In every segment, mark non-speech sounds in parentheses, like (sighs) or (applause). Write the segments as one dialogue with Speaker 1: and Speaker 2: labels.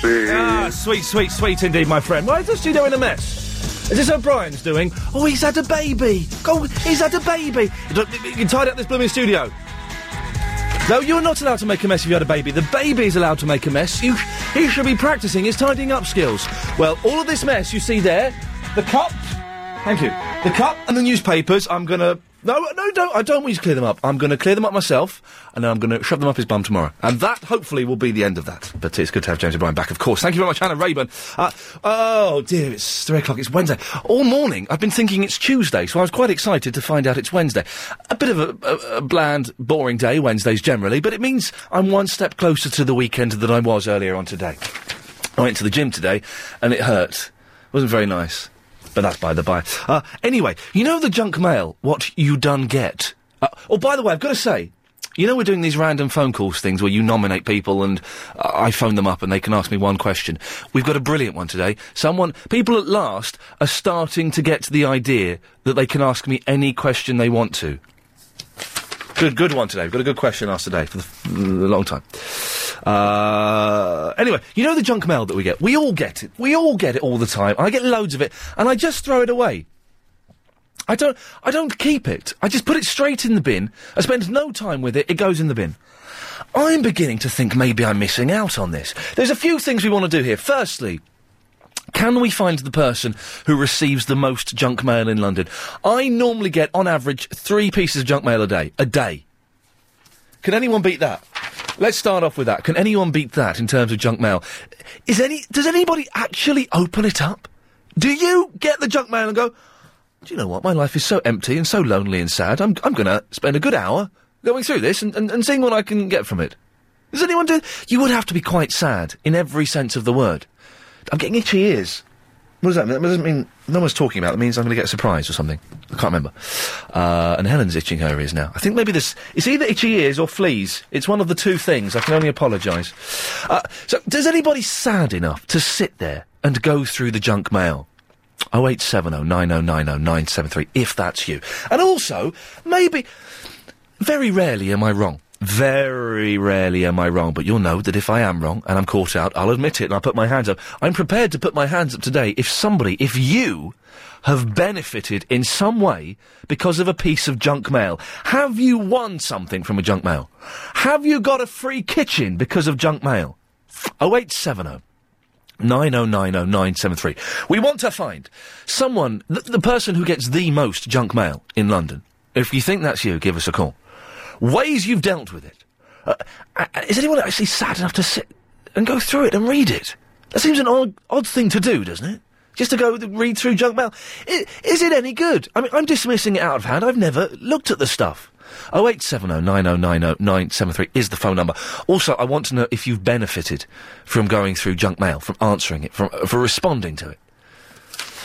Speaker 1: see.
Speaker 2: Ah, sweet, sweet, sweet indeed, my friend. Why is this studio in a mess? Is this O'Brien's doing? Oh, he's had a baby. Oh, he's had a baby. You you tied up this blooming studio. No, you're not allowed to make a mess if you had a baby. The baby is allowed to make a mess. You, he should be practicing his tidying up skills. Well, all of this mess you see there, the cup. Thank you. The cup and the newspapers. I'm gonna. No, no, don't. I don't want you to clear them up. I'm gonna clear them up myself, and then I'm gonna shove them up his bum tomorrow. And that hopefully will be the end of that. But it's good to have James O'Brien back, of course. Thank you very much, Hannah Rayburn. Uh, oh dear, it's three o'clock. It's Wednesday. All morning I've been thinking it's Tuesday, so I was quite excited to find out it's Wednesday. A bit of a, a, a bland, boring day Wednesdays generally, but it means I'm one step closer to the weekend than I was earlier on today. I went to the gym today, and it hurt. It wasn't very nice. But that's by the by. Uh, anyway, you know the junk mail, what you done get? Uh, oh, by the way, I've got to say, you know we're doing these random phone calls things where you nominate people and uh, I phone them up and they can ask me one question. We've got a brilliant one today. Someone, people at last are starting to get the idea that they can ask me any question they want to. Good, good one today. We've got a good question asked today for the, f- the long time. Uh, anyway, you know the junk mail that we get. We all get it. We all get it all the time. I get loads of it, and I just throw it away. I don't. I don't keep it. I just put it straight in the bin. I spend no time with it. It goes in the bin. I'm beginning to think maybe I'm missing out on this. There's a few things we want to do here. Firstly, can we find the person who receives the most junk mail in London? I normally get, on average, three pieces of junk mail a day. A day. Can anyone beat that? Let's start off with that. Can anyone beat that in terms of junk mail? Is any does anybody actually open it up? Do you get the junk mail and go, do you know what? My life is so empty and so lonely and sad. I'm I'm going to spend a good hour going through this and, and, and seeing what I can get from it. Does anyone do? You would have to be quite sad in every sense of the word. I'm getting itchy ears. What does that mean? That doesn't mean no one's talking about. It That means I'm going to get a surprise or something. I can't remember. Uh, and Helen's itching her ears now. I think maybe this. It's either itchy ears or fleas. It's one of the two things. I can only apologise. Uh, so, does anybody sad enough to sit there and go through the junk mail? 0870 9090 973, if that's you. And also, maybe. Very rarely am I wrong. Very rarely am I wrong, but you'll know that if I am wrong and I'm caught out, I'll admit it and I'll put my hands up. I'm prepared to put my hands up today if somebody, if you, have benefited in some way because of a piece of junk mail. Have you won something from a junk mail? Have you got a free kitchen because of junk mail? 0870 9090973. We want to find someone, th- the person who gets the most junk mail in London. If you think that's you, give us a call. Ways you've dealt with it. Uh, uh, is anyone actually sad enough to sit and go through it and read it? That seems an odd, odd thing to do, doesn't it? Just to go th- read through junk mail. I- Is it any good? I mean, I'm dismissing it out of hand. I've never looked at the stuff. 0870 9090 973 is the phone number. Also, I want to know if you've benefited from going through junk mail, from answering it, from, for responding to it.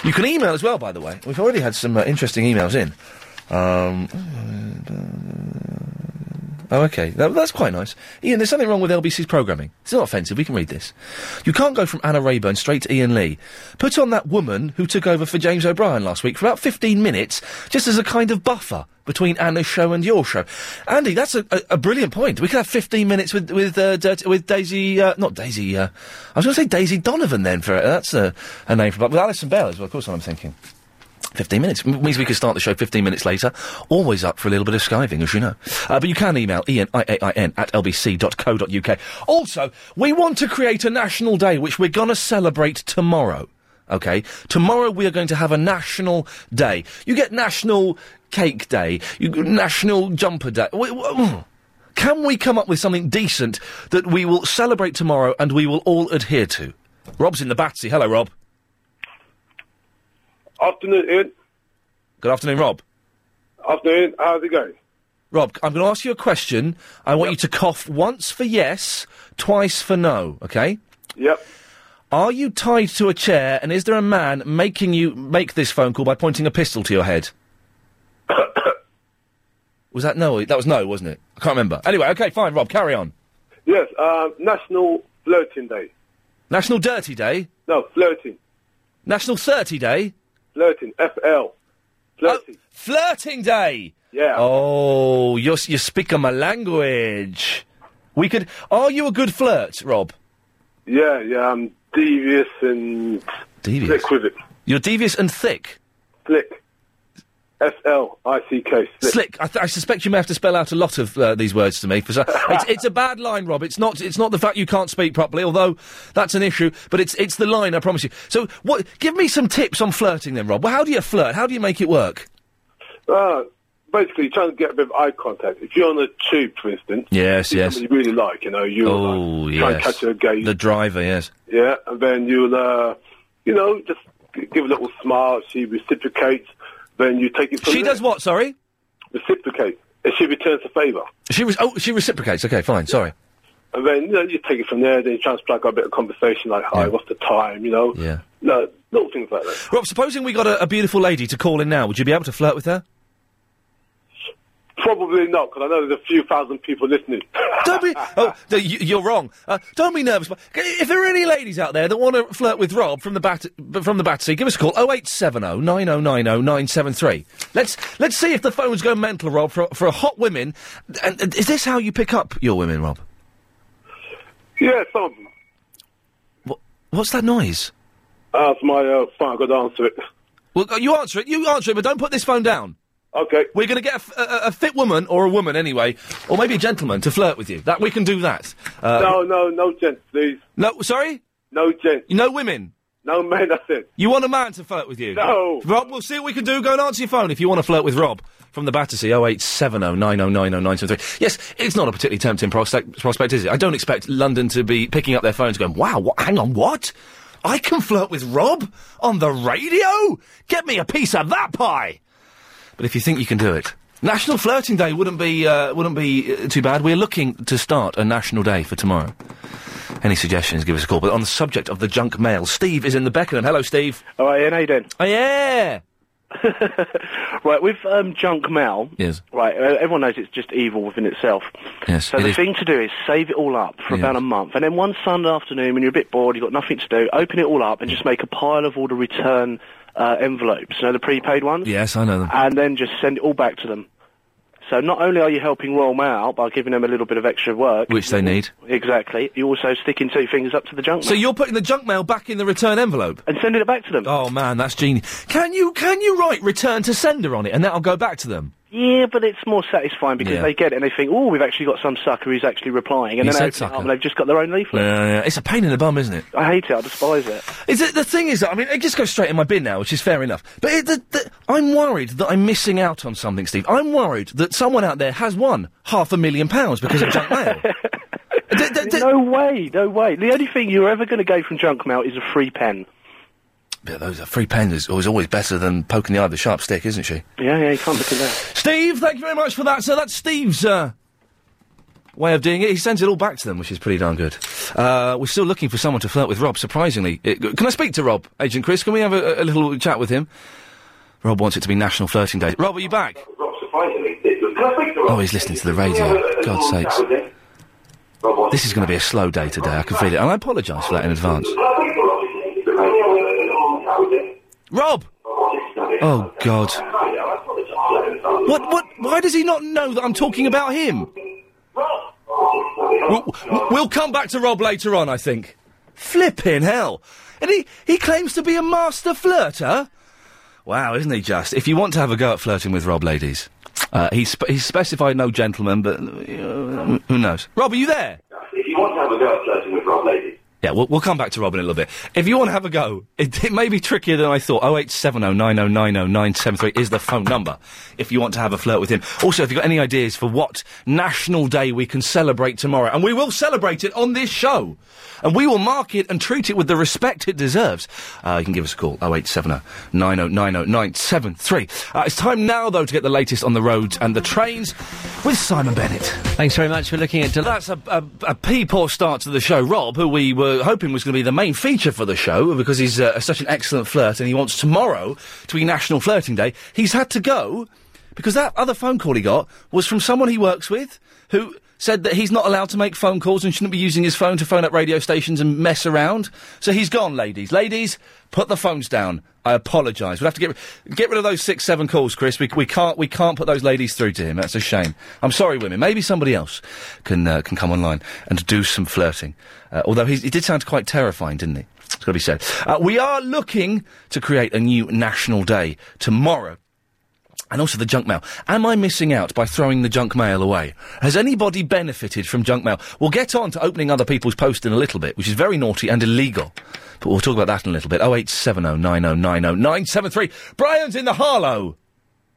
Speaker 2: You can email as well, by the way. We've already had some uh, interesting emails in. Um, oh, okay. That, that's quite nice. Ian, there's something wrong with LBC's programming. It's not offensive. We can read this. You can't go from Anna Rayburn straight to Ian Lee. Put on that woman who took over for James O'Brien last week for about 15 minutes, just as a kind of buffer between Anna's show and your show. Andy, that's a, a, a brilliant point. We could have 15 minutes with with uh, Dirt, with Daisy, uh, not Daisy. Uh, I was going to say Daisy Donovan then for that's a, a name for but with Alison Bell as well. Of course, what I'm thinking. 15 minutes. M- means we could start the show 15 minutes later. Always up for a little bit of skiving, as you know. Uh, but you can email ian, I-A-I-N, at lbc.co.uk. Also, we want to create a national day, which we're going to celebrate tomorrow. Okay? Tomorrow we are going to have a national day. You get National Cake Day, you, National Jumper Day. We- we- can we come up with something decent that we will celebrate tomorrow and we will all adhere to? Rob's in the Batsy. Hello, Rob.
Speaker 3: Afternoon, Ian.
Speaker 2: Good afternoon, Rob.
Speaker 3: Afternoon. How's it going?
Speaker 2: Rob, I'm going to ask you a question. I want you to cough once for yes, twice for no, okay?
Speaker 3: Yep.
Speaker 2: Are you tied to a chair and is there a man making you make this phone call by pointing a pistol to
Speaker 3: (coughs)
Speaker 2: your head? was that no? That was no, wasn't it? I can't remember. Anyway, okay, fine, Rob, carry on.
Speaker 3: Yes, uh,
Speaker 4: um,
Speaker 3: National Flirting Day.
Speaker 2: National Dirty Day?
Speaker 3: No, flirting.
Speaker 2: National 30 Day?
Speaker 3: Flirting. FL. Flirting.
Speaker 2: Oh, Flirting Day.
Speaker 3: Yeah.
Speaker 2: Oh, you you speak my language. We could. Are you a good flirt, Rob?
Speaker 4: Yeah, yeah, I'm devious and
Speaker 2: Devious.
Speaker 4: slick with it.
Speaker 2: You're devious and thick.
Speaker 4: Slick. S L I C K.
Speaker 2: Slick. I, th- I suspect you may have to spell out a lot of uh, these words to
Speaker 4: (laughs)
Speaker 2: me. For so- it's, it's a bad line, Rob. It's not. It's not the fact you can't speak properly, although that's an issue. But it's it's the line. I promise you. So, what? Give me some tips on flirting, then, Rob. Well, how do you flirt? How do you make it work?
Speaker 4: Uh, basically, trying to get a bit of eye contact. If you're on a tube, for instance.
Speaker 2: Yes,
Speaker 4: you see
Speaker 2: yes.
Speaker 4: someone You really like, you know, you
Speaker 2: Oh,
Speaker 4: like, try and
Speaker 2: yes.
Speaker 4: catch her gaze.
Speaker 2: The driver, yes.
Speaker 4: Yeah, and then you'll, uh, you know, just g- give a little smile. She reciprocates. Then you take it from
Speaker 2: She
Speaker 4: there.
Speaker 2: does what? Sorry.
Speaker 4: Reciprocate. And she returns the favour.
Speaker 2: She was. Oh, she reciprocates. Okay, fine. Sorry.
Speaker 4: And then, you know, you take it from there. Then you try and strike up a bit of conversation like, hi, what's the time, you know?
Speaker 2: Yeah.
Speaker 4: No, little things like that.
Speaker 2: Rob, supposing we got a, a beautiful lady to call in now, would you be able to flirt with her?
Speaker 4: Probably not, because I know there's a few thousand people listening. (laughs)
Speaker 2: Don't be. Oh, no, you, you're wrong. Uh, don't be nervous. but- If there are any ladies out there that want to flirt with Rob from the bat from the Battersea, give us a call 0870 9090 973. Let's let's see if the phones go mental, Rob, for for hot women. And, and is this how you pick up your women, Rob?
Speaker 4: yeah, some of them.
Speaker 2: What, what's that noise?
Speaker 4: That's my uh, phone. I've got to answer it.
Speaker 2: Well, go- you answer it. You answer it, but don't put this phone down.
Speaker 4: Okay.
Speaker 2: We're going to get a f- a, a- a fit woman or a woman anyway, or maybe a gentleman to flirt with you. That we can do that. Uh,
Speaker 4: no, no, no gents, please.
Speaker 2: No, sorry?
Speaker 4: No gents.
Speaker 2: No women.
Speaker 4: No men, that's it.
Speaker 2: You want a man to flirt with you?
Speaker 4: No.
Speaker 2: Rob, we'll see what we can do. Go and answer your phone if you want to flirt with Rob from the Battersea 0870 9090973. Yes, it's not a particularly tempting prospect, prospect, is it? I don't expect London to be picking up their phones going, wow, what, hang on, what? I can flirt with Rob on the radio? Get me a piece of that pie! But if you think you can do it, National Flirting Day wouldn't be uh, wouldn't be uh, too bad. We're looking to start a national day for tomorrow. Any suggestions? Give us a call. But on the subject of the junk mail, Steve is in the Beckenham. Hello, Steve.
Speaker 5: All right, Ian, how you doing?
Speaker 2: Oh yeah.
Speaker 5: (laughs) Right, with um, junk mail,
Speaker 2: Yes.
Speaker 5: right, uh, everyone knows it's just evil within itself.
Speaker 2: Yes,
Speaker 5: So
Speaker 2: it
Speaker 5: the
Speaker 2: is.
Speaker 5: thing to do is save it all up for
Speaker 2: Yes.
Speaker 5: about a month, and then one Sunday afternoon when you're a bit bored, you've got nothing to do, open it all up and just make a pile of all the return uh, envelopes, you know, the prepaid ones,
Speaker 2: Yes, I know them.
Speaker 5: and then just send it all back to them. So not only are you helping roll mail out by giving them a little bit of extra work,
Speaker 2: Which they need.
Speaker 5: exactly, you're also sticking two fingers up to the junk
Speaker 2: So
Speaker 5: mail
Speaker 2: you're putting the junk mail back in the return envelope.
Speaker 5: and sending it back to them.
Speaker 2: Oh man, that's genius. Can you can you write return to sender on it and that'll go back to them?
Speaker 5: Yeah, but it's more satisfying because
Speaker 2: Yeah.
Speaker 5: they get it and they think, oh, we've actually got some sucker who's actually replying. And
Speaker 2: You
Speaker 5: then
Speaker 2: said
Speaker 5: they open it
Speaker 2: sucker.
Speaker 5: up and "Oh, they've just got their own leaflet.
Speaker 2: yeah. It's a pain in the bum, isn't it?
Speaker 5: I hate it. I despise it.
Speaker 2: Is it the thing is that I mean it just goes straight in my bin now, which is fair enough. But it, the, the, I'm worried that I'm missing out on something, Steve. I'm worried that someone out there has won half a million pounds because of
Speaker 5: (laughs)
Speaker 2: junk mail. D- d- d-
Speaker 5: No way. No way. The only thing you're ever going to go from junk mail is a free pen.
Speaker 2: Yeah, those are free pens is always always better than poking the eye with a sharp stick, isn't she?
Speaker 5: Yeah, yeah, you can't look at that.
Speaker 2: Steve, thank you very much for that. So that's Steve's uh, way of doing it. He sends it all back to them, which is pretty darn good. Uh, we're still looking for someone to flirt with Rob, surprisingly. It- can I speak to Rob, Agent Chris? Can we have a, a little chat with him? Rob wants it to be National Flirting Day. Rob, are you back?
Speaker 1: Oh,
Speaker 2: he's listening to the radio. God's sakes. This is going to be a slow day today. I can feel it. And I apologise for that in advance. Rob! Oh, God. What, what, why does he not know that I'm talking about him? We'll, we'll come back to Rob later on, I think. Flippin' hell. And he, he claims to be a master flirter? Wow, isn't he just? If you want to have a go at flirting with Rob, ladies, uh, he's, sp- he's specified no gentleman, but uh, who knows? Rob, are you there?
Speaker 1: If you want to have a go at flirting with Rob, ladies,
Speaker 2: Yeah, we'll, we'll come back to Rob in a little bit. If you want to have a go, it, it may be trickier than I thought. 08709090973 is the phone number if you want to have a flirt with him. Also, if you've got any ideas for what national day we can celebrate tomorrow, and we will celebrate it on this show, and we will mark it and treat it with the respect it deserves, uh, you can give us a call. 08709090973. Uh, it's time now, though, to get the latest on the roads and the trains with Simon Bennett.
Speaker 6: Thanks very much for looking at. Del-
Speaker 2: That's a, a, a pea poor start to the show. Rob, who we were hoping was going to be the main feature for the show because he's uh, such an excellent flirt and he wants tomorrow to be National Flirting Day, he's had to go because that other phone call he got was from someone he works with who said that he's not allowed to make phone calls and shouldn't be using his phone to phone up radio stations and mess around. So he's gone, ladies. Ladies, put the phones down. I apologise. We'll have to get get rid of those six, seven calls, Chris. We, we can't we can't put those ladies through to him. That's a shame. I'm sorry, women. Maybe somebody else can uh, can come online and do some flirting. Uh, although he's, he did sound quite terrifying, didn't he? It's got to be said. Uh, we are looking to create a new national day tomorrow. And also the junk mail. Am I missing out by throwing the junk mail away? Has anybody benefited from junk mail? We'll get on to opening other people's posts in a little bit, which is very naughty and illegal. But we'll talk about that in a little bit. 08709090973. Brian's in the Harlow.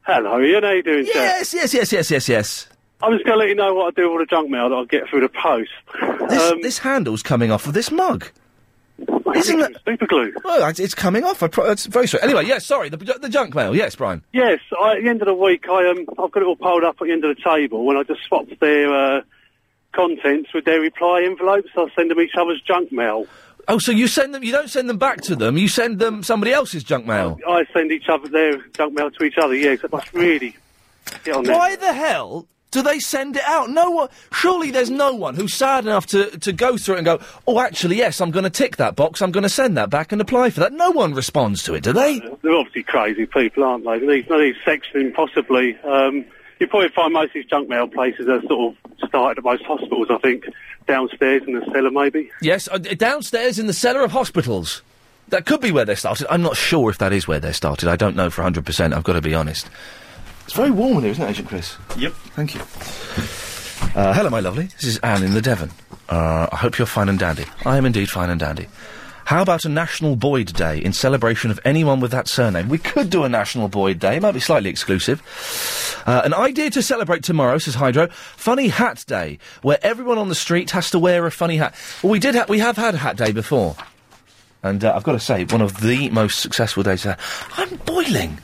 Speaker 7: Hello, Ian. How you doing, sir?
Speaker 2: Yes, yes, yes, yes, yes, yes.
Speaker 7: I'm just going to let you know what I do with all the junk mail that I get through the post.
Speaker 2: This,
Speaker 7: Um,
Speaker 2: this handle's coming off of this mug. Isn't it?
Speaker 7: Super glue.
Speaker 2: Well, it's- it's coming off. I pro- it's very sorry. Anyway, yes, sorry. The, the junk mail. Yes, Brian.
Speaker 7: Yes, I, at the end of the week, I um, I've got it all piled up at the end of the table, and I just swapped their uh, contents with their reply envelopes. I send them each other's junk mail.
Speaker 2: Oh, so you send them? You don't send them back to them. You send them somebody else's junk mail.
Speaker 7: I send each other their junk mail to each other. Yeah, except that's really get on there.
Speaker 2: Why the hell do they send it out? No one. Surely there's no one who's sad enough to, to go through it and go, oh, actually, yes, I'm going to tick that box. I'm going to send that back and apply for that. No one responds to it, do they?
Speaker 7: Uh, They're obviously crazy people, aren't they? These, no, these sexting possibly. Um, you probably find most of these junk mail places are sort of started at most hospitals, I think, downstairs in the cellar, maybe.
Speaker 2: Yes, uh, d- downstairs in the cellar of hospitals. That could be where they started. I'm not sure if that is where they started. I don't know for 100%. I've got to be honest. It's very warm in here, isn't it, Agent Chris? Yep. Thank you. Uh, hello, my lovely. This is Anne in the Devon. Uh, I hope you're fine and dandy. I am indeed fine and dandy. How about a National Boyd Day in celebration of anyone with that surname? We could do a National Boyd Day. It might be slightly exclusive. Uh, an idea to celebrate tomorrow, says Hydro. Funny Hat Day, where everyone on the street has to wear a funny hat. Well, we did. Ha- we have had Hat Day before, and uh, I've got to say, one of the most successful days. Uh, I'm boiling.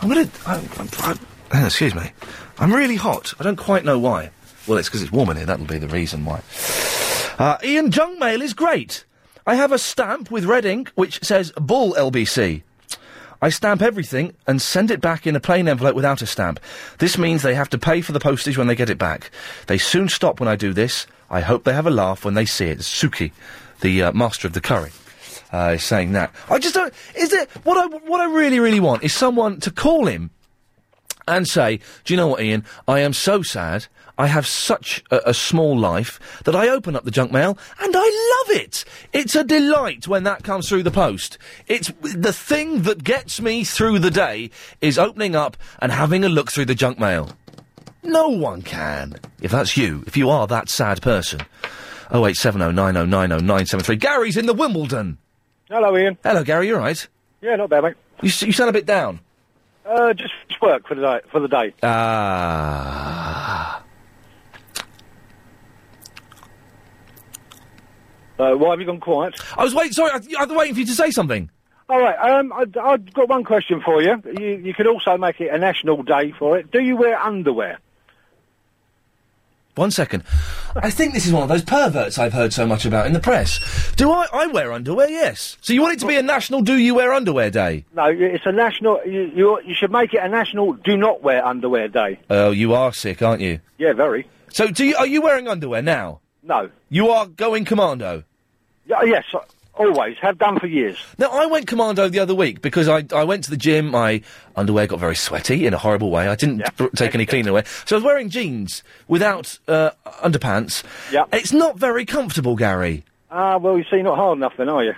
Speaker 2: I'm gonna. I, I, I, oh, excuse me. I'm really hot. I don't quite know why. Well, it's because it's warm in here. That'll be the reason why. Uh, Ian junk mail is great. I have a stamp with red ink which says Bull LBC. I stamp everything and send it back in a plain envelope without a stamp. This means they have to pay for the postage when they get it back. They soon stop when I do this. I hope they have a laugh when they see it. Suki, the uh, master of the curry uh, is saying that. I just don't. Is it what I what I really really want is someone to call him and say, "Do you know what, Ian? I am so sad. I have such a, a small life that I open up the junk mail and I love it. It's a delight when that comes through the post. It's the thing that gets me through the day is opening up and having a look through the junk mail." No one can. If that's you, if you are that sad person. Oh, 08709090973. Gary's in the Wimbledon.
Speaker 8: Hello, Ian.
Speaker 2: Hello, Gary. You all right?
Speaker 8: Yeah, not bad, mate.
Speaker 2: You, s- you sound a bit down.
Speaker 8: Uh, just work for the day. For the day.
Speaker 2: Ah.
Speaker 8: Uh, why have you gone quiet?
Speaker 2: I was waiting. Sorry, I, I was waiting for you to say something.
Speaker 8: All right. Um, I, I've got one question for you. you. You could also make it a national day for it. Do you wear underwear?
Speaker 2: One second. I think this is one of those perverts I've heard so much about in the press. Do I? I wear underwear, yes. So you want it to be a national Do You Wear Underwear Day?
Speaker 8: No, it's a national. You, you, you should make it a national do not wear underwear day.
Speaker 2: Oh, you are sick, aren't you?
Speaker 8: Yeah, very.
Speaker 2: So do you, are you wearing underwear now?
Speaker 8: No.
Speaker 2: You are going commando?
Speaker 8: Y- yes, always. Have done for years.
Speaker 2: Now, I went commando the other week because I, I went to the gym. My underwear got very sweaty in a horrible way. I didn't br- take any cleaner away. So I was wearing jeans without uh, underpants. Yeah. It's not very comfortable, Gary.
Speaker 8: Ah, well, you see, you're not hard enough then, are you?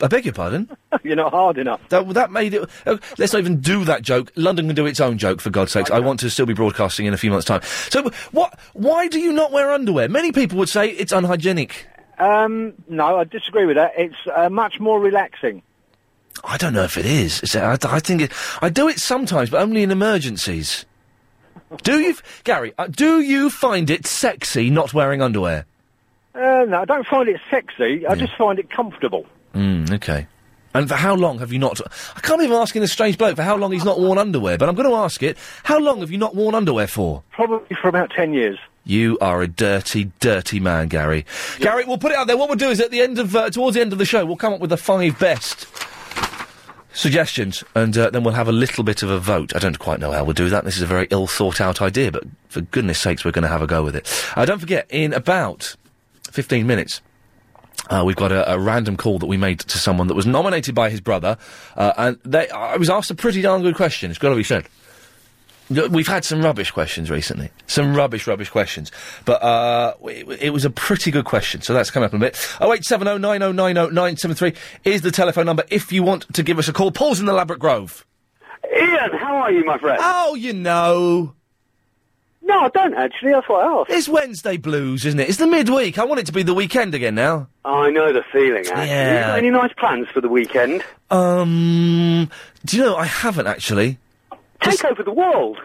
Speaker 2: I beg your pardon?
Speaker 8: (laughs) you're not hard enough.
Speaker 2: That, that made it. oh, let's not even do that joke. London can do its own joke, for God's sakes. I want to still be broadcasting in a few months' time. So, what? why do you not wear underwear? Many people would say it's unhygienic.
Speaker 8: Um, no, I disagree with that. It's uh, much more relaxing.
Speaker 2: I don't know if it is. It's- I, I think it, I do it sometimes, but only in emergencies. Do you, Gary? Uh, do you find it sexy not wearing underwear?
Speaker 8: Uh, no, I don't find it sexy. I just find it comfortable.
Speaker 2: Mm, okay. And for how long have you not? I can't believe I'm asking this strange bloke for how long he's not worn underwear, but I'm going to ask it. How long have you not worn underwear for?
Speaker 8: Probably for about ten years.
Speaker 2: You are a dirty, dirty man, Gary. Gary, we'll put it out there. What we'll do is at the end of, uh, towards the end of the show, we'll come up with the five best suggestions, and uh, then we'll have a little bit of a vote. I don't quite know how we'll do that. This is a very ill thought out idea, but for goodness sakes, we're going to have a go with it. Uh, don't forget, in about 15 minutes, uh, we've got a, a random call that we made to someone that was nominated by his brother, uh, and they, I was asked a pretty darn good question. It's got to be said. Look, We've had some rubbish questions recently. Some rubbish, rubbish questions. But uh, it, it was a pretty good question, so that's coming up in a bit. 0870 9090 973 is the telephone number if you want to give us a call. Paul's in the Labrick Grove.
Speaker 9: Ian, how are you, my friend?
Speaker 2: Oh, you know.
Speaker 9: No, I don't actually. That's what I asked.
Speaker 2: It's Wednesday blues, isn't it? It's the midweek. I want it to be the weekend again now.
Speaker 9: Oh, I know the feeling, actually.
Speaker 2: Yeah. Oh.
Speaker 9: You got any nice plans for the weekend?
Speaker 2: Um, do you know I haven't actually.
Speaker 9: Take over the world.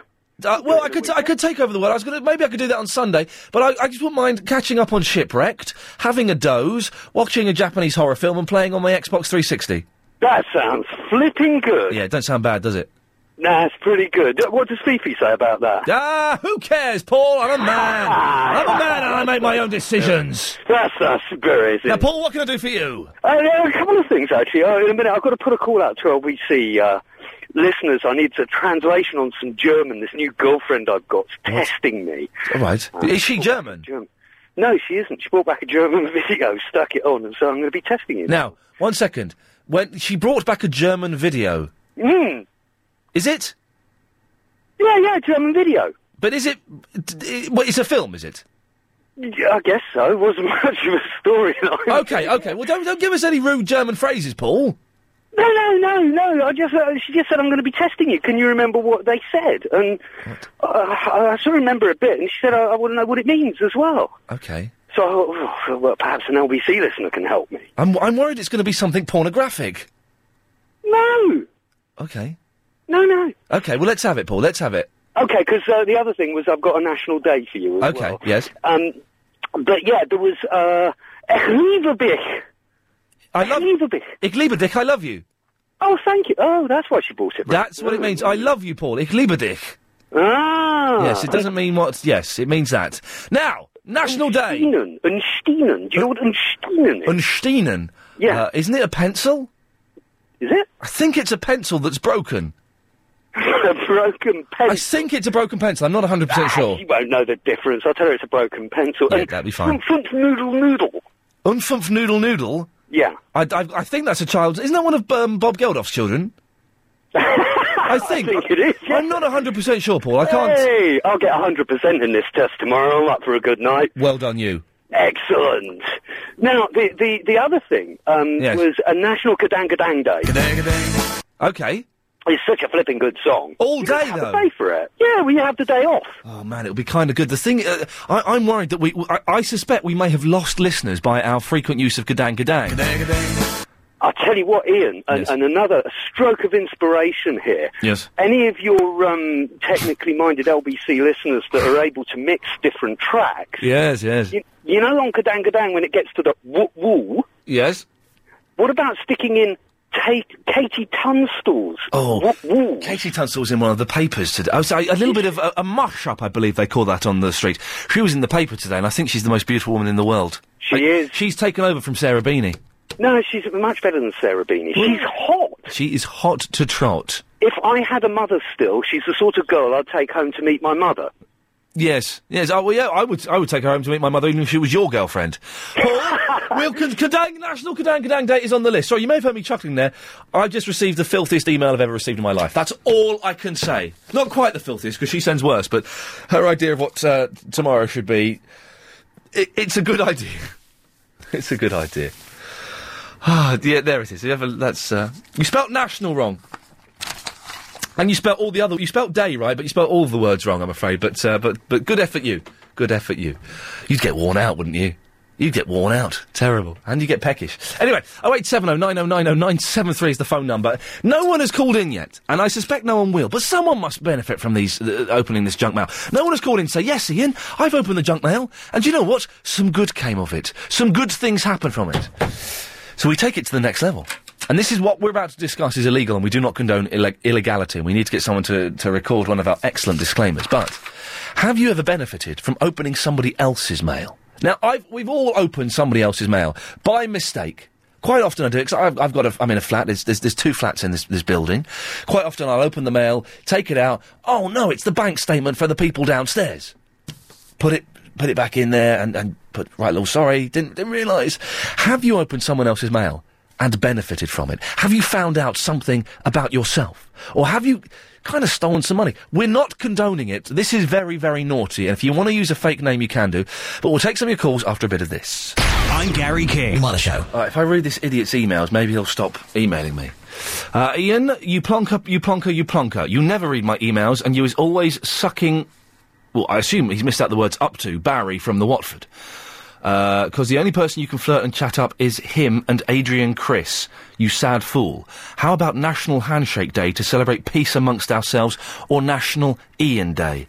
Speaker 2: Uh, well, I could t- I could take over the world. I was gonna maybe I could do that on Sunday, but I, I just wouldn't mind catching up on Shipwrecked, having a doze, watching a Japanese horror film, and playing on my Xbox 360.
Speaker 9: That sounds flipping good.
Speaker 2: Yeah, it don't sound bad, does it?
Speaker 9: Nah, it's pretty good. What does Fifi say about that?
Speaker 2: Ah, who cares, Paul?
Speaker 9: (laughs)
Speaker 2: I'm a man. I'm a man, and I make my own decisions.
Speaker 9: That's our spirit.
Speaker 2: Now, Paul, what can I do for you?
Speaker 9: Uh, there are a couple of things, actually. Uh, in a minute, I've got to put a call out to our WC uh, listeners. I need a translation on some German. This new girlfriend I've got's testing me.
Speaker 2: All right.
Speaker 9: Uh,
Speaker 2: Is she
Speaker 9: brought back a
Speaker 2: German?
Speaker 9: German? No, she isn't. She brought back a German (laughs) video, stuck it on, and so I'm going to be testing it.
Speaker 2: Now, one second. When she brought back a German video,
Speaker 9: Mm.
Speaker 2: is it?
Speaker 9: Yeah, yeah, German video.
Speaker 2: But is it? d- d- Well, it's a film, is it?
Speaker 9: Yeah, I guess so. It wasn't (laughs) much of a storyline.
Speaker 2: Okay, okay. Well, don't don't give us any rude German phrases, Paul.
Speaker 9: No, no, no, no. I just uh, she just said I'm going to be testing you. Can you remember what they said? And uh, I, I sort of remember a bit. And she said I, I want to know what it means as well.
Speaker 2: Okay.
Speaker 9: So I thought, "Oh, well, perhaps an LBC listener can help me.
Speaker 2: I'm I'm worried it's going to be something pornographic.
Speaker 9: No,
Speaker 2: Okay.
Speaker 9: no, no.
Speaker 2: Okay. Well, let's have it, Paul. Let's have it.
Speaker 9: Okay, because uh, the other thing was I've got a national day for you as
Speaker 2: Okay.
Speaker 9: well.
Speaker 2: Yes.
Speaker 9: Um, but yeah, there was uh, Ech Lieberbich.
Speaker 2: I love
Speaker 9: Lieberbich.
Speaker 2: Ich liebe dich. I love you.
Speaker 9: Oh, thank you. Oh, that's why she bought it.
Speaker 2: That's what it means. I love you, Paul. Ich liebe dich.
Speaker 9: Ah.
Speaker 2: Yes. It doesn't mean what. Yes. It means that. Now, National Day.
Speaker 9: Unsteinen. Unsteinen. Do you know what Unsteinen is?
Speaker 2: Unsteinen.
Speaker 9: Yeah.
Speaker 2: Uh, isn't it a pencil?
Speaker 9: is it?
Speaker 2: I think it's a pencil that's broken.
Speaker 9: a (laughs) broken Ah,
Speaker 2: I
Speaker 9: pencil.
Speaker 2: think it's a broken pencil. I'm not 100 percent
Speaker 9: (laughs)
Speaker 2: sure.
Speaker 9: You won't know the difference. I'll tell her it's a broken pencil.
Speaker 2: Yeah,
Speaker 9: and
Speaker 2: that'd be fine.
Speaker 9: Frump, frump, noodle, noodle.
Speaker 2: Unfumpf noodle noodle.
Speaker 9: Yeah.
Speaker 2: I, I, I think that's a child. Isn't that one of um, Bob
Speaker 9: (laughs)
Speaker 2: Geldof's children? I think.
Speaker 9: think it is, yeah.
Speaker 2: I'm not 100% sure, Paul. I can't.
Speaker 9: Hey, I'll get 100% in this test tomorrow. I'm up for a good night.
Speaker 2: Well done, you.
Speaker 9: Excellent. Now, the, the, the other thing um,
Speaker 2: Yes.
Speaker 9: was a National Kadang Kadang Day.
Speaker 2: Okay.
Speaker 9: It's such a flipping good song.
Speaker 2: All
Speaker 9: You
Speaker 2: day,
Speaker 9: have
Speaker 2: though.
Speaker 9: to pay for it. Yeah, we have the day off.
Speaker 2: Oh, man, it'll be kind of good. The thing, uh, I, I'm worried that we, I, I suspect we may have lost listeners by our frequent use of Gadang Gadang.
Speaker 9: I tell you what, Ian, and,
Speaker 2: Yes.
Speaker 9: and another stroke of inspiration here.
Speaker 2: Yes.
Speaker 9: Any of your um, technically minded LBC listeners that are able to mix different tracks,
Speaker 2: Yes, yes.
Speaker 9: you, you know, on Kadang Kadang, when it gets to the woo woo,
Speaker 2: Yes.
Speaker 9: what about sticking in take Katie Tunstall's
Speaker 2: Oh.
Speaker 9: woo woo?
Speaker 2: Katie Tunstall was in one of the papers today. I was, a, a little bit of a, a mush up, I believe they call that on the street. She was in the paper today, and I think she's the most beautiful woman in the world.
Speaker 9: She is.
Speaker 2: She's taken over from Sarah Beanie.
Speaker 9: No, she's much better than Sarah Beanie. She's hot.
Speaker 2: She is hot to trot.
Speaker 9: If I had a mother still, she's the sort of girl I'd take home to meet my mother.
Speaker 2: Yes, yes. Oh, well, yeah, I would, I would take her home to meet my mother, even if she was your girlfriend. Paul, Will Kad- Kadang, National Kadang Kadang Day is on the list. Sorry, you may have heard me chuckling there. I've just received the filthiest email I've ever received in my life. That's all I can say. Not quite the filthiest, because she sends worse, but her idea of what uh, tomorrow should be, it, it's a good idea. (laughs) it's a good idea. (sighs) Ah, yeah, there it is. You ever, that's, uh, you spelt national wrong. And you spelt all the other. You spelt day right, but you spelt all the words wrong. I'm afraid. But uh, but but good effort you. Good effort you. You'd get worn out, wouldn't you? You'd get worn out. Terrible. And you get peckish. Anyway, 0870 9090 973 is the phone number. No one has called in yet, and I suspect no one will, but someone must benefit from these, uh, opening this junk mail. No one has called in to say, yes, Ian, I've opened the junk mail, and do you know what? Some good came of it. Some good things happened from it. So we take it to the next level. And this is what we're about to discuss is illegal, and we do not condone Ill- illegality. And we need to get someone to, to record one of our excellent disclaimers. But have you ever benefited from opening somebody else's mail? Now, I've, we've all opened somebody else's mail by mistake. Quite often I do because I've, I've got a. I'm in a flat. There's, there's there's two flats in this this building. Quite often I'll open the mail, take it out. Oh no, it's the bank statement for the people downstairs. Put it put it back in there and, and put right. Lord, sorry, didn't didn't realise. Have you opened someone else's mail and benefited from it? Have you found out something about yourself, or have you? Kind of stolen some money. We're not condoning it. This is very, very naughty. And if you want to use a fake name, you can do. But we'll take some of your calls after a bit of this.
Speaker 10: I'm Gary King. Mother Show.
Speaker 2: All right, if I read this idiot's emails, maybe he'll stop emailing me. Uh, Ian, you plonker, you plonker, you plonker. You never read my emails, and you is always sucking. Well, I assume he's missed out the words up to Barry from the Watford. Because the only person you can flirt and chat up is him and Adrian Chris. You sad fool. How about National Handshake Day to celebrate peace amongst ourselves, or National Ian Day?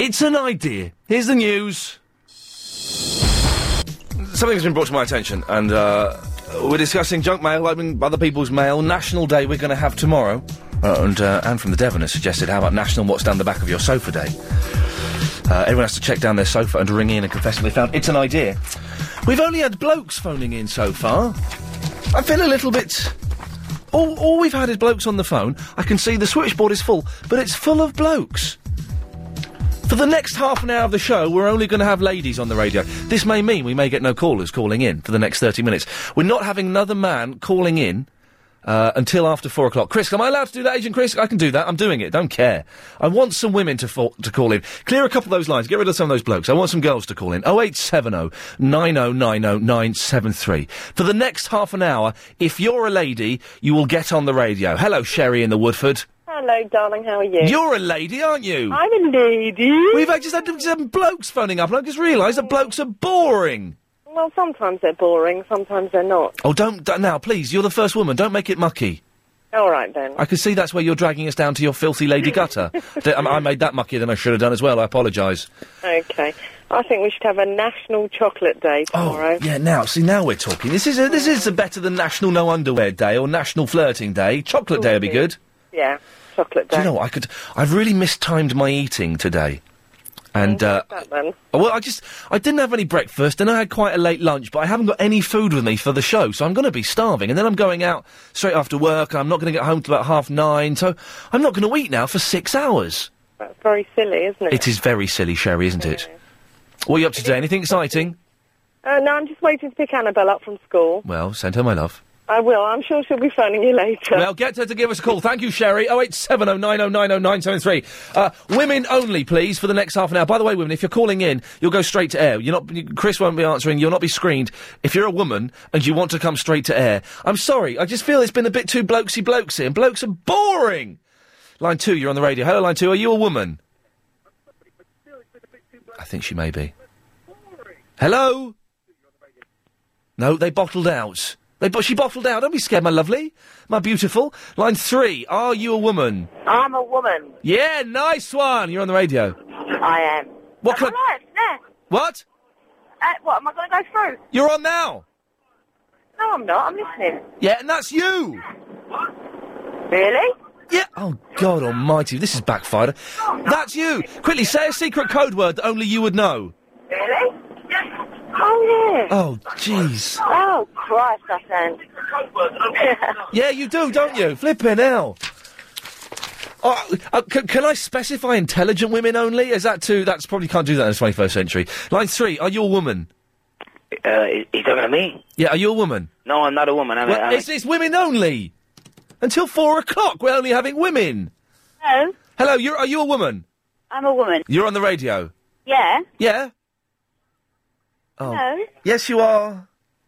Speaker 2: It's an idea. Here's the news. Something's been brought to my attention, and uh, we're discussing junk mail, opening other people's mail. National Day we're going to have tomorrow, uh, and uh, Anne from the Devon has suggested how about National What's Down the Back of Your Sofa Day? Uh, everyone has to check down their sofa and ring in and confess what they found. It's an idea. We've only had blokes phoning in so far. I feel a little bit. All, all we've had is blokes on the phone. I can see the switchboard is full, but it's full of blokes. For the next half an hour of the show, we're only going to have ladies on the radio. This may mean we may get no callers calling in for the next 30 minutes. We're not having another man calling in uh, until after four o'clock. Chris, am I allowed to do that, Agent Chris? I can do that. I'm doing it. Don't care. I want some women to, fall, to call in. Clear a couple of those lines. Get rid of some of those blokes. I want some girls to call in. 0870 9090973. For the next half an hour, if you're a lady, you will get on the radio. Hello, Sherry in the Woodford.
Speaker 11: Hello, darling. How are you?
Speaker 2: You're a lady, aren't you?
Speaker 11: I'm a lady.
Speaker 2: We've had just had some blokes phoning up, and I just realised that blokes are boring.
Speaker 11: Well, sometimes they're boring, sometimes they're not.
Speaker 2: Oh, don't, don't now, please. You're the first woman. Don't make it mucky.
Speaker 11: All right then.
Speaker 2: I can see that's where you're dragging us down to your filthy lady
Speaker 11: (laughs)
Speaker 2: gutter. Th- I, I made that muckier than I should have done as well. I apologise.
Speaker 11: Okay. I think we should have a National Chocolate Day
Speaker 2: Oh.
Speaker 11: tomorrow.
Speaker 2: Yeah, now see, now we're talking. This is a, this is a better than National No Underwear Day or National Flirting Day. Chocolate Day would be good.
Speaker 11: Yeah, chocolate
Speaker 2: Do
Speaker 11: day.
Speaker 2: you know what? I could? I've really mistimed my eating today, and uh,
Speaker 11: That then.
Speaker 2: Oh, Well, I just I didn't have any breakfast, and I had quite a late lunch, but I haven't got any food with me for the show, so I'm going to be starving. And then I'm going out straight after work, and I'm not going to get home till about half nine, so I'm not going to eat now for six hours.
Speaker 11: That's very silly, isn't it?
Speaker 2: It is very silly, Sherry, isn't it? What are you up to today? Anything exciting?
Speaker 11: Uh, no, I'm just waiting to pick Annabelle up from school.
Speaker 2: Well, send her my love.
Speaker 11: I will. I'm sure she'll be phoning you later.
Speaker 2: Well, get her to give us a call. Thank you, Sherry. 08709090973. Uh, women only, please, for the next half an hour. By the way, women, if you're calling in, you'll go straight to air. You're not, you- Chris won't be answering. You'll not be screened. If you're a woman and you want to come straight to air, I'm sorry. I just feel it's been a bit too blokesy blokesy, and blokes are boring. Line two, you're on the radio. Hello, line two. Are you a woman? I think she may be. Hello. No, they bottled out. They, but she bottled out. Don't be scared, my lovely, my beautiful. Line three. Are you a woman?
Speaker 12: I'm a woman.
Speaker 2: Yeah, nice one. You're on the radio.
Speaker 12: I am.
Speaker 2: What?
Speaker 12: am
Speaker 2: Can
Speaker 12: I live? Yeah.
Speaker 2: What?
Speaker 12: Uh, what, am I going to go through?
Speaker 2: You're on now.
Speaker 12: No, I'm not. I'm listening.
Speaker 2: Yeah, and that's you.
Speaker 12: Really?
Speaker 2: Yeah. Oh God Almighty, this is backfired. That's you. Quickly say a secret code word that only you would know.
Speaker 12: Really? Oh, yeah.
Speaker 2: Oh, jeez.
Speaker 12: Oh, Christ, I sound.
Speaker 13: (laughs)
Speaker 2: Yeah, you do, don't you? Flipping hell. Oh, uh, c- can I specify intelligent women only? Is that too? That's probably can't do that in the 21st century. Line three. Are you a woman?
Speaker 14: Uh, you you talking to me?
Speaker 2: Yeah. Are you a woman?
Speaker 14: No, I'm not a woman. I'm, a,
Speaker 2: Well,
Speaker 14: I'm a-
Speaker 2: it's, it's women only. Until four o'clock, we're only having women.
Speaker 15: Hello,
Speaker 2: Hello, you're, are you a woman?
Speaker 15: I'm a woman.
Speaker 2: You're on the radio.
Speaker 15: Yeah.
Speaker 2: Yeah? Oh.
Speaker 15: Hello.
Speaker 2: Yes, you are.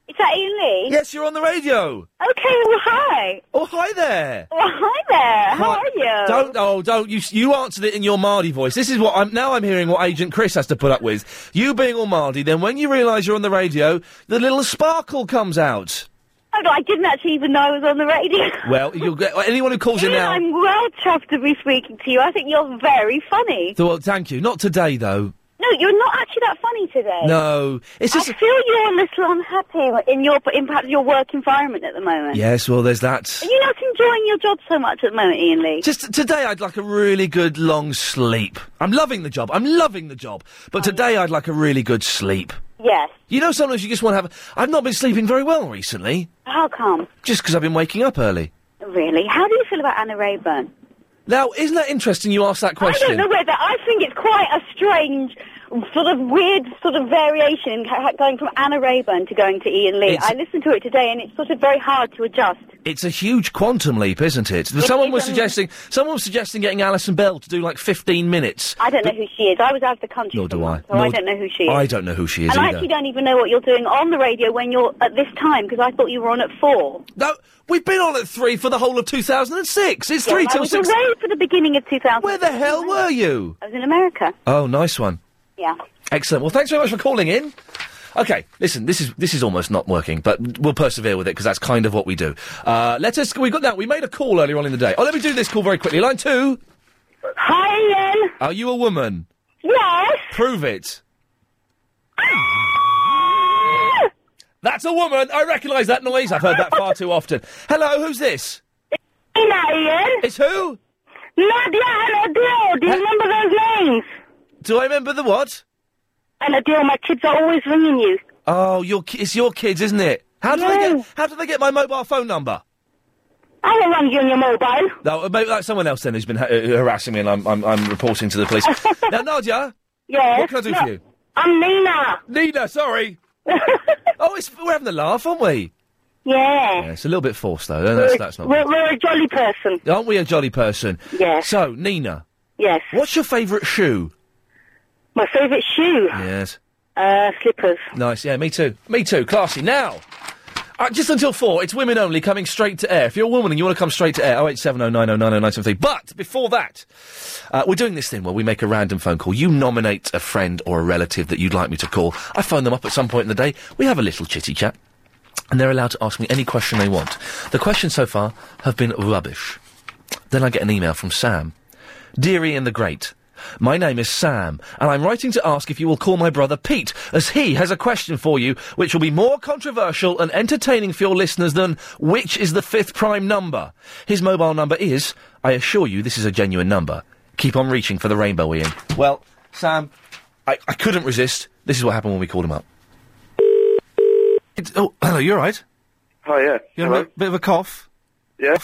Speaker 15: Is that Ian Lee?
Speaker 2: Yes, you're on the radio.
Speaker 15: Okay. Well, hi.
Speaker 2: Oh, hi there.
Speaker 15: Well, hi there. How
Speaker 2: Hi-
Speaker 15: are you?
Speaker 2: Don't, oh, don't. You, s- you answered it in your Mardy voice. This is what I'm, now I'm hearing what Agent Chris has to put up with. You being all Mardy, then when you realise you're on the radio, the little sparkle comes out.
Speaker 15: Oh, no, I didn't actually even know I was on the radio.
Speaker 2: Well, you'll get, anyone who calls in
Speaker 15: Ian,
Speaker 2: now.
Speaker 15: I'm well chuffed to be speaking to you. I think you're very funny.
Speaker 2: Well, thank you. Not today, though.
Speaker 15: No, you're not actually that funny today.
Speaker 2: No. It's just.
Speaker 15: I feel you're a little unhappy in your in perhaps your work environment at the moment.
Speaker 2: Yes, well, there's that.
Speaker 15: Are you not enjoying your job so much at the moment, Ian Lee?
Speaker 2: Just today, I'd like a really good long sleep. I'm loving the job. I'm loving the job. But today, I'd like a really good sleep.
Speaker 16: Yes.
Speaker 2: You know, sometimes you just want to have. I've not been sleeping very well recently,
Speaker 16: How come?
Speaker 2: just because I've been waking up early.
Speaker 16: Really? How do you feel about Anna Rayburn?
Speaker 2: Now, isn't that interesting? You asked that
Speaker 16: I don't
Speaker 2: question.
Speaker 16: know whether I think it's quite a strange, sort of weird, sort of variation in ca- going from Anna Rayburn to going to Ian Lee.
Speaker 2: It's-
Speaker 16: I listened to it today, and it's sort of very hard to adjust.
Speaker 2: It's a huge quantum leap, isn't it? someone was suggesting someone was suggesting getting Alison Bell to do like 15 minutes.
Speaker 16: I don't know who she is. I was out of the country,
Speaker 2: Nor do I.
Speaker 16: so I
Speaker 2: Nor-
Speaker 16: don't know who she is.
Speaker 2: I don't know who she is
Speaker 16: and I
Speaker 2: either.
Speaker 16: actually don't even know what you're doing on the radio when you're at this time because I thought you were on at four.
Speaker 2: No, we've been on at three for the whole of 2006. It's
Speaker 16: Yeah,
Speaker 2: three
Speaker 16: well, I
Speaker 2: till
Speaker 16: was
Speaker 2: six.
Speaker 16: away for the beginning of 2000. Where the hell
Speaker 2: Were you?
Speaker 16: I was in America.
Speaker 2: Oh, nice one.
Speaker 16: Yeah.
Speaker 2: Excellent. Well, thanks very much for calling in. Okay, listen. This is this is almost not working, but we'll persevere with it because that's kind of what we do. Uh, let us. We got now. We made a call earlier on in the day. Oh, let me do this call very quickly. Line two.
Speaker 13: uh,
Speaker 16: Hi, Ian.
Speaker 2: Are you a woman?
Speaker 16: Yes.
Speaker 2: Prove it. That's a woman. I recognise that noise. I've heard that far too often. Hello, who's this?
Speaker 17: Ian.
Speaker 2: It's who?
Speaker 17: Nadia and Adele. Do you remember those names?
Speaker 2: Do I remember the what?
Speaker 17: And Adele, my kids are always ringing you.
Speaker 2: Oh, your ki- it's your kids, isn't it? How do they get? How do they get my mobile phone number?
Speaker 17: I will run you on your mobile.
Speaker 2: No, uh, maybe that's someone else then who's been ha- uh, harassing me, and I'm, I'm I'm reporting to the
Speaker 17: (laughs)
Speaker 2: police. now, Nadia.
Speaker 17: Yes.
Speaker 2: What can I do
Speaker 17: No,
Speaker 2: for you?
Speaker 17: I'm Nina.
Speaker 2: Nina, sorry. oh, it's, we're having a laugh, aren't we?
Speaker 17: Yeah.
Speaker 2: Yeah, it's a little bit forced though. That's
Speaker 17: we're,
Speaker 2: that's not.
Speaker 17: We're, we're a jolly person.
Speaker 2: Aren't we a jolly person? Yes. So, Nina.
Speaker 17: Yes.
Speaker 2: What's your favourite shoe?
Speaker 17: My favourite shoe.
Speaker 2: Yes.
Speaker 17: Uh, slippers.
Speaker 2: Nice. Yeah, me too. Me too. Classy. Now, uh, just until four, it's women only coming straight to air. If you're a woman and you want to come straight to air, 08709090973. But before that, uh, we're doing this thing where we make a random phone call. You nominate a friend or a relative that you'd like me to call. I phone them up at some point in the day. We have a little chitty chat. And they're allowed to ask me any question they want. The questions so far have been rubbish. Then I get an email from Sam. Dear Ian the Great, my name is Sam, and I'm writing to ask if you will call my brother Pete, as he has a question for you, which will be more controversial and entertaining for your listeners than which is the fifth prime number. His mobile number is, I assure you, this is a genuine number. Keep on reaching for the rainbow, Ian. Well, Sam, I, I couldn't resist. This is what happened when we called him up. It's, oh, hello, you're right.
Speaker 8: Hi, yeah.
Speaker 2: You had a
Speaker 8: Hello.
Speaker 2: bit- bit of a cough.
Speaker 8: Yeah.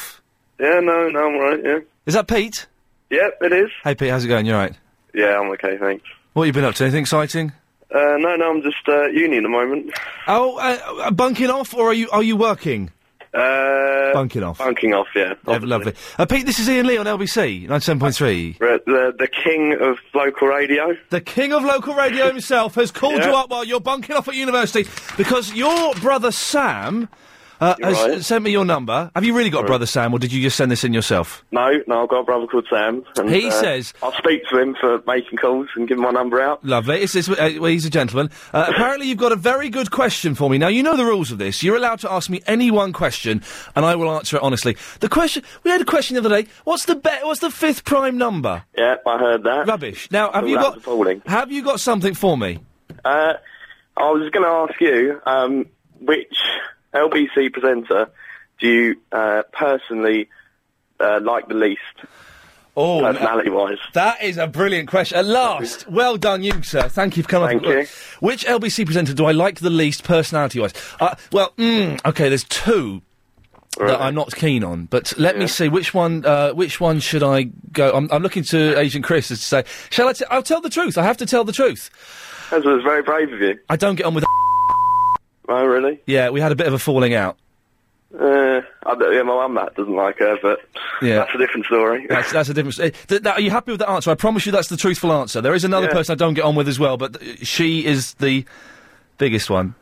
Speaker 8: Yeah, no, no, I'm alright, yeah.
Speaker 2: Is that Pete?
Speaker 8: Yep, it is.
Speaker 2: Hey, Pete, how's it going? You're right.
Speaker 8: Yeah, I'm okay, thanks.
Speaker 2: What have you been up to? Anything exciting?
Speaker 8: Uh, no, no, I'm just, uh, at uni at the moment.
Speaker 2: Oh, uh, uh, bunking off, or are you are you working?
Speaker 8: Uh.
Speaker 2: Bunking off.
Speaker 8: Bunking off, yeah.
Speaker 2: Yeah, lovely. Uh, Pete, this is Ian Lee on LBC 97.3.
Speaker 8: We're at The, the king of local radio.
Speaker 2: The king of local
Speaker 8: (laughs)
Speaker 2: radio himself has called
Speaker 8: Yeah.
Speaker 2: you up while you're bunking off at university because your brother Sam uh,
Speaker 8: You're
Speaker 2: has
Speaker 8: right.
Speaker 2: sent me your number. Have you really got a brother Sam, or did you just send this in yourself?
Speaker 8: No, no, I've got a brother called Sam. And,
Speaker 2: He
Speaker 8: uh,
Speaker 2: says-
Speaker 8: I'll speak to him for making calls and give him my number out.
Speaker 2: Lovely. It's, it's, uh, well, he's a gentleman. Uh, apparently, you've got a very good question for me. Now, you know the rules of this. You're allowed to ask me any one question, and I will answer it honestly. The question we had a question the other day. What's the be- What's the fifth prime number?
Speaker 8: Yeah, I heard that.
Speaker 2: Rubbish. Now, have
Speaker 8: Oh,
Speaker 2: you
Speaker 8: that
Speaker 2: got
Speaker 8: was appalling.
Speaker 2: Have you got something for me?
Speaker 8: Uh, I was going to ask you, um, which LBC presenter do you uh, personally uh, like the least?
Speaker 2: Oh,
Speaker 8: personality-wise.
Speaker 2: That is a brilliant question. At last, well done, you, sir. Thank you for coming.
Speaker 8: Thank
Speaker 2: up.
Speaker 8: you.
Speaker 2: Which LBC presenter do I like the least, personality-wise? Uh, well, mm, okay, there's two that I'm not keen on, but let me see which one. Uh, which one should I go? I'm, I'm looking to Agent Chris as to say, shall I? T- I'll tell the truth. I have to tell the truth.
Speaker 8: That was very brave of you.
Speaker 2: I don't get on with. (laughs)
Speaker 8: Oh, really?
Speaker 2: yeah, we had a bit of a falling out.
Speaker 8: Uh, I don't, yeah, my mum that doesn't like her, but
Speaker 2: Yeah.
Speaker 8: that's a different story.
Speaker 2: That's, that's a different. eh, Th- that, are you happy with that answer? I promise you, that's the truthful answer. There is another
Speaker 8: Yeah.
Speaker 2: person I don't get on with as well, but uh, she is the (laughs) biggest one.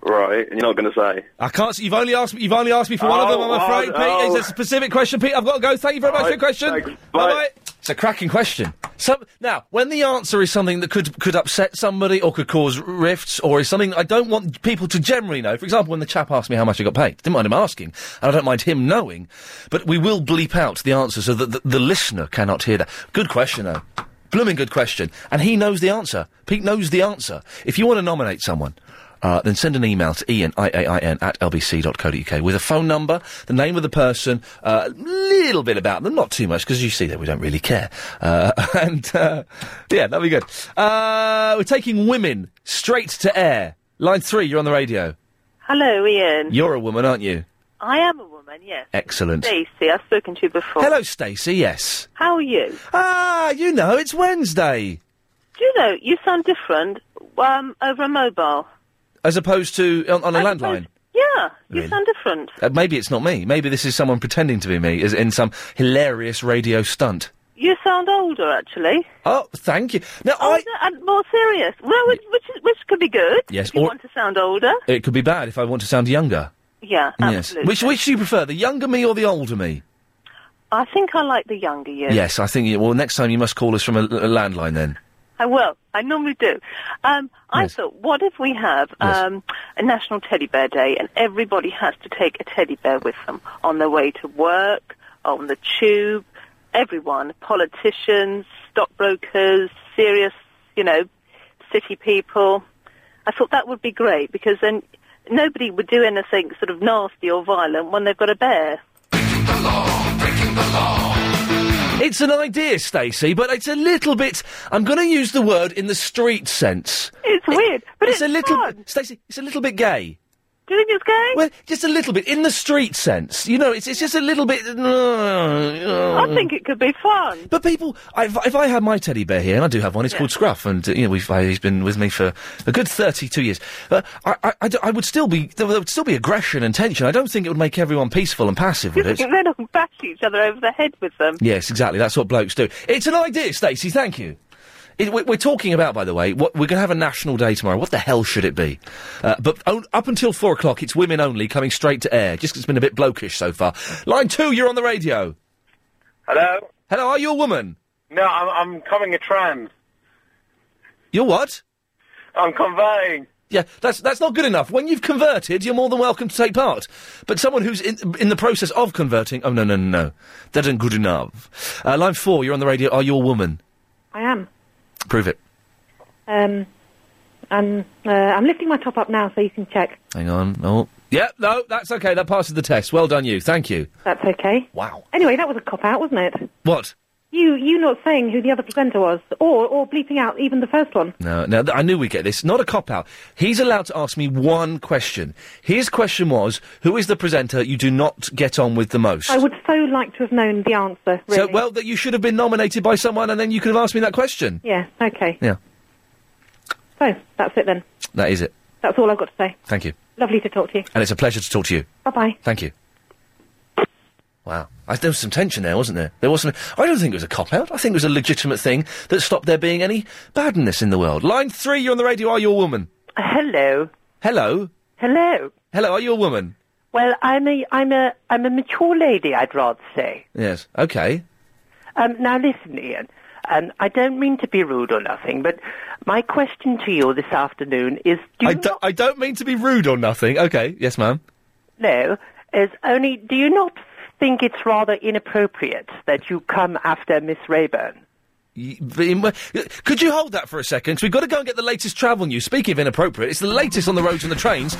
Speaker 8: right, and you're not going to say.
Speaker 2: I can't. See, you've only asked. me- You've only asked me for one of them.
Speaker 8: Oh,
Speaker 2: I'm afraid,
Speaker 8: oh,
Speaker 2: Pete.
Speaker 8: oh.
Speaker 2: It's a specific question, Pete. I've got to go. Thank you very much for your
Speaker 8: Alright,
Speaker 2: question.
Speaker 8: thanks.
Speaker 2: Bye
Speaker 8: Bye.
Speaker 2: bye. It's a cracking question. Some, now, when the answer is something that could could upset somebody or could cause rifts or is something I don't want people to generally know. For example, when the chap asked me how much I got paid, didn't mind him asking, and I don't mind him knowing, but we will bleep out the answer so that the, the listener cannot hear that. Good question, though. Blooming good question. And he knows the answer. Pete knows the answer. If you want to nominate someone, uh, then send an email to ian, I-A-I-N, at lbc.co.uk with a phone number, the name of the person, a little bit about them, not too much, because you see that we don't really care. Uh, (laughs) and, uh, yeah, that'll be good. Uh, we're taking women straight to air. Line three, you're on the radio.
Speaker 18: Hello, Ian.
Speaker 2: You're a woman, aren't you?
Speaker 18: I am a woman, yes.
Speaker 2: Excellent.
Speaker 18: Stacey, I've spoken to you before.
Speaker 2: Hello, Stacey, yes.
Speaker 18: How are you?
Speaker 2: Ah, you know, it's Wednesday.
Speaker 18: Do you know, you sound different um, over a mobile.
Speaker 2: As opposed to on, on a landline.
Speaker 18: Yeah, you
Speaker 2: Really?
Speaker 18: sound different.
Speaker 2: Uh, maybe it's not me. Maybe this is someone pretending to be me is in some hilarious radio stunt.
Speaker 18: You sound older, actually.
Speaker 2: Oh, thank you. Now,
Speaker 18: older and more serious. Well, which, which, is- which could be good.
Speaker 2: Yes,
Speaker 18: If you
Speaker 2: or-
Speaker 18: want to sound older.
Speaker 2: it could be bad if I want to sound younger.
Speaker 18: Yeah, absolutely.
Speaker 2: Yes. Which which do you prefer, the younger me or the older me?
Speaker 18: I think I like the younger you.
Speaker 2: Yes, I think. You, well, next time you must call us from a, a landline then.
Speaker 18: I will. I normally do. Um, I
Speaker 2: Yes.
Speaker 18: thought, what if we have
Speaker 2: Yes.
Speaker 18: um, a National Teddy Bear Day and everybody has to take a teddy bear with them on their way to work, on the tube, everyone, politicians, stockbrokers, serious, you know, city people. I thought that would be great because then nobody would do anything sort of nasty or violent when they've got a bear.
Speaker 2: It's an idea, Stacey, but it's a little bit. I'm going to use the word in the street sense.
Speaker 18: It's weird, but
Speaker 2: it's, a little, Stacey. It's a little bit gay.
Speaker 18: Do you think it's gay?
Speaker 2: Well, just a little bit in the street sense. You know, it's it's just a little bit. uh,
Speaker 18: I think it could be fun.
Speaker 2: But people, I, if, if I had my teddy bear here, and I do have one, it's
Speaker 18: Yeah.
Speaker 2: called Scruff, and uh, you know we've, I, he's been with me for a good thirty-two years. Uh, I, I, I d- I would still be there would still be aggression and tension. I don't think it would make everyone peaceful and passive,
Speaker 18: (laughs)
Speaker 2: would it?
Speaker 18: They're not bash each other over the head with them.
Speaker 2: Yes, exactly. That's what blokes do. It's an idea, Stacey. Thank you. It, we- we're talking about, by the way, what, we're going to have a national day tomorrow. What the hell should it be? Uh, but on, up until four o'clock, it's women only coming straight to air. Just 'cause it's been a bit blokish so far. Line two, you're on the radio.
Speaker 19: Hello?
Speaker 2: Hello, are you a woman?
Speaker 19: No, I'm, I'm coming a trans.
Speaker 2: You're what?
Speaker 19: I'm converting.
Speaker 2: Yeah, that's that's not good enough. When you've converted, you're more than welcome to take part. But someone who's in, in the process of converting, oh no no no no, that isn't good enough. Uh, line four, you're on the radio. Are you a woman?
Speaker 20: I am.
Speaker 2: Prove it.
Speaker 20: Um, I'm, uh, I'm lifting my top up now so you can check.
Speaker 2: Hang on. Oh, yeah, no, that's okay. That passes the test. Well done, you. Thank you.
Speaker 20: That's okay.
Speaker 2: Wow.
Speaker 20: Anyway, that was a cop out, wasn't it?
Speaker 2: What?
Speaker 20: You you not saying who the other presenter was, or or bleeping out even the first one.
Speaker 2: No, no, th- I knew we'd get this. Not a cop out. He's allowed to ask me one question. His question was, who is the presenter you do not get on with the most?
Speaker 20: I would so like to have known the answer. Really.
Speaker 2: So, well, that you should have been nominated by someone and then you could have asked me that question.
Speaker 20: yeah. Okay.
Speaker 2: Yeah,
Speaker 20: So that's it then.
Speaker 2: that is it.
Speaker 20: That's all I've got to say.
Speaker 2: Thank you.
Speaker 20: Lovely to talk to you.
Speaker 2: And it's a pleasure to talk to you.
Speaker 20: Bye bye.
Speaker 2: Thank you. Wow. I, there was some tension there, wasn't there? There was some. I don't think it was a cop out. I think it was a legitimate thing that stopped there being any badness in the world. Line three, you're on the radio. Are you a woman?
Speaker 21: Uh, Hello.
Speaker 2: Hello.
Speaker 21: Hello.
Speaker 2: Hello. Are you a woman?
Speaker 21: Well, I'm a I'm a I'm a mature lady. I'd rather say.
Speaker 2: Yes. Okay.
Speaker 21: Um, now listen, Ian. Um, I don't mean to be rude or nothing, but my question to you this afternoon is: Do you
Speaker 2: I, do, I don't mean to be rude or nothing. Okay. Yes, ma'am.
Speaker 21: know is only do you not think it's rather inappropriate that you come after Miss Rayburn?
Speaker 2: Y- but in- Could you hold that for a second? 'Cause we've got to go and get the latest travel news. Speaking of inappropriate, it's the latest on the roads and the trains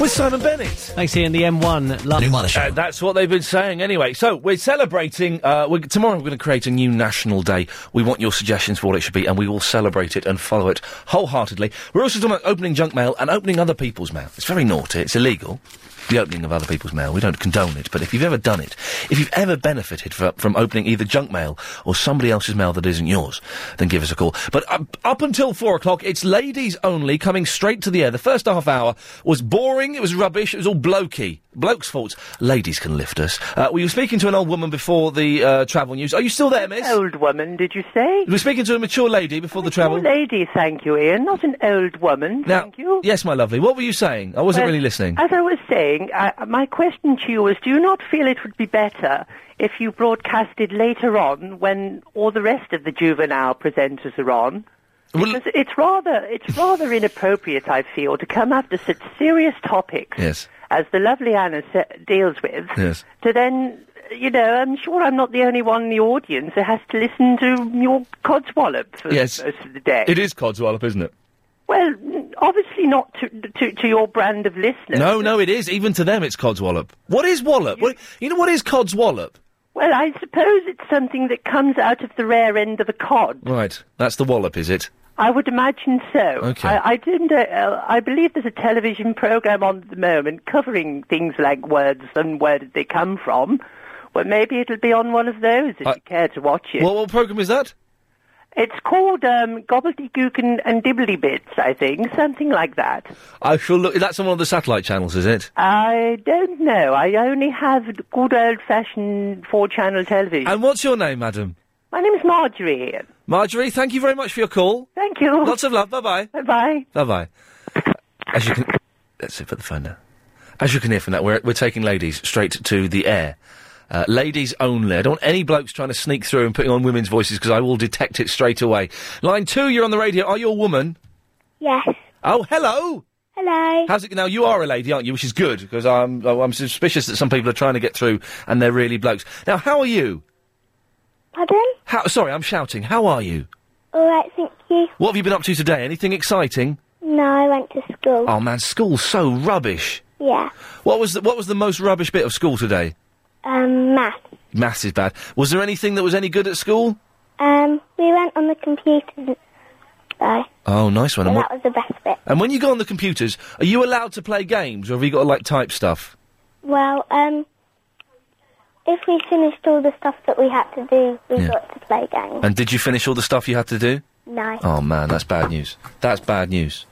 Speaker 2: with Simon Bennett.
Speaker 10: Thanks, Ian. The M1 London.
Speaker 2: Uh, that's what they've been saying anyway. So we're celebrating. Uh, we're, tomorrow we're going to create a new national day. We want your suggestions for what it should be, and we will celebrate it and follow it wholeheartedly. We're also talking about opening junk mail and opening other people's mail. It's very naughty. It's illegal. The opening of other people's mail. We don't condone it, but if you've ever done it, if you've ever benefited fro- from opening either junk mail or somebody else's mail that isn't yours, then give us a call. But up, up until four o'clock, it's ladies only coming straight to the air. The first half hour was boring, it was rubbish, it was all blokey. Blokes' faults. Ladies can lift us. Uh, we were speaking to an old woman before the uh, travel news. Are you still there, miss?
Speaker 21: Old woman, did you say?
Speaker 2: We were speaking to a mature lady before the travel.
Speaker 21: Mature lady, thank you, Ian. Not an old woman.
Speaker 2: Now, yes, my lovely. What were you saying? I wasn't
Speaker 21: Well,
Speaker 2: really listening.
Speaker 21: As I was saying, I, my question to you was: Do you not feel it would be better if you broadcasted later on when all the rest of the juvenile presenters are on? Because it's rather it's
Speaker 2: (laughs)
Speaker 21: rather inappropriate, I feel, to come after such serious topics
Speaker 2: Yes.
Speaker 21: as the lovely Anna se- deals with.
Speaker 2: Yes.
Speaker 21: To then, you know, I'm sure I'm not the only one in the audience that has to listen to your codswallop for
Speaker 2: Yes.
Speaker 21: most of the day.
Speaker 2: It is codswallop, isn't it?
Speaker 21: Well, obviously not to, to, to your brand of listener.
Speaker 2: No, no, it is. Even to them, it's codswallop. What is wallop? What, you know what is codswallop?
Speaker 21: Well, I suppose it's something that comes out of the rare end of a cod.
Speaker 2: Right, that's the wallop, is it?
Speaker 21: I would imagine so.
Speaker 2: Okay.
Speaker 21: I, I didn't. Uh, I believe there's a television program on at the moment covering things like words and where did they come from. Well, maybe it'll be on one of those if
Speaker 2: I-
Speaker 21: you care to watch it.
Speaker 2: What, what program is that?
Speaker 21: It's called um, Gobbledygook and, and Dibbly Bits, I think, something like that.
Speaker 2: I shall look. That's on one of the satellite channels, is it?
Speaker 21: I don't know. I only have good old-fashioned four-channel television.
Speaker 2: And what's your name, madam?
Speaker 21: My name is Marjorie.
Speaker 2: Marjorie, thank you very much for your call.
Speaker 21: Thank you.
Speaker 2: Lots of love. Bye bye.
Speaker 21: Bye bye.
Speaker 2: Bye bye. As you can, let's see, put the phone down. As you can hear from that, we're, we're taking ladies straight to the air. Uh, ladies only. I don't want any blokes trying to sneak through and putting on women's voices because I will detect it straight away. Line two, you're on the radio. Are you a woman?
Speaker 22: Yes.
Speaker 2: Oh, hello.
Speaker 22: Hello.
Speaker 2: How's it now? You are a lady, aren't you? Which is good because I'm oh, I'm suspicious that some people are trying to get through and they're really blokes. Now, how are you?
Speaker 22: Pardon?
Speaker 2: How? Sorry, I'm shouting. How are you?
Speaker 22: All right, thank you.
Speaker 2: What have you been up to today? Anything exciting?
Speaker 22: No, I went to school.
Speaker 2: Oh man, school's so rubbish.
Speaker 22: Yeah.
Speaker 2: What was the, what was the most rubbish bit of school today?
Speaker 22: Um, math.
Speaker 2: Maths is bad. Was there anything that was any good at school?
Speaker 22: Um, we went on the computers though,
Speaker 2: Oh, nice one.
Speaker 22: so
Speaker 2: And,
Speaker 22: that
Speaker 2: what,
Speaker 22: was the best bit.
Speaker 2: and when you go on the computers, are you allowed to play games, or have you got to like type stuff?
Speaker 22: Well, um, if we finished all the stuff that we had to do, we
Speaker 2: Yeah.
Speaker 22: got to play games.
Speaker 2: And did you finish all the stuff you had to do?
Speaker 22: No.
Speaker 2: Oh man, that's bad news. That's bad news.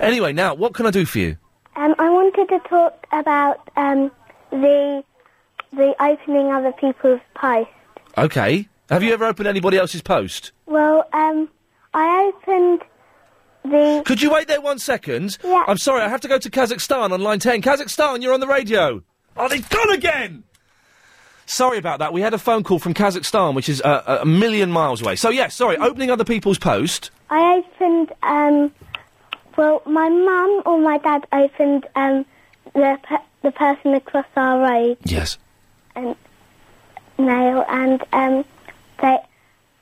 Speaker 2: Anyway, now what can I do for you?
Speaker 22: Um, I wanted to talk about um the the opening other people's posts.
Speaker 2: Okay. Have you ever opened anybody else's post?
Speaker 22: Well, um, I opened the
Speaker 2: Could you wait there one second? Yeah. I'm sorry, I have to go to Kazakhstan on line 10. Kazakhstan, you're on the radio. Oh, they've gone again! Sorry about that. We had a phone call from Kazakhstan, which is uh, a- a million miles away. So, yes, sorry, opening other people's post.
Speaker 22: I opened, um, well, my mum or my dad opened um, the pe- the person across our road
Speaker 2: Yes.
Speaker 22: and nail, and um, they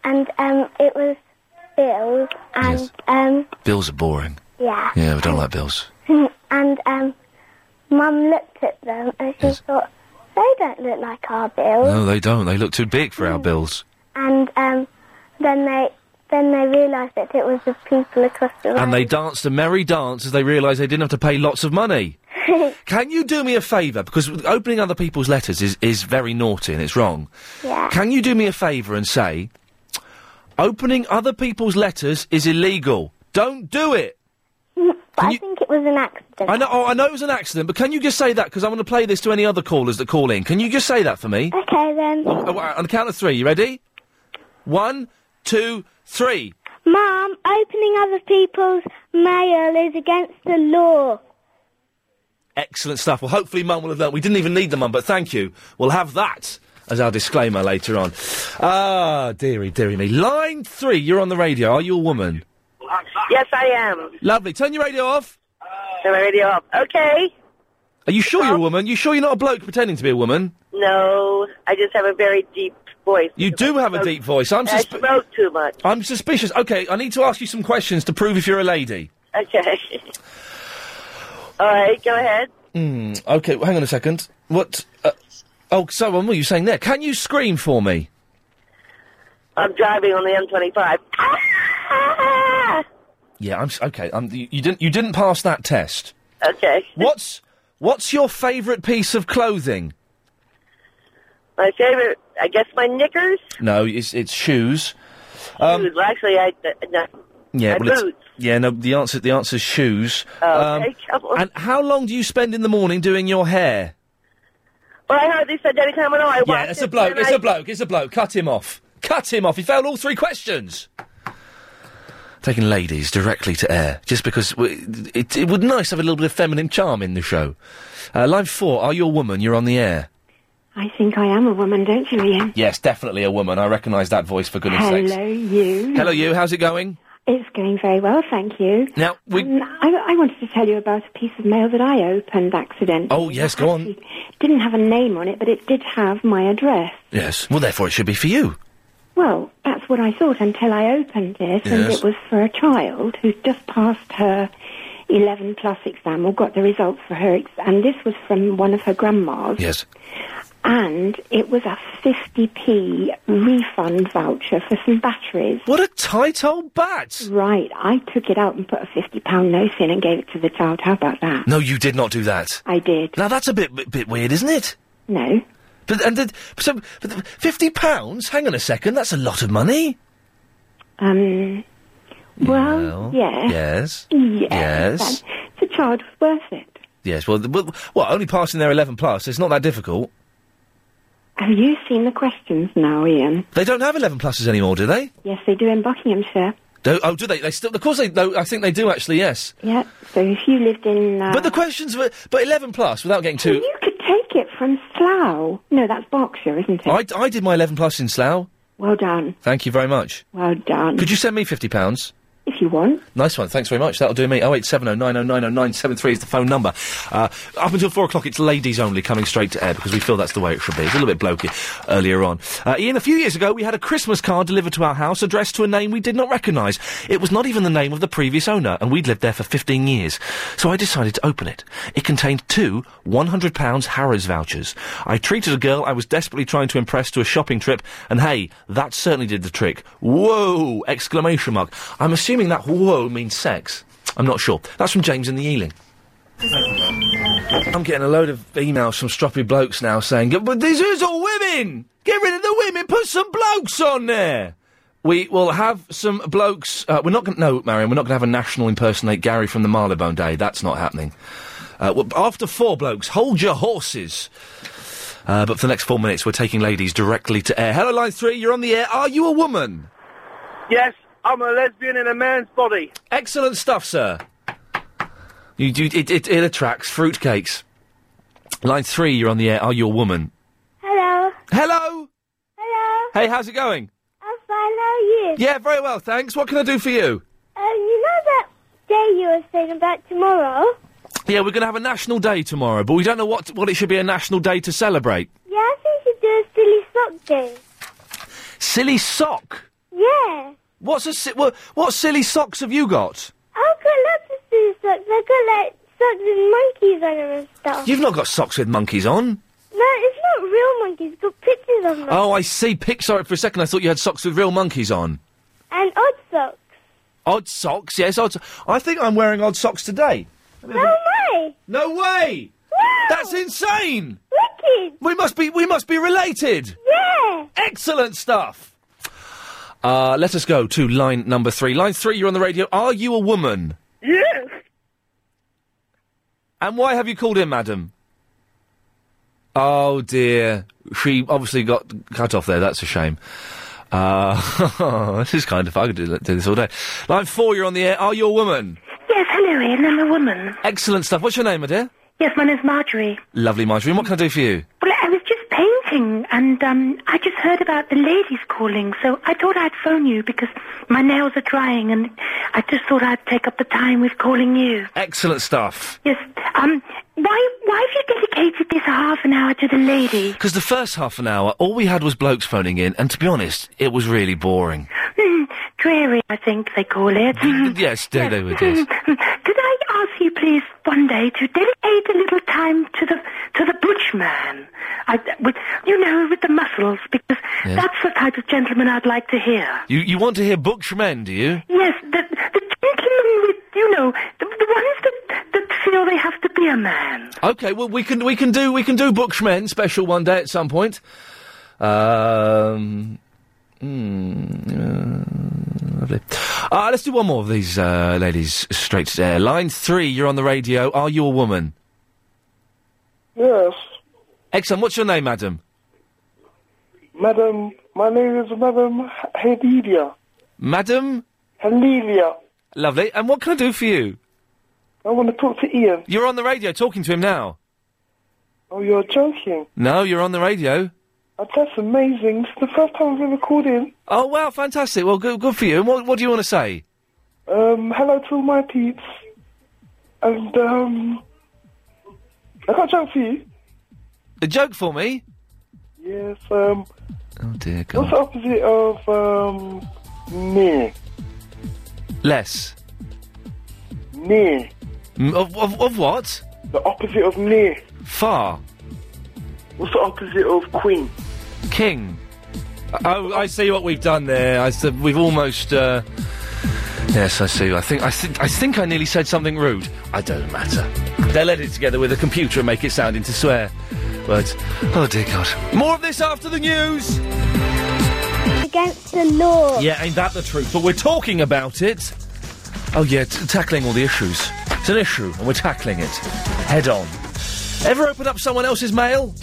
Speaker 22: and um, it was bills, and
Speaker 2: Yes.
Speaker 22: um,
Speaker 2: Bills are boring.
Speaker 22: yeah, (laughs)
Speaker 2: Yeah, we don't like bills.
Speaker 22: and um, mum looked at them and she thought they don't look like our bills,
Speaker 2: No, they don't. They look too big for our bills.
Speaker 22: and um, then they then they realised that it was the people across the road.
Speaker 2: And they danced a merry dance as they realised they didn't have to pay lots
Speaker 22: (laughs)
Speaker 2: of money. Can you do me a favour? Because opening other people's letters is, is very naughty and it's wrong.
Speaker 22: Yeah.
Speaker 2: Can you do me a favour and say, opening other people's letters is illegal? Don't do it!
Speaker 22: (laughs) but I think it was an accident.
Speaker 2: I know, oh, I know it was an accident, but can you just say that? Because I want to play this to any other callers that call in. Can you just say that for me?
Speaker 22: Okay then.
Speaker 2: Oh, oh, on the count of three, you ready? One, two, three.
Speaker 22: Mum, opening other people's mail is against the law.
Speaker 2: Excellent stuff. Well, hopefully, Mum will have learnt. We didn't even need the Mum, but thank you. We'll have that as our disclaimer later on. Ah, dearie, dearie me. Line three, you're on the radio. Are you a woman?
Speaker 13: Yes, I am.
Speaker 2: Lovely. Turn your radio off.
Speaker 13: Turn my radio off. Okay.
Speaker 2: Are you sure you're a woman? You sure you're not a bloke pretending to be a woman?
Speaker 13: No, I just have a very deep voice.
Speaker 2: You do have a deep voice. I'm
Speaker 13: I
Speaker 2: susp-
Speaker 13: smoke too much.
Speaker 2: I'm suspicious. Okay, I need to ask you some questions to prove if you're a lady.
Speaker 13: Okay. (laughs) All right, go ahead.
Speaker 2: Hmm. Okay, well, hang on a second. What? Uh, oh, so what were you saying there? Can you scream for me?
Speaker 13: I'm driving on the M25.
Speaker 2: Yeah, I'm s- okay. I'm, you, you didn't. You didn't pass that test.
Speaker 13: Okay. (laughs)
Speaker 2: What's What's your favourite piece of clothing?
Speaker 13: My favorite, I guess, my knickers.
Speaker 2: No, it's it's shoes. Um,
Speaker 13: Well, actually, I (laughs) no.
Speaker 2: yeah,
Speaker 13: my
Speaker 2: well, it's,
Speaker 13: boots.
Speaker 2: yeah. No, the answer the answer is shoes.
Speaker 13: Oh,
Speaker 2: Um,
Speaker 13: okay, come on.
Speaker 2: and how long do you spend in the morning doing your hair?
Speaker 13: Well, I hardly spend any time at all. I watch
Speaker 2: yeah, it's a
Speaker 13: it
Speaker 2: bloke.
Speaker 13: and
Speaker 2: It's
Speaker 13: I-
Speaker 2: a bloke. It's a bloke. Cut him off. Cut him off. He failed all three questions. Taking ladies directly to air, just because we, it, it would nice to have a little bit of feminine charm in the show. Uh, line four, are you a woman? You're on the air.
Speaker 23: I think I am a woman, don't you, Ian?
Speaker 2: Yes, definitely a woman. I recognise that voice for goodness sakes.
Speaker 23: Hello, you.
Speaker 2: Hello, you. How's it going?
Speaker 23: It's going very well, thank you.
Speaker 2: Now we.
Speaker 23: Um, I, I wanted to tell you about a piece of mail that I opened accidentally.
Speaker 2: oh yes, go on.
Speaker 23: Didn't have a name on it, but it did have my address.
Speaker 2: Yes. Well, therefore, it should be for you.
Speaker 23: Well, that's what I thought until I opened it, and
Speaker 2: Yes.
Speaker 23: it was for a child who'd just passed her 11 plus exam or got the results for her exam. And this was from one of her grandmas.
Speaker 2: Yes.
Speaker 23: And it was a 50p refund voucher for some batteries.
Speaker 2: What a tight old bat!
Speaker 23: Right. I took it out and put a £50 note in and gave it to the child. How about that?
Speaker 2: No, you did not do that.
Speaker 23: I did.
Speaker 2: Now that's a bit bit, bit weird, isn't it?
Speaker 23: No.
Speaker 2: But and the, so but the- fifty pounds. Hang on a second, that's a lot of money.
Speaker 23: Um, well, yeah.
Speaker 2: Yes.
Speaker 23: Yeah,
Speaker 2: Yes.
Speaker 23: that- The child was worth it.
Speaker 2: Yes. Well, the- well, well, only passing their eleven plus. It's not that difficult.
Speaker 23: Have you seen the questions now, Ian?
Speaker 2: They don't have eleven pluses anymore, do they?
Speaker 23: Yes, they do in Buckinghamshire.
Speaker 2: Do, oh, do they? They still? Of course they. No, I think they do actually. Yes.
Speaker 23: Yeah. So if you lived in, uh,
Speaker 2: But the questions were. But eleven plus without getting too.
Speaker 23: you could take it from Slough. No, that's Berkshire, isn't it?
Speaker 2: I, I did my eleven plus in Slough.
Speaker 23: Well done.
Speaker 2: Thank you very much.
Speaker 23: Well done.
Speaker 2: Could you send me fifty pounds?
Speaker 23: If you want.
Speaker 2: Nice one. Thanks very much. That'll do me. Oh eight seven oh nine oh nine oh nine seven three is the phone number. Uh, up until four o'clock, it's ladies only coming straight to air because we feel that's the way it should be. It's a little bit blokey earlier on. Uh, Ian, a few years ago, we had a Christmas card delivered to our house addressed to a name we did not recognise. It was not even the name of the previous owner, and we'd lived there for fifteen years. So I decided to open it. It contained two one hundred pounds Harrods vouchers. I treated a girl I was desperately trying to impress to a shopping trip, and hey, that certainly did the trick. Whoa! Exclamation mark. I'm assuming that whoa means sex. I'm not sure. That's from James in the Ealing. I'm getting a load of emails from stroppy blokes now saying, but these are all women! Get rid of the women, put some blokes on there! We will have some blokes. Uh, we're not going to, no, Marion, we're not going to have a national impersonate Gary from the Marylebone Day. That's not happening. Uh, well, after four blokes, hold your horses. Uh, but for the next four minutes, we're taking ladies directly to air. Hello, line three, you're on the air. Are you a woman?
Speaker 19: Yes, I'm a lesbian in a man's body.
Speaker 2: Excellent stuff, sir. You do, it, it, it attracts fruitcakes. Line three, you're on the air. Are you a woman?
Speaker 3: Hello.
Speaker 2: Hello.
Speaker 3: Hello.
Speaker 2: Hey, how's it going?
Speaker 3: I'm fine. How are you?
Speaker 2: Yeah, very well, thanks. What can I do for you?
Speaker 3: Um, you know that day you were saying about tomorrow?
Speaker 2: Yeah, we're going to have a national day tomorrow, but we don't know what what it should be a national day to celebrate.
Speaker 3: Yeah, I think you should do a silly sock day.
Speaker 2: Silly sock.
Speaker 3: Yeah.
Speaker 2: What's a si- what, what silly socks have you got?
Speaker 3: I've got lots of silly socks. I've got like socks with monkeys on them and stuff.
Speaker 2: You've not got socks with monkeys on.
Speaker 3: No, it's not real monkeys. It's got pictures of them.
Speaker 2: Oh, I see. Pick, sorry for a second. I thought you had socks with real monkeys on.
Speaker 3: And odd socks.
Speaker 2: Odd socks, yes. Odd. so- I think I'm wearing odd socks today.
Speaker 3: No way.
Speaker 2: No way. That's insane.
Speaker 3: Wicked.
Speaker 2: We must be. We must be related.
Speaker 3: Yeah.
Speaker 2: Excellent stuff. Uh, let us go to line number three. Line three, you're on the radio. Are you a woman?
Speaker 19: Yes.
Speaker 2: And why have you called in, madam? Oh dear, she obviously got cut off there. That's a shame. Uh, (laughs) this is kind of. I could do, do this all day. Line four, you're on the air. Are you a woman?
Speaker 17: Yes, hello, Ian. I'm a woman.
Speaker 2: Excellent stuff. What's your name, my dear?
Speaker 17: Yes, my name's Marjorie.
Speaker 2: Lovely, Marjorie. What can I do for you?
Speaker 17: Well, I was just painting, and um, I just heard about the ladies calling, so I thought I'd phone you because my nails are drying, and I just thought I'd take up the time with calling you.
Speaker 2: Excellent stuff.
Speaker 17: Yes. Um. Why? Why have you dedicated this half an hour to the ladies?
Speaker 2: Because the first half an hour, all we had was blokes phoning in, and to be honest, it was really boring.
Speaker 17: Hmm, dreary, I think they call
Speaker 2: (laughs)
Speaker 17: it.
Speaker 2: yes, they, they were. Yes.
Speaker 17: (laughs) Could I ask you, please, one day to dedicate a little time to the to the butch man? I, with, you know, with the muscles, because
Speaker 2: Yes.
Speaker 17: that's the type of gentleman I'd like to hear.
Speaker 2: You you want to hear Bushmen, do you?
Speaker 17: Yes, the the gentleman with, you know, the, the ones that that feel they have to be a man.
Speaker 2: Okay, well we can we can do we can do Bushmen special one day at some point. Um, mm, uh, lovely. Uh, let's do one more of these uh, ladies straight to air. Line three, you're on the radio. Are you a woman?
Speaker 24: Yes,
Speaker 2: Excellent. What's your name, madam?
Speaker 24: madam. My name is Madam Hedelia.
Speaker 2: Madam.
Speaker 24: Hedelia.
Speaker 2: Lovely. And what can I do for you?
Speaker 24: I want to talk to Ian.
Speaker 2: You're on the radio talking to him now.
Speaker 24: Oh, you're joking.
Speaker 2: No, you're on the radio.
Speaker 24: Oh, That's amazing. It's the first time I've ever called in.
Speaker 2: Oh wow, fantastic! Well, good, good for you. And what, what do you want to say?
Speaker 24: Um, hello to all my peeps. And, um, I got a joke for you.
Speaker 2: A joke for me?
Speaker 24: Yes, um,
Speaker 2: Oh dear
Speaker 24: what's
Speaker 2: God.
Speaker 24: the opposite of, um, near?
Speaker 2: Less.
Speaker 24: Near.
Speaker 2: M- Of, of, of what?
Speaker 24: The opposite of near.
Speaker 2: Far.
Speaker 24: What's the opposite of queen?
Speaker 2: King. Oh, I see what we've done there. I said we've almost. Uh... Yes, I see. I think I, thi- I think I nearly said something rude. I don't matter. They'll edit together with a computer and make it sound into swear words. Oh dear God. More of this after the news.
Speaker 22: Against the law.
Speaker 2: Yeah, ain't that the truth? But we're talking about it. Oh yeah, t- tackling all the issues. It's an issue, and we're tackling it head on. Ever open up someone else's mail?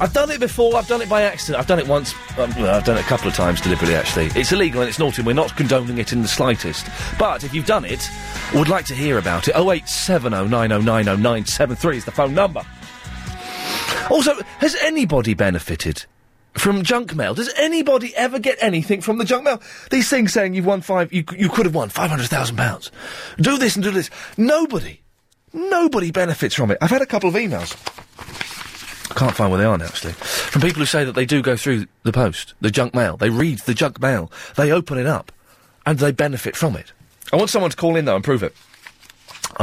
Speaker 2: I've done it before. I've done it by accident. I've done it once. Um, well, I've done it a couple of times deliberately. Actually, it's illegal and it's naughty. and We're not condoning it in the slightest. But if you've done it, would like to hear about it. Oh eight seven oh nine oh nine oh nine seven three is the phone number. Also, has anybody benefited from junk mail? Does anybody ever get anything from the junk mail? These things saying you've won five, you, c- you could have won five hundred thousand pounds. Do this and do this. Nobody, nobody benefits from it. I've had a couple of emails. I can't find where they are now, actually. From people who say that they do go through the post, the junk mail, they read the junk mail, they open it up, and they benefit from it. I want someone to call in though and prove it.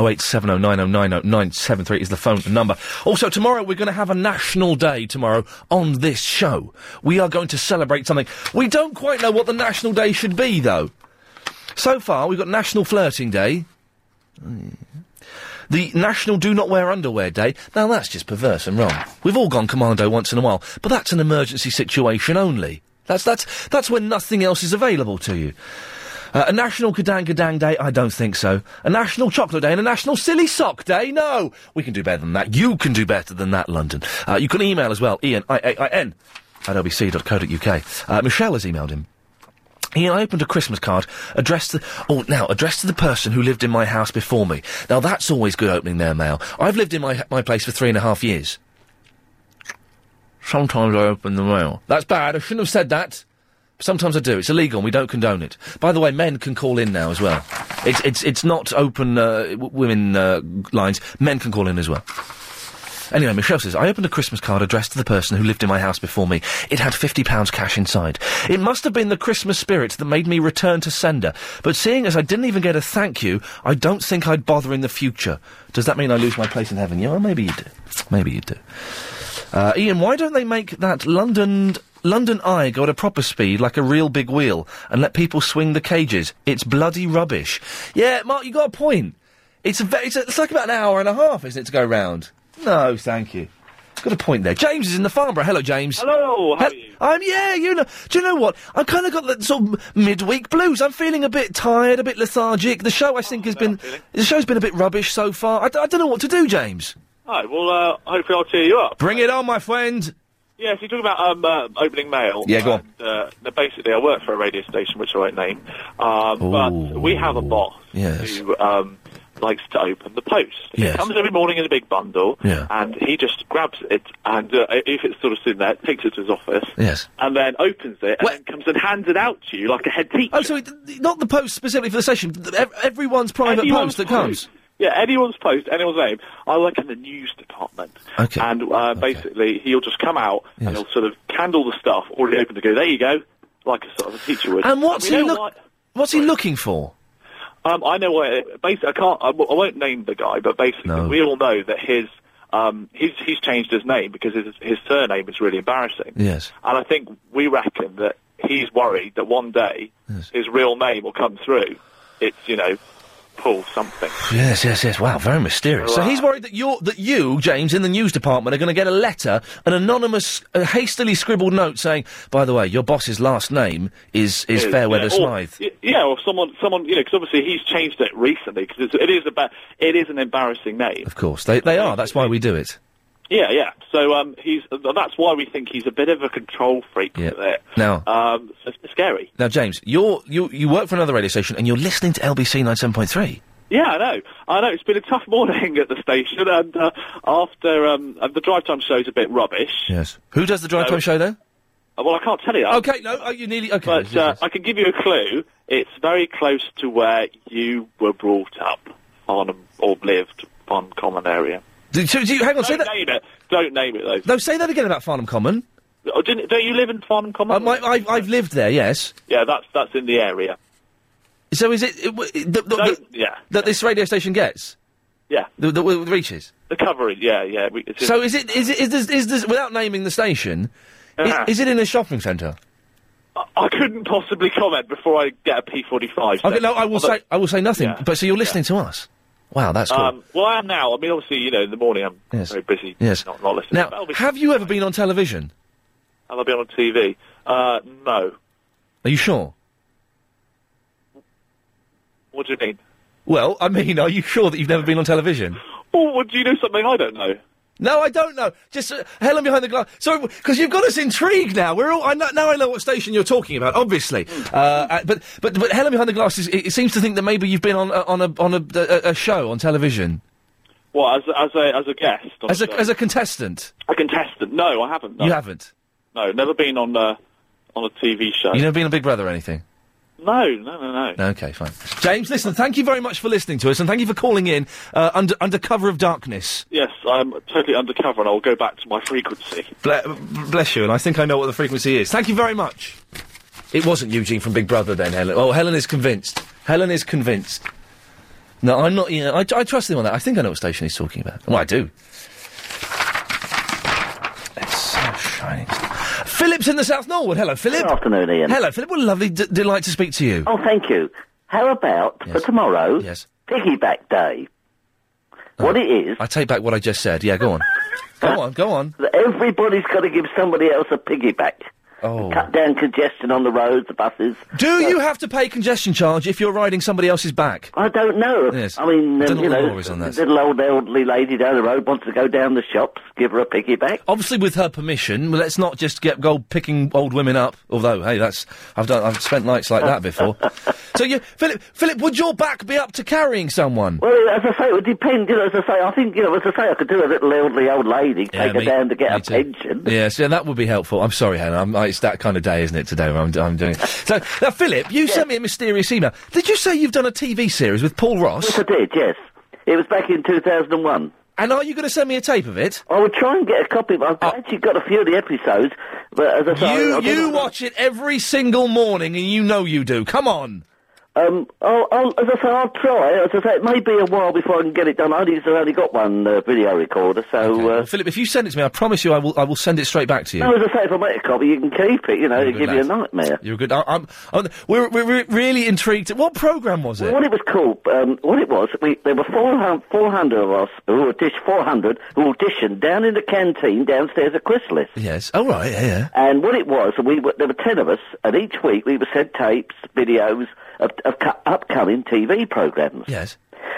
Speaker 2: 08709090973 is the phone number. Also, tomorrow we're going to have a national day tomorrow on this show. We are going to celebrate something. We don't quite know what the national day should be, though. So far, we've got National Flirting Day. The National Do Not Wear Underwear Day. Now, that's just perverse and wrong. We've all gone commando once in a while, but that's an emergency situation only. That's, that's, that's when nothing else is available to you. Uh, a National Kadang Kadang Day? I don't think so. A National Chocolate Day and a National Silly Sock Day? No! We can do better than that. You can do better than that, London. Uh, you can email as well, ian, I-A-I-N, at lbc.co.uk. Uh, Michelle has emailed him. Ian, I opened a Christmas card addressed to, oh, now, addressed to the person who lived in my house before me. Now, that's always good opening their mail. I've lived in my, my place for three and a half years. Sometimes I open the mail. That's bad. I shouldn't have said that. Sometimes I do. It's illegal and we don't condone it. By the way, men can call in now as well. It's, it's, it's not open uh, w- women uh, lines. Men can call in as well. Anyway, Michelle says, I opened a Christmas card addressed to the person who lived in my house before me. It had £50 cash inside. It must have been the Christmas spirit that made me return to sender. But seeing as I didn't even get a thank you, I don't think I'd bother in the future. Does that mean I lose my place in heaven? Yeah, well, maybe you do. Maybe you do. Uh, Ian, why don't they make that London London Eye go at a proper speed like a real big wheel and let people swing the cages? It's bloody rubbish. Yeah, Mark, you got a point. It's a, ve- it's, a, it's like about an hour and a half, isn't it, to go round? No, thank you. Got a point there. James is in the Farnborough. Hello, James.
Speaker 1: Hello, how are
Speaker 2: Hel- I'm yeah. You know. Do you know what? I've kind of got that sort of midweek blues. I'm feeling a bit tired, a bit lethargic. The show I think
Speaker 1: Oh,
Speaker 2: has been the show's been a bit rubbish so far. I, d- I don't know what to do, James.
Speaker 1: Right, well, uh, hopefully I'll cheer you up.
Speaker 2: Bring it on, my friend.
Speaker 1: Yeah, so you talk about um, uh, opening mail.
Speaker 2: Yeah, go on.
Speaker 1: And, uh, now basically, I work for a radio station, which I won't name, um, but we have a boss
Speaker 2: Yes.
Speaker 1: who um, likes to open the post.
Speaker 2: Yes.
Speaker 1: It comes every morning in a big bundle,
Speaker 2: Yeah.
Speaker 1: and he just grabs it, and uh, if it's sort of sitting there, takes it to his office,
Speaker 2: Yes.
Speaker 1: and then opens it, and then comes and hands it out to you like a head teacher.
Speaker 2: Oh, so it, not the post specifically for the session. th- ev- Everyone's private
Speaker 1: Anyone's
Speaker 2: post that
Speaker 1: post.
Speaker 2: comes.
Speaker 1: Yeah, anyone's post, anyone's name. I work in the news department.
Speaker 2: Okay.
Speaker 1: And uh, basically, he'll just come out and he'll sort of candle the stuff, already open to go, there you go, like a sort of a teacher would.
Speaker 2: And what's
Speaker 1: We
Speaker 2: he
Speaker 1: don't
Speaker 2: look?
Speaker 1: like-
Speaker 2: What's he looking for?
Speaker 1: um, I know where, basically, I can't, I, w- I won't name the guy, but basically, we all know that his, um, he's, he's changed his name because his, his surname is really embarrassing.
Speaker 2: Yes.
Speaker 1: And I think we reckon that he's worried that one day his real name will come through. It's, you know, Paul something.
Speaker 2: Yes, yes, yes. Wow, very mysterious. So he's worried that you, that you, James, in the news department, are going to get a letter, an anonymous, uh, hastily scribbled note saying, "By the way, your boss's last name is is Fairweather
Speaker 1: yeah, or-
Speaker 2: Smythe."
Speaker 1: y- Yeah, or someone, someone, you know, because obviously he's changed it recently because it is about, it is an embarrassing name.
Speaker 2: Of course, they they are. That's why we do it.
Speaker 1: Yeah, yeah. So um, he's that's why we think he's a bit of a control freak.
Speaker 2: Yeah.
Speaker 1: There.
Speaker 2: Now-
Speaker 1: um, so it's scary.
Speaker 2: Now, James, you're you you work for another radio station, and you're listening to LBC ninety seven point three.
Speaker 1: Yeah, I know. I know. It's been a tough (laughs) morning at the station, and uh, after um, and the drive time show's a bit rubbish.
Speaker 2: Yes. Who does the drive time show though?
Speaker 1: Uh, Well, I can't tell you that.
Speaker 2: Okay, no, oh, you nearly. Okay,
Speaker 1: but uh, I can give you a clue. It's very close to where you were brought up on or lived on common area.
Speaker 2: Do, so do you, hang on,
Speaker 1: Don't
Speaker 2: say that.
Speaker 1: name it. Don't name it though.
Speaker 2: No, say that again about Farnham Common.
Speaker 1: Oh, didn't, don't you live in Farnham Common?
Speaker 2: Um, I, I, I've lived there, yes.
Speaker 1: yeah, that's that's in the area.
Speaker 2: So is it, it, w- it- the, the,
Speaker 1: Don't- yeah.
Speaker 2: that this radio station gets?
Speaker 1: Yeah.
Speaker 2: The, the, the reaches.
Speaker 1: The coverage, yeah, yeah. We, it's
Speaker 2: So is it is it is this, is this without naming the station?
Speaker 1: Uh-huh.
Speaker 2: Is, is it in a shopping centre?
Speaker 1: I couldn't possibly comment before I get a P45.
Speaker 2: Okay,
Speaker 1: sent.
Speaker 2: no, I will
Speaker 1: Although-
Speaker 2: say I will say nothing.
Speaker 1: Yeah.
Speaker 2: But so you're listening to us? Wow, that's cool.
Speaker 1: Um, well, I am now. I mean, obviously, you know, in the morning I'm
Speaker 2: Yes.
Speaker 1: very busy.
Speaker 2: Yes.
Speaker 1: Not, not listening.
Speaker 2: now, have you ever been on television?
Speaker 1: I'll be on TV. Uh, no.
Speaker 2: Are you sure?
Speaker 1: What do you mean?
Speaker 2: Well, I mean, are you sure that you've never been on television?
Speaker 1: Well, would you know something I don't know?
Speaker 2: No, I don't know. Just uh, Helen behind the glass. Sorry, because you've got us intrigued now. We're all I know, now. I know what station you're talking about. Obviously,
Speaker 1: Hmm.
Speaker 2: uh, uh, but but but Helen behind the glass is, it, it seems to think that maybe you've been on a, on a on a, a, a show on television
Speaker 1: What, as, as, a, as a guest? on
Speaker 2: as a
Speaker 1: show?
Speaker 2: as a contestant.
Speaker 1: A contestant? No, I haven't. No.
Speaker 2: You haven't.
Speaker 1: No, never been on, uh, on a TV show.
Speaker 2: You've never been a Big Brother or anything.
Speaker 1: No, no, no, no.
Speaker 2: No, Okay, fine. James, listen. Thank you very much for listening to us, and thank you for calling in uh, under under cover of darkness.
Speaker 1: Yes, I'm totally undercover and I'll go back to my frequency.
Speaker 2: Ble- bless you, and I think I know what the frequency is. Thank you very much. It wasn't Eugene from Big Brother then, Helen. Oh, Helen is convinced. Helen is convinced. No, I'm not. You know, I, I trust him on that. I think I know what station he's talking about. Well, I do. It's so shining. Philip's in the South Norwood. Hello, Philip. Good
Speaker 25: afternoon, Ian.
Speaker 2: Hello, Philip. What a lovely d- delight to speak to you.
Speaker 25: Oh, thank you. How about for tomorrow? Yes. Piggyback Day. What it is?
Speaker 2: Oh. I take back what I just said.
Speaker 25: (laughs)
Speaker 2: Yeah, go on. go on, go on.
Speaker 25: Everybody's got to give somebody else a piggyback.
Speaker 2: Oh.
Speaker 25: Cut down congestion on the roads, the buses.
Speaker 2: Do you have to pay congestion charge if you're riding somebody else's back?
Speaker 25: I don't know.
Speaker 2: Yes.
Speaker 25: I mean,
Speaker 2: Don't
Speaker 25: um,
Speaker 2: know
Speaker 25: you
Speaker 2: what the
Speaker 25: know,
Speaker 2: law is on that.
Speaker 25: little old elderly lady down the road wants to go down the shops. Give her a piggyback.
Speaker 2: Obviously, with her permission, well, let's not just get go picking old women up. Although, hey, that's I've done. I've spent nights like
Speaker 25: (laughs)
Speaker 2: that before. so, you, Philip, Philip, would your back be up to carrying someone?
Speaker 25: Well, as I say, it would depend. You know, as I say, I think you know, as I say, I could do a little elderly old lady,
Speaker 2: Yeah,
Speaker 25: take her
Speaker 2: me-
Speaker 25: down to get
Speaker 2: me
Speaker 25: a
Speaker 2: too.
Speaker 25: pension.
Speaker 2: Yes, yeah, that would be helpful. I'm sorry, Hannah. I'm, I, it's that kind of day, isn't it? Today, where I'm, I'm doing. So, now, Philip, you sent me a mysterious email. Did you say you've done a TV series with Paul Ross?
Speaker 25: Yes, I did. Yes, it was back in two thousand and one.
Speaker 2: And are you going to send me a tape of it? Oh.
Speaker 25: I would try and get a copy. But I've actually got a few of the episodes, but as I say, I,
Speaker 2: You
Speaker 25: I
Speaker 2: you
Speaker 25: didn't-
Speaker 2: watch it every single morning, and you know you do. Come on.
Speaker 25: Um, I'll, I'll, as I say, I'll try. As I say, it may be a while before I can get it done. I only, I've only got one uh, video recorder, so uh,
Speaker 2: Philip, if you send it to me, I promise you, I will. I will send it straight back to you.
Speaker 25: no, as I say, if I make a copy, you can keep it. You know, it'll give you a nightmare.
Speaker 2: You're good. I, I'm, I'm, we're, we're re- really intrigued. What program was it?
Speaker 25: What it was called, um, what it was, we, there were 400, 400 of us who auditioned, 400 who auditioned down in the canteen downstairs at Chrysalis.
Speaker 2: Yes. Oh right. Yeah. yeah.
Speaker 25: And what it was, we were, there were 10 of us, and each week we were sent tapes, videos of, of cu- upcoming TV programs.
Speaker 2: Yes.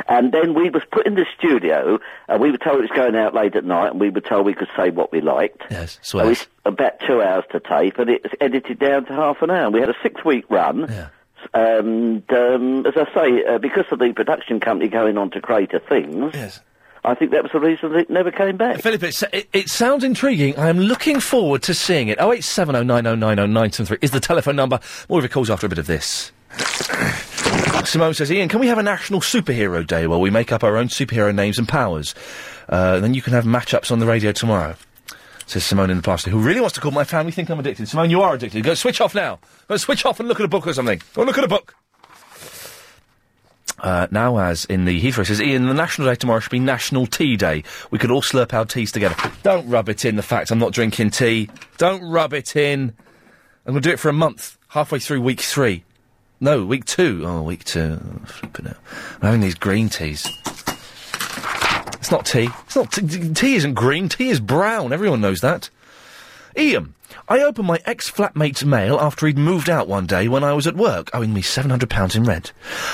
Speaker 25: And then we was put in the studio, and we were told it was going out late at night, and we were told we could say what we liked.
Speaker 2: Yes.
Speaker 25: And we s- about two hours to tape, and it was edited down to half an hour. And we had a six-week run. S- And um, as I say, uh, because of the production company going on to greater things,
Speaker 2: yes.
Speaker 25: I think that was the reason that it never came back.
Speaker 2: Philip, it's, it, it sounds intriguing. I am looking forward to seeing it. 08709090973 is the telephone number. More of your calls after a bit of this. Simone says, Ian, can we have a national superhero day where we make up our own superhero names and powers? Uh, then you can have matchups on the radio tomorrow. Says Simone in the past, who really wants to call my family think I'm addicted. Simone, you are addicted. Go switch off now. Go switch off and look at a book or something. Go look at a book. Uh, now, as in the Heathrow says, Ian, the National Day tomorrow should be National Tea Day. We could all slurp our teas together. Don't rub it in the fact I'm not drinking tea. Don't rub it in. I'm going to do it for a month, halfway through week three. No, week two. Oh, week two. Oh, flipping hell. I'm having these green teas. It's not tea. It's not t- t- tea. Isn't green. Tea is brown. Everyone knows that. Ian, I opened my ex flatmate's mail after he'd moved out one day when I was at work, owing me £700 in rent.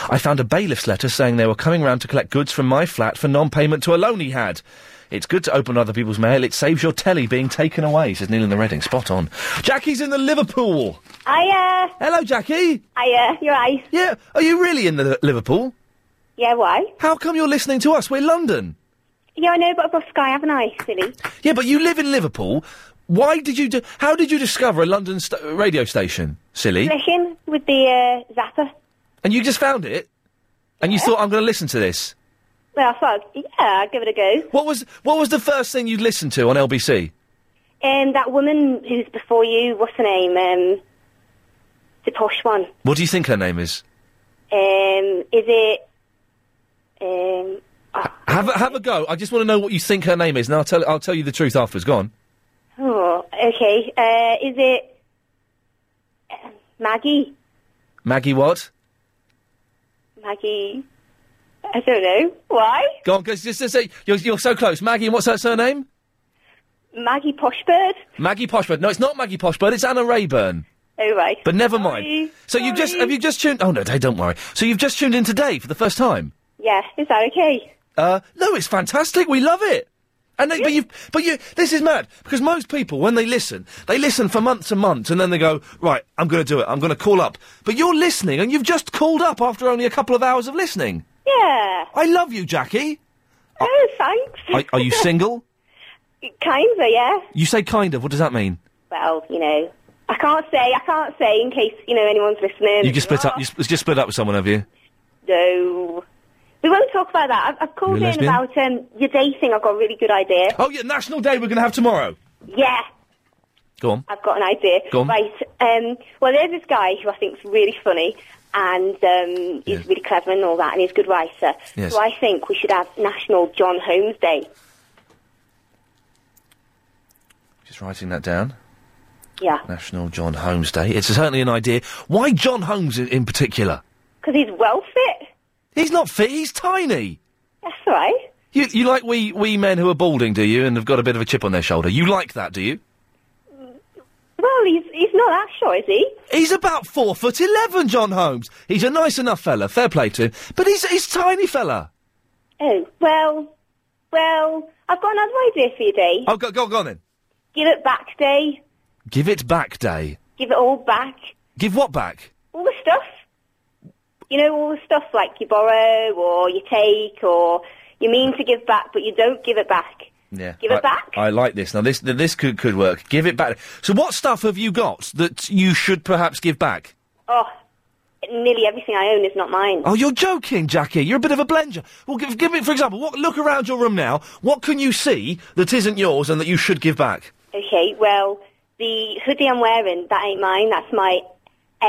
Speaker 2: I found a bailiff's letter saying they were coming round to collect goods from my flat for non payment to a loan he had. It's good to open other people's mail. It saves your telly being taken away, says Neil in the Reading. Spot on. Jackie's in the Liverpool.
Speaker 15: Hiya.
Speaker 2: Hello, Jackie.
Speaker 15: Hiya. You're right.
Speaker 2: Yeah. Are you really in the Li- Liverpool?
Speaker 15: Yeah, why?
Speaker 2: How come you're listening to us? We're London.
Speaker 15: Yeah, I know, but I've got Sky, haven't I, silly?
Speaker 2: Yeah, but you live in Liverpool. Why did you do? How did you discover a London st- radio station? Silly.
Speaker 15: Listen with the uh, zapper.
Speaker 2: And you just found it, and you thought, "I'm going to listen to this."
Speaker 15: Well, I thought, yeah, I'll give it a go.
Speaker 2: What was what was the first thing you listened to on LBC?
Speaker 15: Um, that woman who's before you, what's her name? Um, the posh one.
Speaker 2: What do you think her name is?
Speaker 15: Um, is it? Um,
Speaker 2: Have a, have a go. I just want to know what you think her name is, and I'll tell I'll tell you the truth afterwards. Go on.
Speaker 15: Oh, okay. Uh, is it um, Maggie?
Speaker 2: Maggie, what?
Speaker 15: Maggie? I don't know. Why?
Speaker 2: Go on, 'cause just, just say you're, you're so close. Maggie, and what's her surname?
Speaker 15: Maggie Poshbird?
Speaker 2: Maggie Poshbird. No, it's not Maggie Poshbird. It's Anna Rayburn.
Speaker 15: Oh, right.
Speaker 2: But never mind. So you've just have you just tuned? Oh no, hey, don't worry. So you've just tuned in today for the first time.
Speaker 15: Yeah, is that okay?
Speaker 2: Uh, no, it's fantastic. We love it. And they, but you, but you, this is mad because most people, when they listen, they listen for months and months, and then they go, right, I'm going to do it. I'm going to call up. But you're listening, and you've just called up after only a couple of hours of listening.
Speaker 15: Yeah.
Speaker 2: I love you, Jackie.
Speaker 15: Oh, thanks.
Speaker 2: Are, are you single?
Speaker 15: Kinda, yeah.
Speaker 2: You say kind of. What does that mean?
Speaker 15: Well, you know, I can't say. I can't say in case you know anyone's listening.
Speaker 2: You just split up. You sp- just split up with someone, have you?
Speaker 15: No. We won't talk about that. I've, I've called
Speaker 2: You're a
Speaker 15: in
Speaker 2: lesbian?
Speaker 15: about um, your dating. I've got a really good idea.
Speaker 2: Oh yeah, National Day we're going to have tomorrow.
Speaker 15: Yeah,
Speaker 2: Go on.
Speaker 15: I've got an idea.
Speaker 2: Go on.
Speaker 15: Right. Um, well, there's this guy who I think's really funny and um, he's really clever and all that, and he's a good writer.
Speaker 2: Yes.
Speaker 15: So I think we should have National John Holmes Day.
Speaker 2: Just writing that down.
Speaker 15: Yeah,
Speaker 2: National John Holmes Day. It's certainly an idea. Why John Holmes in, in particular?
Speaker 15: because he's well fit.
Speaker 2: He's not fit. He's tiny.
Speaker 15: That's all right.
Speaker 2: You you like we we men who are balding, do you? And have got a bit of a chip on their shoulder. You like that, do you?
Speaker 15: Well, he's he's not that short, is he?
Speaker 2: He's about four foot eleven, John Holmes. He's a nice enough fella. Fair play to him, but he's he's tiny fella.
Speaker 15: Oh well, well, I've got another idea for you, Dave.
Speaker 2: Oh, go go, go on then.
Speaker 15: Give it back day.
Speaker 2: Give it back day.
Speaker 15: Give it all back.
Speaker 2: Give what back?
Speaker 15: All the stuff. You know, all the stuff like you borrow or you take or you mean to give back, but you don't give it back.
Speaker 2: Yeah.
Speaker 15: Give it
Speaker 2: I,
Speaker 15: back.
Speaker 2: I like this. Now this th- this could could work. Give it back. So what stuff have you got that you should perhaps give back?
Speaker 15: Oh, nearly everything I own is not mine.
Speaker 2: Oh, you're joking, Jackie. You're a bit of a blender. Well, give, give me, for example, what, look around your room now. What can you see that isn't yours and that you should give back?
Speaker 15: Okay, well, the hoodie I'm wearing, that ain't mine. That's my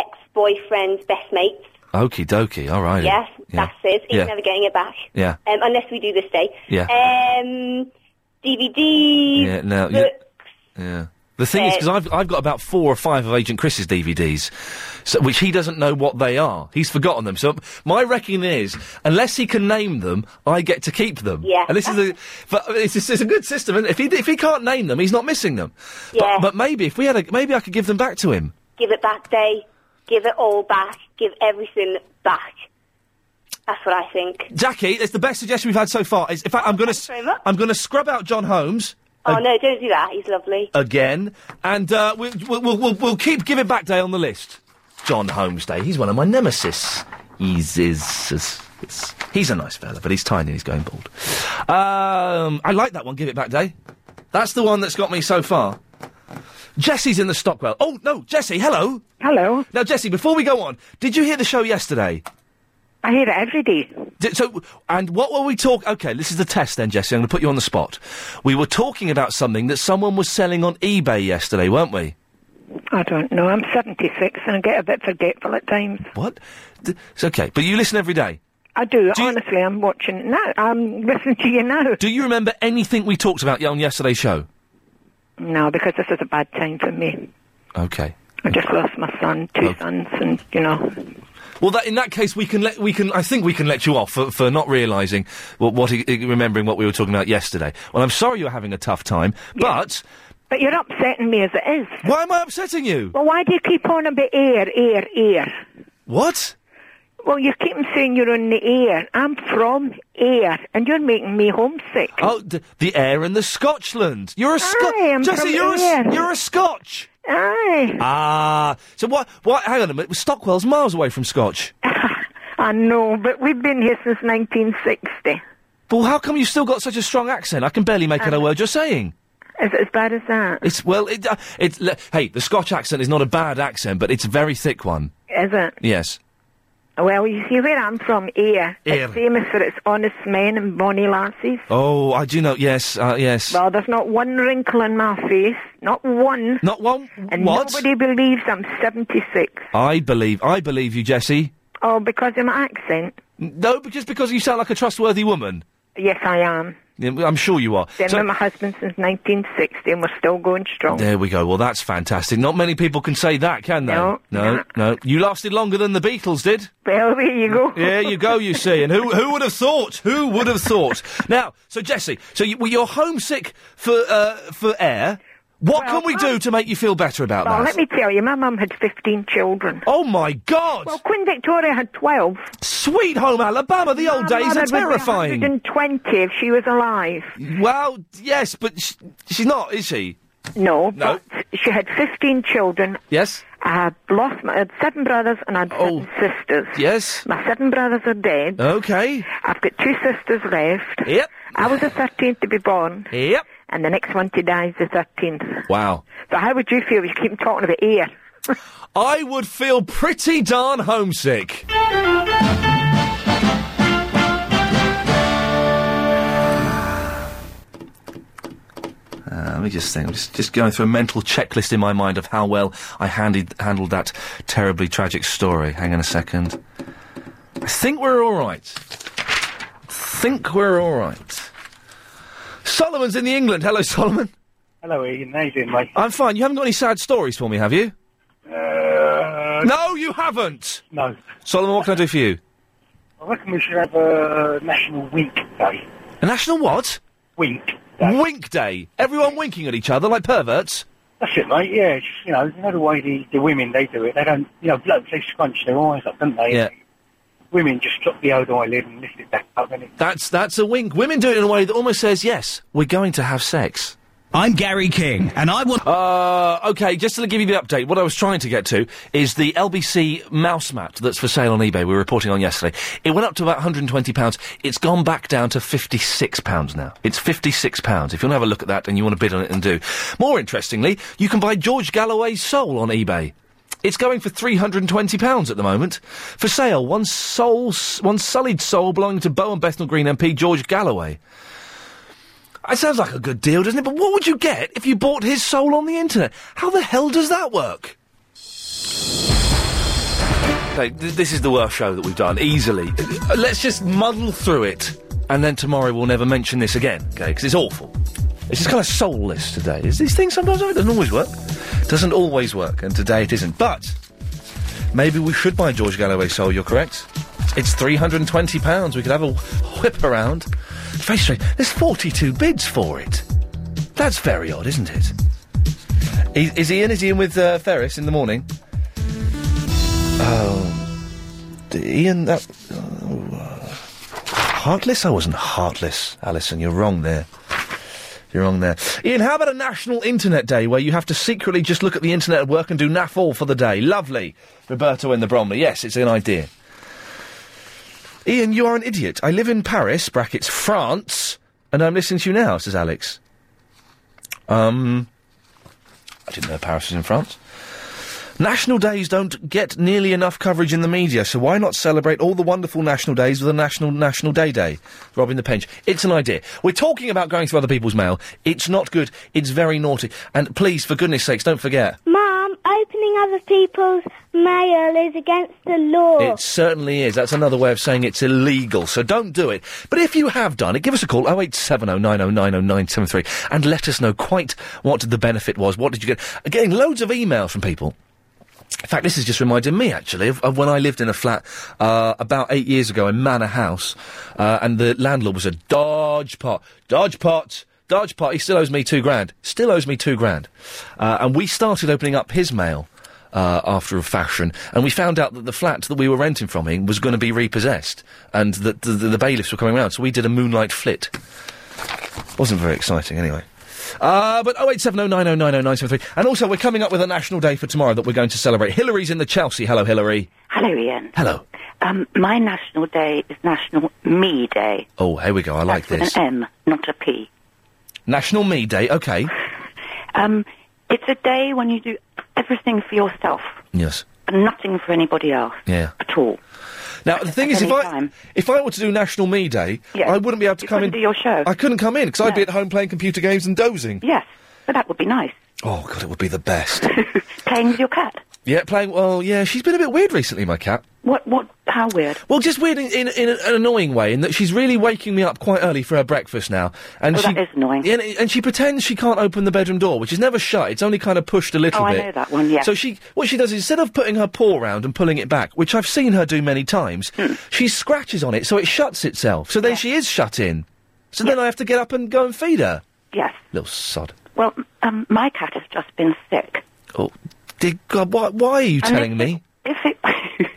Speaker 15: ex-boyfriend's best mate.
Speaker 2: Okie dokie. All right.
Speaker 15: Yes, that's his. He's
Speaker 2: Oh, Yeah.
Speaker 15: never getting it back.
Speaker 2: Yeah.
Speaker 15: Um, unless we do this day.
Speaker 2: Yeah.
Speaker 15: Um, DVDs.
Speaker 2: Yeah, no, you-
Speaker 15: books.
Speaker 2: Yeah. The thing is,
Speaker 15: Uh,
Speaker 2: because I've, I've got about four or five of Agent Chris's DVDs, so, which he doesn't know what they are. He's forgotten them. So my reckoning is, unless he can name them, I get to keep them.
Speaker 26: Yeah.
Speaker 2: And this is a, but it's, it's, it's a good system. And if he if he can't name them, he's not missing them.
Speaker 15: Yeah.
Speaker 2: But, but maybe if we had a, maybe I could give them back to him.
Speaker 15: Give it back day. Give it all back. Give everything back. That's what I think.
Speaker 2: Jackie, it's the best suggestion we've had so far. It's, in fact, I'm going to I'm going to scrub out John Holmes.
Speaker 15: Oh,
Speaker 2: a-
Speaker 15: no, don't do that. He's lovely.
Speaker 2: again, and uh, we, we'll, we'll, we'll, we'll keep Giving Back Day on the list. John Holmes Day. He's one of my nemesis. He's, is, is, is- he's a nice fella, but he's tiny and he's going bald. Um, I like that one, Give It Back Day. That's the one that's got me so far. Jesse's in the Stockwell. Oh, no, Jesse, hello.
Speaker 27: Hello.
Speaker 2: Now, Jesse, before we go on, did you hear the show yesterday?
Speaker 27: I hear it every day.
Speaker 2: Did, so, and what were we talking? Okay, this is the test then, Jesse. I'm going to put you on the spot. We were talking about something that someone was selling on eBay yesterday, weren't we?
Speaker 27: I don't know. I'm 76 and I get a bit forgetful at times.
Speaker 2: What? D- It's okay, but you listen every day.
Speaker 27: I do, honestly. I'm watching it now. I'm listening to you now.
Speaker 2: Do you remember anything we talked about on yesterday's show?
Speaker 27: No, because this is a bad time for me.
Speaker 2: Okay.
Speaker 27: I just lost my son, two
Speaker 2: Oh.
Speaker 27: sons, and, you know,
Speaker 2: Well, that in that case, we can let we can. I think we can let you off for, for not realising what, what i- i- remembering what we were talking about yesterday. Well, I'm sorry you're having a tough time, but
Speaker 27: But you're upsetting me as it is.
Speaker 2: Why am I upsetting you?
Speaker 27: Well, why do you keep on about air, air, air?
Speaker 2: What?
Speaker 27: Well, you keep on saying you're on the air. I'm from air, and you're making me homesick.
Speaker 2: oh, d- the air and the Scotland. You're a Scot.
Speaker 27: I am
Speaker 2: Jesse,
Speaker 27: from
Speaker 2: you're a,
Speaker 27: air.
Speaker 2: s- you're a Scotch.
Speaker 27: Aye.
Speaker 2: Ah, so what? What? Hang on a minute. Stockwell's miles away from Scotch.
Speaker 27: I know, but we've been here since 1960.
Speaker 2: Well, how come you've still got such a strong accent? I can barely make
Speaker 27: Um,
Speaker 2: out a word you're saying.
Speaker 27: Is it as bad as that?
Speaker 2: It's well, it, uh, it's le- hey, the Scotch accent is not a bad accent, but it's a very thick one.
Speaker 27: Is it?
Speaker 2: Yes.
Speaker 27: Well, you see where I'm from, Ayr.
Speaker 2: Ayr.
Speaker 27: It's famous for its honest men and bonny lassies.
Speaker 2: Oh, I do know. Yes, uh, yes.
Speaker 27: Well, there's not one wrinkle in my face. Not one.
Speaker 2: Not one?
Speaker 27: And
Speaker 2: What?
Speaker 27: nobody believes I'm 76.
Speaker 2: I believe, I believe you, Jesse.
Speaker 27: Oh, because of my accent.
Speaker 2: No, but just because you sound like a trustworthy woman.
Speaker 27: Yes, I am.
Speaker 2: Yeah, I'm sure you are.
Speaker 27: Been
Speaker 2: So-
Speaker 27: with my husband since 1960 and we're still going strong.
Speaker 2: There we go. Well, that's fantastic. Not many people can say that, can they?
Speaker 27: No.
Speaker 2: no, no. You lasted longer than the Beatles did.
Speaker 27: Well, there you
Speaker 2: (laughs)
Speaker 27: go.
Speaker 2: Yeah, you go. You see, and who who would have thought? Who would have thought? now, so Jesse, so you, well, you're homesick for uh, for air. What can we do to make you feel better about
Speaker 27: Well,
Speaker 2: that?
Speaker 27: let me tell you, my mum had 15 children.
Speaker 2: Oh, my God!
Speaker 27: Well, Queen Victoria had 12.
Speaker 2: Sweet home Alabama, the old days are terrifying.
Speaker 27: 120 if she was alive.
Speaker 2: Well, yes, but sh- she's not, is she?
Speaker 27: No,
Speaker 2: No.
Speaker 27: but she had 15 children.
Speaker 2: Yes. Oh,
Speaker 27: I had lost my I had seven brothers and I had seven sisters.
Speaker 2: Yes.
Speaker 27: My seven brothers are dead.
Speaker 2: Okay.
Speaker 27: I've got two sisters left.
Speaker 2: Yep.
Speaker 27: I was the 13th to be born.
Speaker 2: Yep.
Speaker 27: And the next one to die is the 13th.
Speaker 2: Wow.
Speaker 27: So how would you feel if you keep talking about air?
Speaker 2: I would feel pretty darn homesick. Uh, let me just think. I'm just, just going through a mental checklist in my mind of how well I handed, handled that terribly tragic story. Hang on a second. I think we're all right. Think we're all right. Solomon's in the England. Hello, Solomon.
Speaker 26: Hello, Ian. How you doing, mate?
Speaker 2: I'm fine. You haven't got any sad stories for me, have you? no, you haven't.
Speaker 26: No.
Speaker 2: Solomon, what can I do for you?
Speaker 26: I reckon we should have a national week day.
Speaker 2: A national what?
Speaker 26: Wink.
Speaker 2: Wink day. Everyone winking at each other like perverts.
Speaker 26: That's it, mate. Yeah, it's just, you know, you know the way the, the women they do it. They don't, you know, blokes they scrunch their eyes up, don't they?
Speaker 2: Yeah.
Speaker 26: Women just drop the old eyelid and lift it back up, and
Speaker 2: That's that's a wink. Women do it in a way that almost says, "Yes, we're going to have sex." I'm Gary King, and I want. Uh, okay, just to give you the update, what I was trying to get to is the LBC mouse mat that's for sale on eBay. We were reporting on yesterday. It went up to about 120 pounds. It's gone back down to 56 pounds now. It's 56 pounds. If you want to have a look at that and you want to bid on it and do, more interestingly, you can buy George Galloway's soul on eBay. It's going for three hundred and twenty pounds at the moment for sale. One soul, one sullied soul belonging to Bow and Bethnal Green MP George Galloway. It sounds like a good deal, doesn't it? But what would you get if you bought his soul on the internet? How the hell does that work? Okay, th- this is the worst show that we've done easily. Uh, Let's just muddle through it, and then tomorrow we'll never mention this again. Okay, because it's awful. It's just kind of soulless today. Is these things sometimes it doesn't always work, doesn't always work, and today it isn't. But Maybe we should buy George Galloway's soul, you're correct. It's £320. We could have a whip around. Very strange. There's 42 bids for it. That's very odd, isn't it? Is, is he in? Is he in with uh, Ferris in the morning? Oh. D- Ian, that. Oh, uh, heartless? I wasn't heartless, Alison. You're wrong there. You're wrong there. Ian, how about a National Internet Day where you have to secretly just look at the internet at work and do naff all for the day? Lovely. Roberto in the Bromley. Yes, it's an idea. Ian, you are an idiot. I live in Paris, brackets France, and I'm listening to you now, says Alex. Um, I didn't know Paris was in France. National days don't get nearly enough coverage in the media, so why not celebrate all the wonderful national days with a national National Day Day? Robin the Pinch. It's an idea. We're talking about going through other people's mail. It's not good. It's very naughty. And please, for goodness sakes, don't forget.
Speaker 22: Mum, opening other people's mail is against the law.
Speaker 2: It certainly is. That's another way of saying it's illegal. So don't do it. But if you have done it, give us a call 08709090973 and let us know quite what the benefit was. What did you get? Again, loads of emails from people. In fact, this has just reminded me, actually, of, of when I lived in a flat uh, about eight years ago in Manor House, uh, and the landlord was a dodge pot. Dodge pot! Dodge pot! He still owes me two grand. Still owes me two grand. Uh, and we started opening up his mail uh, after a fashion, and we found out that the flat that we were renting from him was going to be repossessed, and that the, the, the bailiffs were coming round, so we did a moonlight flit. Wasn't very exciting, anyway. Uh, but 08709090973. And also, we're coming up with a national day for tomorrow that we're going to celebrate. Hillary's in the Chelsea. Hello, Hillary.
Speaker 9: Hello, Ian.
Speaker 2: Hello.
Speaker 9: Um, my national day is National Me Day.
Speaker 2: Oh, here we go. I like
Speaker 9: With
Speaker 2: this.
Speaker 9: An M, not a P.
Speaker 2: National Me Day. Okay.
Speaker 9: Um, it's a day when you do everything for yourself
Speaker 2: Yes.
Speaker 9: and nothing for anybody else.
Speaker 2: Yeah.
Speaker 9: At all.
Speaker 2: Now, the thing is, if
Speaker 9: any
Speaker 2: I, if I were to do National Me Day,
Speaker 9: Yeah.
Speaker 2: I wouldn't be able to
Speaker 9: You
Speaker 2: come in.
Speaker 9: couldn't do your show.
Speaker 2: I couldn't come in because I'd
Speaker 9: No.
Speaker 2: be at home playing computer games and dozing.
Speaker 9: Yes, but that would be nice.
Speaker 2: Oh, God, it would be the best.
Speaker 9: Playing with your cat.
Speaker 2: yeah, playing. Well, yeah, she's been a bit weird recently, my cat.
Speaker 9: What? What?
Speaker 28: how weird?
Speaker 2: Well, just weird in, in, in an annoying way, in that she's really waking me up quite early for her breakfast now, and
Speaker 13: Oh,
Speaker 2: she
Speaker 13: that is annoying.
Speaker 2: And, and she pretends she can't open the bedroom door, which is never shut. It's only kind of pushed a little
Speaker 13: Oh, I
Speaker 2: bit.
Speaker 13: know that one, yeah.
Speaker 2: So she, what she does is instead of putting her paw round and pulling it back, which I've seen her do many times,
Speaker 13: Hmm.
Speaker 2: she scratches on it so it shuts itself. So then she is shut in. So then I have to get up and go and feed her.
Speaker 13: Yes.
Speaker 2: Little sod.
Speaker 13: Well, um, my cat has just been sick.
Speaker 2: Oh, dear God, why, why are you
Speaker 13: And
Speaker 2: telling
Speaker 13: if
Speaker 2: me? oh,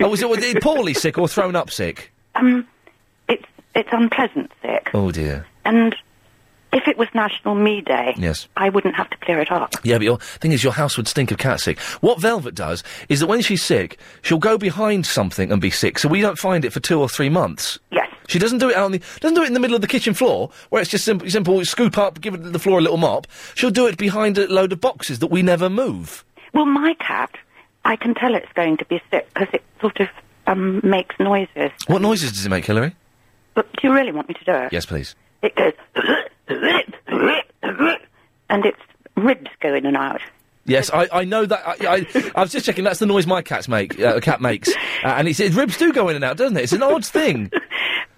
Speaker 2: was it, was it poorly sick or thrown up sick?
Speaker 13: Um, it's it's unpleasant sick,
Speaker 2: Oh dear.
Speaker 13: and if it was National Me Day,
Speaker 2: Yes.
Speaker 13: I wouldn't have to clear it up.
Speaker 2: Yeah, but your thing is, your house would stink of cat sick. What Velvet does is that when she's sick, she'll go behind something and be sick, so we don't find it for two or three months.
Speaker 13: Yes.
Speaker 2: She doesn't do it out on the doesn't do it in the middle of the kitchen floor where it's just simple, simple scoop up, give it the floor a little mop. She'll do it behind a load of boxes that we never move.
Speaker 13: Well, my cat, I can tell it's going to be sick because it sort of um, makes noises.
Speaker 2: What noises does it make, Hillary?
Speaker 13: But do you really want me to do it?
Speaker 2: Yes, please.
Speaker 13: It goes, and its ribs go in and out.
Speaker 2: Yes, I, I know that. I, I, I was just checking. That's the noise my cats make. Uh, a cat makes, uh, and it's, its ribs do go in and out, doesn't it? It's an
Speaker 13: (laughs)
Speaker 2: odd thing.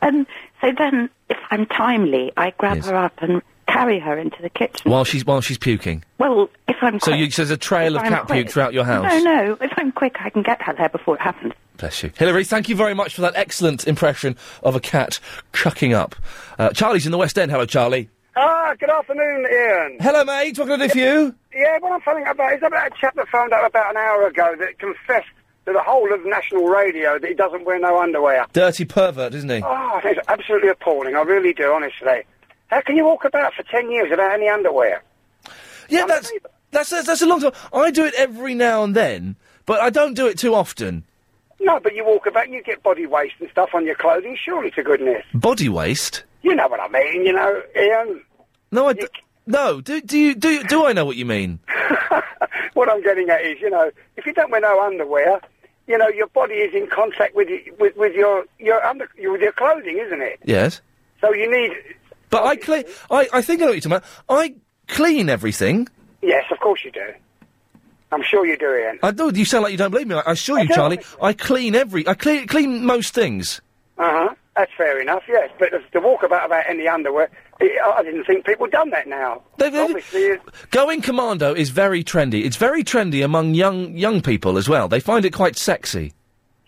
Speaker 13: And so then, if I'm timely, I grab
Speaker 2: Yes.
Speaker 13: her up and carry her into the kitchen.
Speaker 2: while she's while she's puking.
Speaker 13: Well, if I'm
Speaker 2: So
Speaker 13: quick,
Speaker 2: you, so there's a trail
Speaker 13: if
Speaker 2: of
Speaker 13: I'm
Speaker 2: cat
Speaker 13: quick-
Speaker 2: puke throughout your house.
Speaker 13: No, no. If I'm quick, I can get her there before it happens.
Speaker 2: Bless you. Hilary, thank you very much for that excellent impression of a cat cucking up. Uh, Charlie's in the West End. Hello, Charlie.
Speaker 29: Ah, good afternoon, Ian.
Speaker 2: Hello, mate. What can I do for you?
Speaker 29: Yeah, what I'm finding out about is about a chap that found out about an hour ago that confessed to the whole of national radio that he doesn't wear no underwear.
Speaker 2: Dirty pervert, isn't he?
Speaker 29: Oh, I think it's absolutely appalling. I really do, honestly. How can you walk about for ten years without any underwear?
Speaker 2: Yeah, that's, that's that's that's a long time. I do it every now and then, but I don't do it too often.
Speaker 29: No, but you walk about, you get body waste and stuff on your clothing. Surely to goodness,
Speaker 2: Body waste?
Speaker 29: you know what I mean, you know, Ian. (laughs)
Speaker 2: No, I d- no. Do do you do do I know what you mean?
Speaker 29: What I'm getting at is, you know, if you don't wear no underwear, you know, your body is in contact with y- with, with your your under your, with your clothing, isn't it?
Speaker 2: Yes,
Speaker 29: So you need,
Speaker 2: but I clean. I I think I know what you're talking about. I clean everything.
Speaker 29: yes, of course you do. I'm sure you do, Ian.
Speaker 2: I do. You sound like you don't believe me. I, I assure you,
Speaker 29: don't.
Speaker 2: Charlie. I clean every. I clean clean most things.
Speaker 29: Uh huh. That's fair enough. Yes, but the- the walkabout about any underwear, I I didn't think people done that now. Obviously, it-
Speaker 2: Going commando is very trendy. It's very trendy among young young people as well. They find it quite sexy.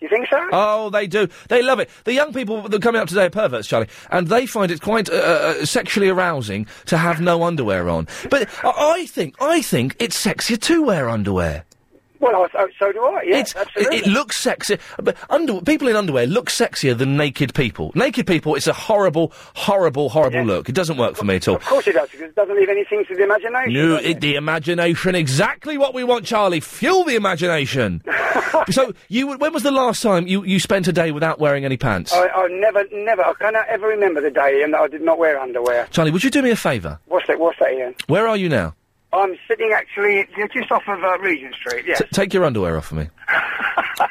Speaker 29: you think so?
Speaker 2: Oh, they do. They love it. The young people that are coming up today are perverts, Charlie, and they find it quite uh, uh, sexually arousing to have no underwear on. But I I think I think it's sexier to wear underwear.
Speaker 29: Well, I, so, so do I. Yes,
Speaker 2: It's-
Speaker 29: absolutely.
Speaker 2: It, it looks sexy, but under, people in underwear look sexier than naked people. Naked people, it's a horrible, horrible, horrible look. It doesn't work for me at all.
Speaker 29: of course it does, because it doesn't leave anything to the (laughs) imagination.
Speaker 2: No, it, the imagination. Exactly what we want, Charlie. Fuel
Speaker 29: (laughs)
Speaker 2: the imagination. so, you when was the last time you, you spent a day without wearing any pants?
Speaker 29: I, I never, never, I cannot ever remember the day, Ian, that I did not wear underwear.
Speaker 2: Charlie, would you do me a favour?
Speaker 29: What's that? What's that, Ian?
Speaker 2: Where are you now?
Speaker 29: I'm sitting actually you're just off of uh, Regent Street. Yes.
Speaker 2: T- take your underwear off
Speaker 29: (laughs)
Speaker 2: for me.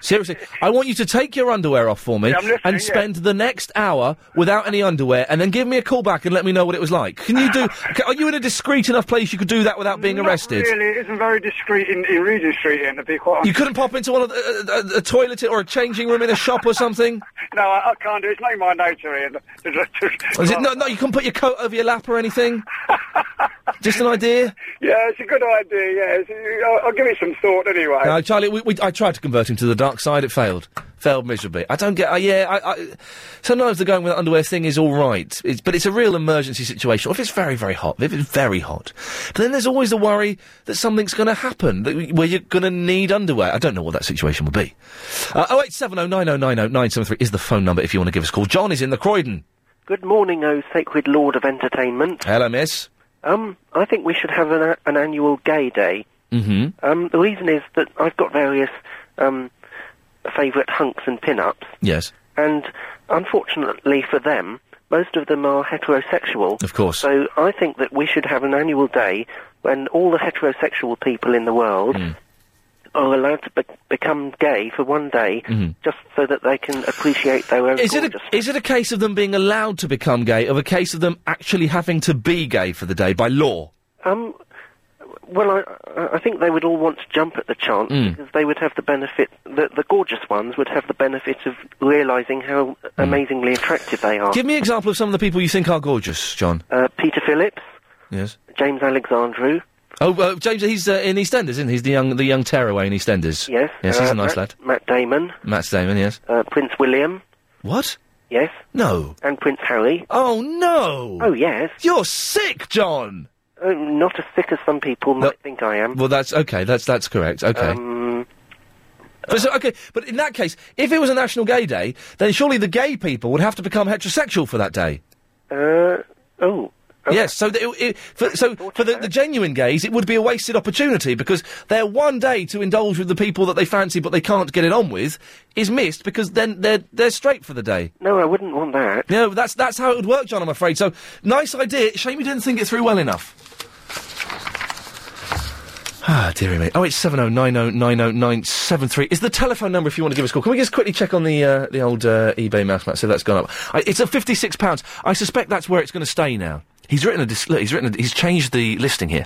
Speaker 2: Seriously, I want you to take your underwear off for me
Speaker 29: Yeah, I'm listening,
Speaker 2: and
Speaker 29: yeah.
Speaker 2: spend the next hour without any underwear, and then give me a call back and let me know what it was like. Can
Speaker 29: (laughs)
Speaker 2: you do? ca- are you in a discreet enough place you could do that without being arrested?
Speaker 29: Really, it isn't very discreet in, in Regent Street, Ian. To be quite honest.
Speaker 2: You couldn't pop into one of the, a, a, a toilet or a changing room in a shop or something.
Speaker 29: (laughs) No, I, I can't do. it. It's not in my nature, Ian. To, to, to,
Speaker 2: Is it, no, no, you can't put your coat over your lap
Speaker 29: (laughs)
Speaker 2: or anything. Just an idea.
Speaker 29: Yeah, it's a good idea. Yeah, It's- I'll, I'll give it some thought anyway.
Speaker 2: No, Charlie, we, we, I tried to convert him to the dark side. It failed. Failed miserably. I don't get. Uh, yeah, I, I, sometimes the going with underwear thing is all right, it's, but it's a real emergency situation. Or if it's very, very hot, if it's very hot, but then there's always the worry that something's going to happen that, where you're going to need underwear. I don't know what that situation will be. Oh eight seven oh nine oh nine oh nine seven three is the phone number if you want to give us a call. John is in the Croydon.
Speaker 12: Good morning, O sacred lord of entertainment.
Speaker 2: Hello, miss.
Speaker 12: Um, I think we should have an, an annual gay day.
Speaker 2: Mm-hmm.
Speaker 12: Um, the reason is that I've got various um, favourite hunks and pin-ups,
Speaker 2: Yes.
Speaker 12: and unfortunately for them, most of them are heterosexual.
Speaker 2: Of course.
Speaker 12: So I think that we should have an annual day when all the heterosexual people in the world
Speaker 2: Hmm.
Speaker 12: are allowed to be- become gay for one day, just so that they can appreciate their own
Speaker 2: Mm-hmm. Is it, a, is it a case of them being allowed to become gay, or a case of them actually having to be gay for the day by law?
Speaker 12: Um, well, I- I, I think they would all want to jump at the chance
Speaker 2: Mm.
Speaker 12: because they would have the benefit. The, the gorgeous ones would have the benefit of realising how amazingly attractive they are.
Speaker 2: Hmm. Give me an example of some of the people you think are gorgeous, John.
Speaker 12: uh, Peter Phillips,
Speaker 2: Yes.
Speaker 12: James Alexandru.
Speaker 2: Oh, uh, James, he's uh, in EastEnders, isn't he? He's the young, the young tearaway in EastEnders.
Speaker 12: Yes.
Speaker 2: Yes, he's
Speaker 12: uh,
Speaker 2: a nice
Speaker 12: Matt,
Speaker 2: lad.
Speaker 12: Matt Damon,
Speaker 2: Matt Damon, yes.
Speaker 12: uh, Prince William.
Speaker 2: What?
Speaker 12: Yes.
Speaker 2: No.
Speaker 12: And Prince Harry.
Speaker 2: Oh no.
Speaker 12: Oh yes.
Speaker 2: You're sick, John.
Speaker 12: Uh, not as sick as some people might think I am.
Speaker 2: Well, that's okay. That's that's correct. Okay.
Speaker 12: Um,
Speaker 2: but so, okay, but in that case, if it was a National Gay Day, then surely the gay people would have to become heterosexual for that day.
Speaker 12: Uh, oh.
Speaker 2: Yes, so that it, it, for, so for the, the genuine gays, it would be a wasted opportunity because their one day to indulge with the people that they fancy but they can't get it on with is missed because then they're they're straight for the day.
Speaker 12: No, I wouldn't want that.
Speaker 2: No, that's that's how it would work, John. I'm afraid. So nice idea. Shame you didn't think it through well enough. Ah, dearie me. Oh, it's seven oh nine oh nine oh nine seven three. Is the telephone number if you want to give us a call? Can we just quickly check on the uh, the old uh, eBay mouse mat? So that's gone up. I, it's at fifty six pounds. I suspect that's where it's going to stay now. He's written a dis- look, he's written a, he's changed the listing here.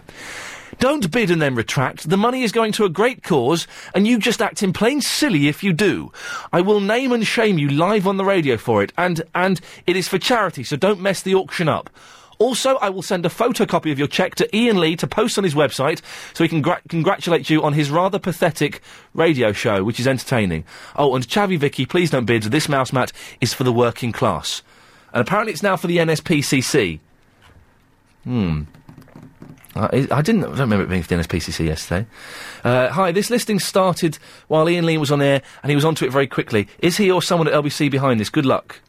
Speaker 2: Don't bid and then retract. The money is going to a great cause, and you just act in plain silly if you do. I will name and shame you live on the radio for it, and and it is for charity, so don't mess the auction up. Also, I will send a photocopy of your cheque to Ian Lee to post on his website so he can gra- congratulate you on his rather pathetic radio show, which is entertaining. Oh, and Chavi Vicky, please don't bid. This mouse mat is for the working class. And apparently it's now for the NSPCC. Hmm. Uh, I, I didn't. I don't remember it being for the NSPCC yesterday. Uh, hi, this listing started while Ian Lee was on air, and he was onto it very quickly. Is he or someone at LBC behind this? Good luck.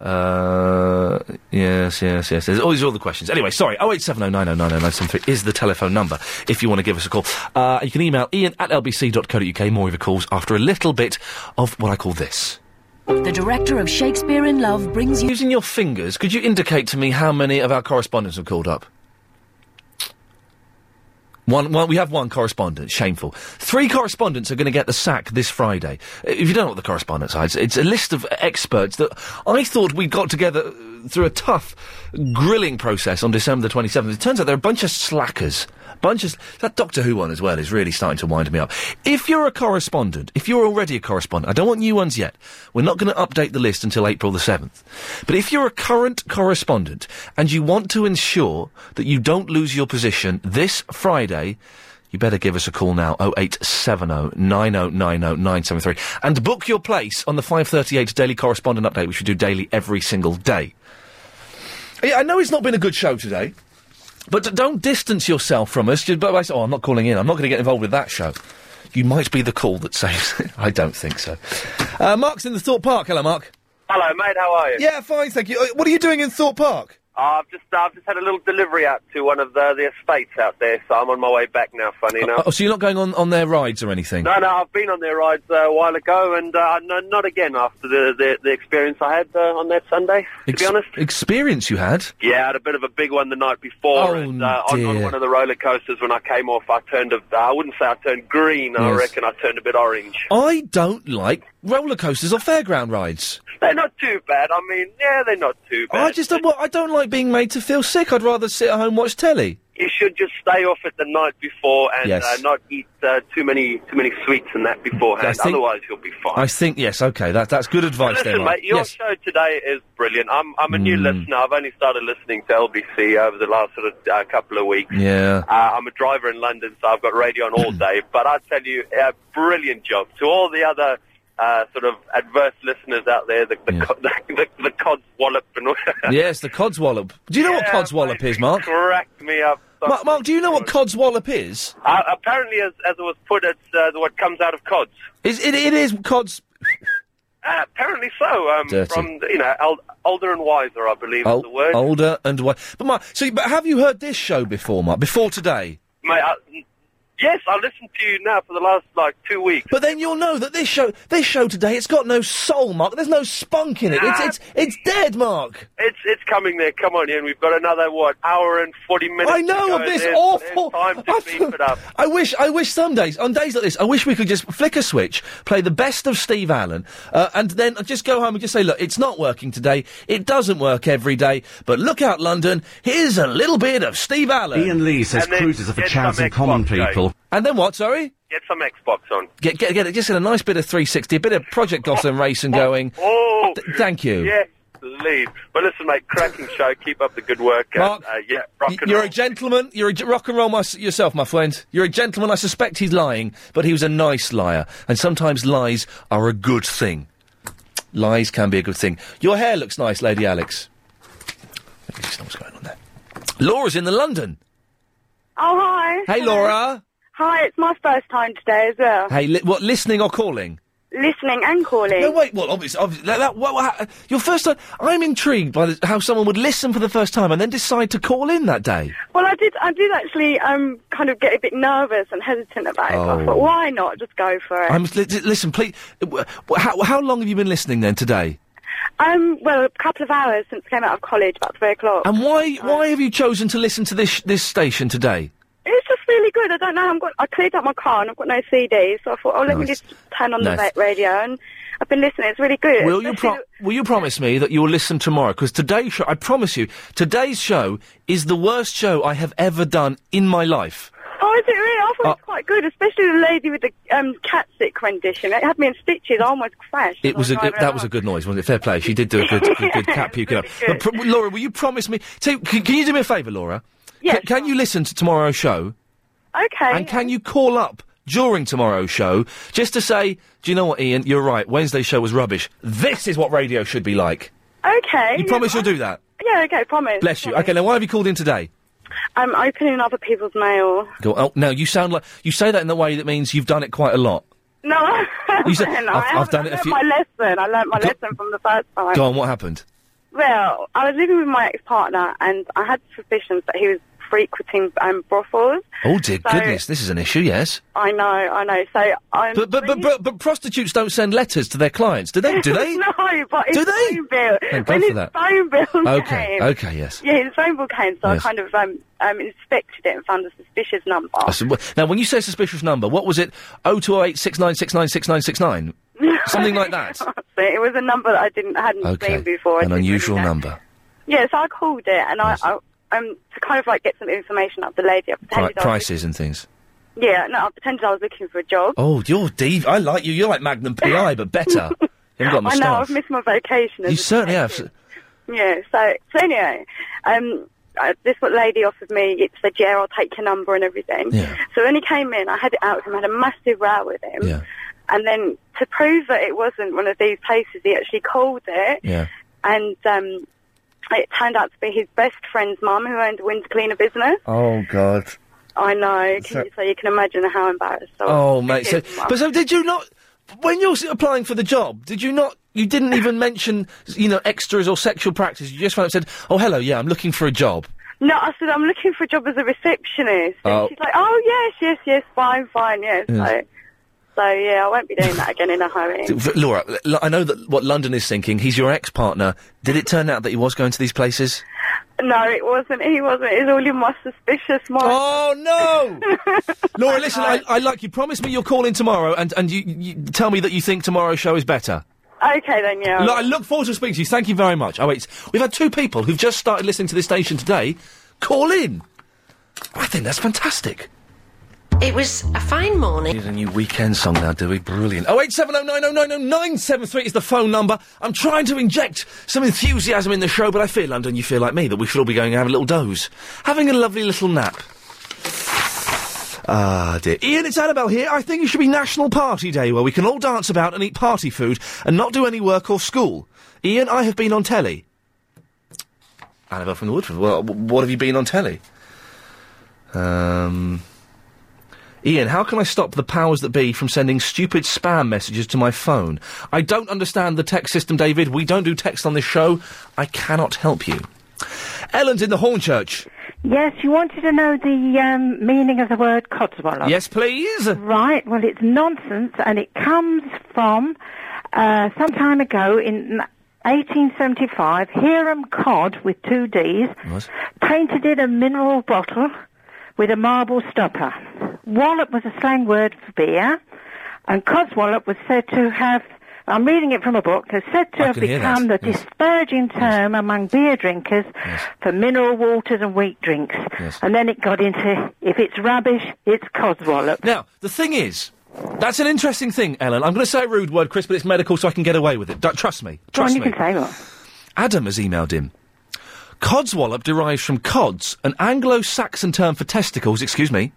Speaker 2: Uh, yes, yes, yes. There's always all the questions. Anyway, sorry. Oh eight seven oh nine oh nine oh nine seven three is the telephone number if you want to give us a call. Uh, you can email Ian at lbc.co.uk. More of your calls after a little bit of what I call this.
Speaker 14: The director of Shakespeare in Love brings you.
Speaker 2: Using your fingers, could you indicate to me how many of our correspondents have called up? One, one, we have one correspondent. Shameful. Three correspondents are going to get the sack this Friday. If you don't know what the correspondents are, it's, it's a list of experts that I thought we got together uh, through a tough grilling process on December the 27th. It turns out they're a bunch of slackers. Bunch of that Doctor Who one as well is really starting to wind me up. If you're a correspondent, if you're already a correspondent, I don't want new ones yet. We're not going to update the list until April the 7th. But if you're a current correspondent and you want to ensure that you don't lose your position this Friday, you better give us a call now, 0870 973 and book your place on the 538 Daily Correspondent Update, which we do daily every single day. Yeah, I know it's not been a good show today, but d- don't distance yourself from us. Just, but I say, oh, I'm not calling in. I'm not going to get involved with that show. You might be the call that saves it. (laughs) I don't think so. Uh, Mark's in the Thorpe Park. Hello, Mark.
Speaker 30: Hello, mate. How are you?
Speaker 2: Yeah, fine, thank you. Uh, What are you doing in Thorpe Park?
Speaker 30: I've just uh, I've just had a little delivery out to one of the, the estates out there, so I'm on my way back now. Funny enough.
Speaker 2: Oh, so you're not going on, on their rides or anything?
Speaker 30: No, no, I've been on their rides uh, a while ago, and uh, no, not again after the, the the experience I had uh, on that Sunday. To
Speaker 2: Ex-
Speaker 30: be honest.
Speaker 2: Experience you had?
Speaker 30: Yeah, I had a bit of a big one the night before, and uh, on, on
Speaker 2: Oh, dear.
Speaker 30: one of the roller coasters when I came off, I turned a, I wouldn't say I turned green. I
Speaker 2: Yes.
Speaker 30: reckon I turned a bit orange.
Speaker 2: I don't like roller coasters or fairground rides.
Speaker 30: They're not too bad. I mean, yeah, they're not too bad.
Speaker 2: I Oh, just don't, wa- I don't like being made to feel sick. I'd rather sit at home watch telly.
Speaker 30: you should just stay off it the night before and
Speaker 2: Yes.
Speaker 30: uh, not eat uh, too many too many sweets and that
Speaker 2: I
Speaker 30: beforehand.
Speaker 2: think-
Speaker 30: Otherwise, you'll be fine.
Speaker 2: I think yes, okay, that that's good advice there,
Speaker 30: Listen,
Speaker 2: Mark.
Speaker 30: mate, your
Speaker 2: yes. Mm.
Speaker 30: show today is brilliant. I'm I'm a new listener. I've only started listening to LBC over the last sort of uh, couple of weeks.
Speaker 2: Yeah.
Speaker 30: Uh, I'm a driver in London, so I've got radio on
Speaker 2: Mm.
Speaker 30: all day. But I tell you, a brilliant job to all the other. Uh, sort of adverse listeners out there, the the, co- (laughs) the, the, the cod wallop and all (laughs)
Speaker 2: yes, the codswallop. Do you know what codswallop is, Mark?
Speaker 30: cracked me up.
Speaker 2: Mark? Mark, do you know what codswallop is?
Speaker 30: Uh, apparently, as, as it was put, it's uh, what comes out of cods.
Speaker 2: Is it? It is cods.
Speaker 30: Uh, apparently so. Um,
Speaker 2: Dirty.
Speaker 30: From you know, old, older and wiser, I believe is
Speaker 2: Ol-
Speaker 30: the word.
Speaker 2: older and what? But Mark, so but have you heard this show before, Mark? Before today?
Speaker 30: Mate, I, Yes, I listen to you now for the last like two weeks.
Speaker 2: But then you'll know that this show, this show today, it's got no soul, Mark. There's no spunk in it.
Speaker 30: Nah.
Speaker 2: It's it's it's dead, Mark.
Speaker 30: It's it's coming there. Come on in. We've got another what hour and forty minutes.
Speaker 2: I know
Speaker 30: to go.
Speaker 2: of this
Speaker 30: There's-
Speaker 2: awful-
Speaker 30: There's time to beef it up.
Speaker 2: Oh, I wish, I wish some days, on days like this, I wish we could just flick a switch, play the best of Steve Allen, uh, and then just go home and just say, look, it's not working today. It doesn't work every day. But look out, London. Here's a little bit of Steve Allen.
Speaker 10: Ian Lee says
Speaker 2: And then
Speaker 10: cruises are for
Speaker 2: get
Speaker 10: cows
Speaker 2: some
Speaker 10: and common
Speaker 2: Xbox
Speaker 10: people.
Speaker 2: And then what? Sorry.
Speaker 30: Get some Xbox on.
Speaker 2: Get get get it. Just in a nice bit of 360, a bit of Project Gotham racing going.
Speaker 30: Oh,
Speaker 2: Th- thank you.
Speaker 30: Yes, leave. But listen, mate, cracking show. Keep up the good work. and,
Speaker 2: Mark,
Speaker 30: uh, yeah, rock and
Speaker 2: You're
Speaker 30: roll.
Speaker 2: a gentleman. You're a g- rock and roll my, yourself, my friend. You're a gentleman. I suspect he's lying, but he was a nice liar, and sometimes lies are a good thing. Lies can be a good thing. Your hair looks nice, Lady Alex. Let me just know what's going on there. Laura's in the London.
Speaker 31: Oh, hi.
Speaker 2: Hey,
Speaker 31: Hello.
Speaker 2: Laura.
Speaker 31: Hi, it's my first time today as well.
Speaker 2: Hey, li- what? Listening or calling?
Speaker 31: Listening and calling.
Speaker 2: No, wait. Well, obviously, obviously that, that, what, what, your first time. I'm intrigued by the, how someone would listen for the first time and then decide to call in that day.
Speaker 31: Well, I did. I did actually um, kind of get a bit nervous and hesitant about it. But
Speaker 2: Oh.
Speaker 31: I thought, why not? Just go for it.
Speaker 2: I'm li- li- listen, please. w- w- How, how long have you been listening then today?
Speaker 31: Um, well, a couple of hours since I came out of college, about three o'clock.
Speaker 2: And why why have you chosen to listen to this this station today?
Speaker 31: It's just really good. I don't know. I've got. I cleared out my car and I've got no CDs, so I thought, oh, let me
Speaker 2: Nice.
Speaker 31: just turn on
Speaker 2: Nice.
Speaker 31: the va- radio. And I've been listening. It's really good.
Speaker 2: Will you
Speaker 31: Especially
Speaker 2: pro- will you promise me that you will listen tomorrow? Because today's show, I promise you, today's show is the worst show I have ever done in my life.
Speaker 31: Oh, is it really? I thought
Speaker 2: Uh,
Speaker 31: it was quite good, especially the lady with the um, cat sick rendition. It had me in stitches. I almost crashed.
Speaker 2: It was a good, that was a good noise, wasn't it? Fair play. She did do a good, good, (laughs) good cat puking up. But pro- Laura, will you promise me? T- can, can you do me a favour, Laura? Yes. Can, you listen to tomorrow's show?
Speaker 31: Okay.
Speaker 2: And can you call up during tomorrow's show just to say, do you know what, Ian? You're right. Wednesday's show was rubbish. This is what radio should be like.
Speaker 31: Okay.
Speaker 2: You promise you'll do that?
Speaker 31: Yeah, okay, promise.
Speaker 2: Bless you. Okay, now why have you called in today?
Speaker 31: I'm opening other people's mail.
Speaker 2: Go. Oh no, you sound like you say that in the way that means you've done it quite a lot.
Speaker 31: No, I (laughs)
Speaker 2: You said-
Speaker 31: haven't.
Speaker 2: I've-
Speaker 31: I
Speaker 2: I've
Speaker 31: haven't.
Speaker 2: done
Speaker 31: I
Speaker 2: it a
Speaker 31: learnt
Speaker 2: few-
Speaker 31: my lesson. I learned my lesson from the first time.
Speaker 2: Go on, what happened?
Speaker 31: Well, I was living with my ex-partner, and I had suspicions that he was frequenting um, brothels.
Speaker 2: Oh dear
Speaker 31: So-
Speaker 2: goodness, this is an issue. Yes,
Speaker 31: I know, I know. So I'm.
Speaker 2: but but, but but but prostitutes don't send letters to their clients, do
Speaker 31: (laughs)
Speaker 2: they? Do they?
Speaker 31: no, but his
Speaker 2: Do they?
Speaker 31: phone bill.
Speaker 2: Thank God
Speaker 31: when
Speaker 2: for
Speaker 31: his
Speaker 2: that.
Speaker 31: phone bill
Speaker 2: Okay,
Speaker 31: came.
Speaker 2: okay, yes.
Speaker 31: Yeah, his phone bill came, so
Speaker 2: Yes.
Speaker 31: I kind of um, um, inspected it and found a suspicious number.
Speaker 2: I said, wh- Now, when you say suspicious number, what was it? Oh two oh eight six nine six nine six nine six nine.
Speaker 31: (laughs)
Speaker 2: Something like that.
Speaker 31: So it was a number that I didn't hadn't
Speaker 2: Okay,
Speaker 31: seen before. I
Speaker 2: an
Speaker 31: didn't
Speaker 2: unusual
Speaker 31: really know. (laughs)
Speaker 2: number.
Speaker 31: Yeah, so I called it, and I, I um to kind of like get some information out of the lady. I
Speaker 2: Pri-
Speaker 31: pretended I was,
Speaker 2: prices and things.
Speaker 31: yeah, no, I pretended I was looking for a job.
Speaker 2: Oh, you're div. I like you. You're like Magnum PI,
Speaker 31: (laughs)
Speaker 2: but better. you haven't got
Speaker 31: I know I've
Speaker 2: moustache.
Speaker 31: missed my vacation. as
Speaker 2: You
Speaker 31: a
Speaker 2: certainly have.
Speaker 31: Yeah, so, so anyway, um, uh, this what lady offered me, it said, yeah, I'll take your number and everything. So when he came in, I had it out with him, had a massive row with him.
Speaker 2: Yeah.
Speaker 31: And then to prove that it wasn't one of these places, he actually called it.
Speaker 2: Yeah.
Speaker 31: And um, it turned out to be his best friend's mum who owned a window cleaner business.
Speaker 2: Oh God.
Speaker 31: I know,
Speaker 2: So-
Speaker 31: can you, so you can imagine how embarrassed I was.
Speaker 2: Oh, mate. So, but so did you not? When you're s- applying for the job, did you not? You didn't even mention, you know, extras or sexual practice. You just went up and said, "Oh, hello, yeah, I'm looking for a job."
Speaker 31: No, I said, I'm looking for a job as a receptionist. And
Speaker 2: Oh.
Speaker 31: she's like, oh, yes, yes, yes, fine, fine, yes.
Speaker 2: Yes.
Speaker 31: So, so, yeah, I won't be doing that again in a
Speaker 2: (laughs)
Speaker 31: hurry.
Speaker 2: D- v- Laura, l- I know that what London is thinking. He's your ex-partner. Did it turn out that he was going to these places?
Speaker 31: No, it wasn't. He wasn't. It's all in my suspicious mind.
Speaker 2: Oh, no! Laura, listen, I, I like you. Promise me you'll call in tomorrow and and you, you tell me that you think tomorrow's show is better.
Speaker 31: okay, then, yeah.
Speaker 2: Look, I look forward to speaking to you. Thank you very much. Oh, wait. We've had two people who've just started listening to this station today call in. I think that's fantastic.
Speaker 18: It was a fine morning.
Speaker 2: Here's a new weekend song now, do we? Brilliant. Oh, 08709090973 is the phone number. I'm trying to inject some enthusiasm in the show, but I fear, London, you feel like me, that we should all be going and have a little doze. Having a lovely little nap. Ah, dear. Ian, it's Annabelle here. I think it should be National Party Day where we can all dance about and eat party food and not do any work or school. Ian, I have been on telly. Annabelle from the Woodford. Well, w- what have you been on telly? Um. Ian, how can I stop the powers that be from sending stupid spam messages to my phone? I don't understand the text system, David. We don't do text on this show. I cannot help you. Ellen's in the Hornchurch.
Speaker 20: Yes, you wanted to know the um, meaning of the word codswallop.
Speaker 2: Yes, please.
Speaker 20: Right. Well, it's nonsense, and it comes from uh, some time ago in 1875. Hiram Cod, with two D's,
Speaker 2: What?
Speaker 20: painted in a mineral bottle with a marble stopper. Wallop was a slang word for beer, and codswallop was said to have. I'm reading it from a book. Has said to
Speaker 21: I
Speaker 20: have
Speaker 21: can hear
Speaker 20: become the
Speaker 21: that, yes.
Speaker 20: disparaging term among beer drinkers for mineral waters and weak drinks.
Speaker 2: Yes.
Speaker 20: And then it got into if it's rubbish, it's codswallop.
Speaker 2: Now, the thing is, that's an interesting thing, Ellen. I'm going to say a rude word, Chris, but it's medical, so I can get away with it. D- trust me.
Speaker 20: Go on,
Speaker 2: Trust
Speaker 20: you
Speaker 2: me.
Speaker 20: can say what.
Speaker 2: Adam has emailed him. Codswallop derives from cods, an Anglo-Saxon term for testicles, excuse me,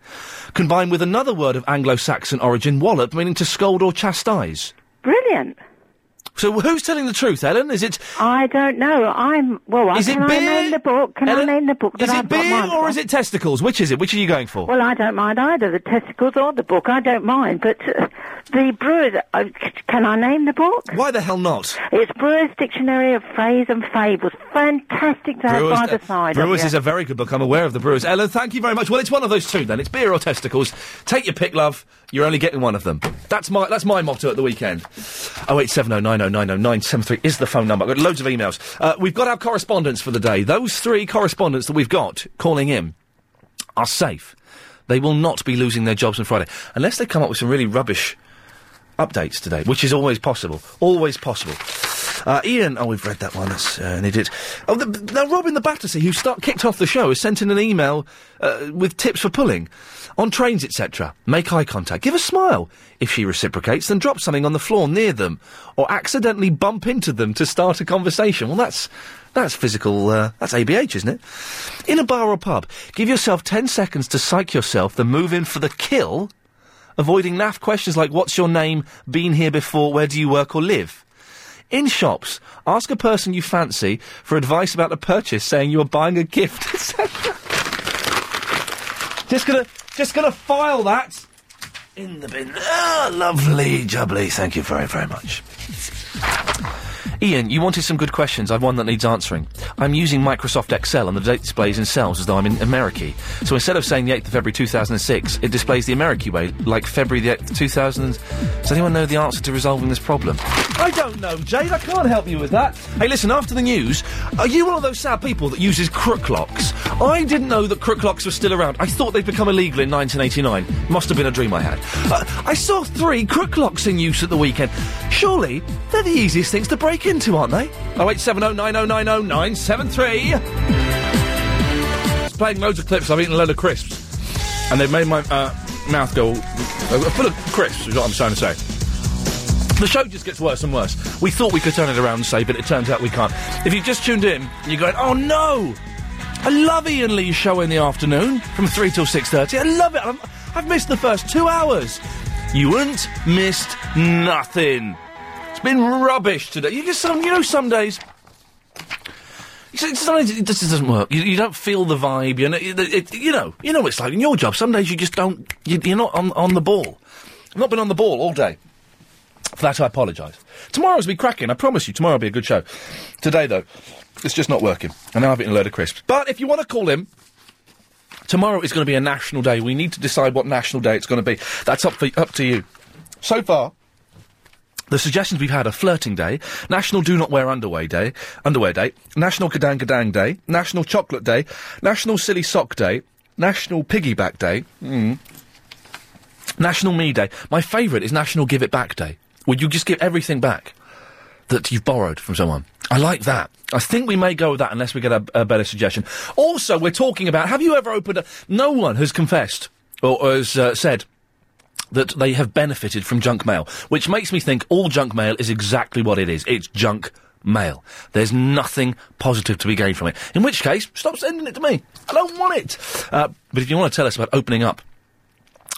Speaker 2: combined with another word of Anglo-Saxon origin, wallop, meaning to scold or chastise.
Speaker 20: Brilliant.
Speaker 2: So who's telling the truth, Ellen? Is it
Speaker 20: I don't know. I'm well. I
Speaker 2: Is it
Speaker 20: can I
Speaker 2: beer?
Speaker 20: name the book? Can
Speaker 2: Ellen,
Speaker 20: I name the book? That
Speaker 2: is
Speaker 20: I've
Speaker 2: it
Speaker 20: got
Speaker 2: beer
Speaker 20: mine
Speaker 2: or
Speaker 20: from?
Speaker 2: is it testicles? Which is it? Which are you going for?
Speaker 20: Well, I don't mind either the testicles or the book. I don't mind, but uh, the Brewers. Uh, c- can I name the book?
Speaker 2: Why the hell not?
Speaker 20: It's Brewer's Dictionary of Phrase and Fables. Fantastic to have by the
Speaker 2: uh,
Speaker 20: side. of
Speaker 2: Brewers
Speaker 20: you.
Speaker 2: is a very good book. I'm aware of the Brewers. Ellen, thank you very much. Well, it's one of those two then. It's beer or testicles. Take your pick, love. You're only getting one of them. That's my that's my motto at the weekend. Oh eight seven oh nine oh nine oh nine seven three is the phone number. I've got loads of emails. Uh, we've got our correspondence for the day. Those three correspondents that we've got calling in are safe. They will not be losing their jobs on Friday unless they come up with some really rubbish updates today, which is always possible. Always possible. Uh, Ian, oh, we've read that one. That's uh, an idiot. Oh, the, now Robin the Battersea, who start, kicked off the show, has sent in an email uh, with tips for pulling on trains, etc. Make eye contact, give a smile. If she reciprocates, then drop something on the floor near them, or accidentally bump into them to start a conversation. Well, that's that's physical. Uh, that's ABH, isn't it? In a bar or pub, give yourself ten seconds to psych yourself, then move in for the kill avoiding naff questions like what's your name, been here before, where do you work or live. In shops, ask a person you fancy for advice about a purchase, saying you are buying a gift. (laughs) just gonna, just gonna file that in the bin. Ah, lovely jubbly. Thank you very, very much. Ian, you wanted some good questions. I've one that needs answering. I'm using Microsoft Excel and the date displays in cells as though I'm in America. So instead of saying the 8th of February 2006, it displays the America way, like February the 8th, 2000. Does anyone know the answer to resolving this problem? I don't know, Jade. I can't help you with that. Hey, listen, after the news, are you one of those sad people that uses crook locks? I didn't know that crook locks were still around. I thought they'd become illegal in 1989. Must have been a dream I had. Uh, I saw three crook locks in use at the weekend. Surely, they're the easiest things to break into, aren't they? Oh, 08709090973. It's playing loads of clips. I've eaten a load of crisps. And they've made my uh, mouth go uh, full of crisps, is what I'm trying to say. The show just gets worse and worse. We thought we could turn it around and save it, it turns out we can't. If you've just tuned in, you're going, oh no! I love Ian Lee's show in the afternoon from 3 till 6.30. I love it. I'm, I've missed the first two hours. You ain't missed nothing. It's been rubbish today. You just some, you know, some days it's, it's not, it just doesn't work. You, you don't feel the vibe. You know, it, it, you know, you know what it's like in your job. Some days you just don't. You, you're not on, on the ball. I've not been on the ball all day. For that, I apologise. Tomorrow's be cracking. I promise you. Tomorrow will be a good show. Today though, it's just not working. And now I've eaten a load of crisps. But if you want to call him, tomorrow is going to be a national day. We need to decide what national day it's going to be. That's up for, up to you. So far, the suggestions we've had are flirting day, National Do Not Wear Underwear Day, Underwear Day, National Kadang Kadang Day, National Chocolate Day, National Silly Sock Day, National Piggyback Day, mm, National Me Day. My favourite is National Give It Back Day. Where you just give everything back that you've borrowed from someone. I like that. I think we may go with that unless we get a, a better suggestion. Also, we're talking about have you ever opened a. No one has confessed or, or has uh, said that they have benefited from junk mail, which makes me think all junk mail is exactly what it is. It's junk mail. There's nothing positive to be gained from it. In which case, stop sending it to me. I don't want it. Uh, but if you want to tell us about opening up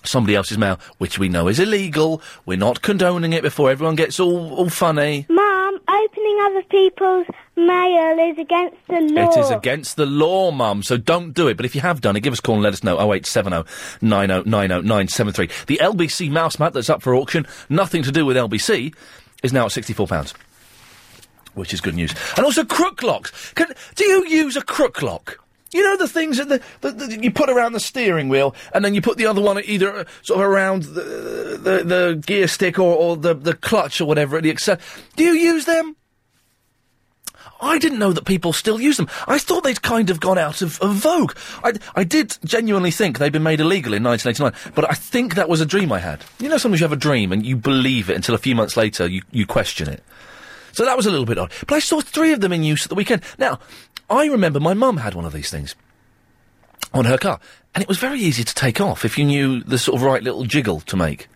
Speaker 2: somebody else's mail, which we know is illegal, we're not condoning it before everyone gets all, all funny.
Speaker 22: Mum, opening other people's mail is against the law.
Speaker 2: It is against the law, Mum, so don't do it. But if you have done it, give us a call and let us know. 0870 oh, 973. The LBC mouse mat that's up for auction, nothing to do with LBC, is now at £64. which is good news. And also crook locks. Can, do you use a crook lock? You know the things that the, the, the, you put around the steering wheel, and then you put the other one either uh, sort of around the the, the gear stick or, or the, the clutch or whatever. The acce- do you use them? I didn't know that people still use them. I thought they'd kind of gone out of, of vogue. I, I did genuinely think they'd been made illegal in 1989, but I think that was a dream I had. You know, sometimes you have a dream and you believe it until a few months later you, you question it. So that was a little bit odd. But I saw three of them in use at the weekend. Now, I remember my mum had one of these things on her car, and it was very easy to take off if you knew the sort of right little jiggle to make.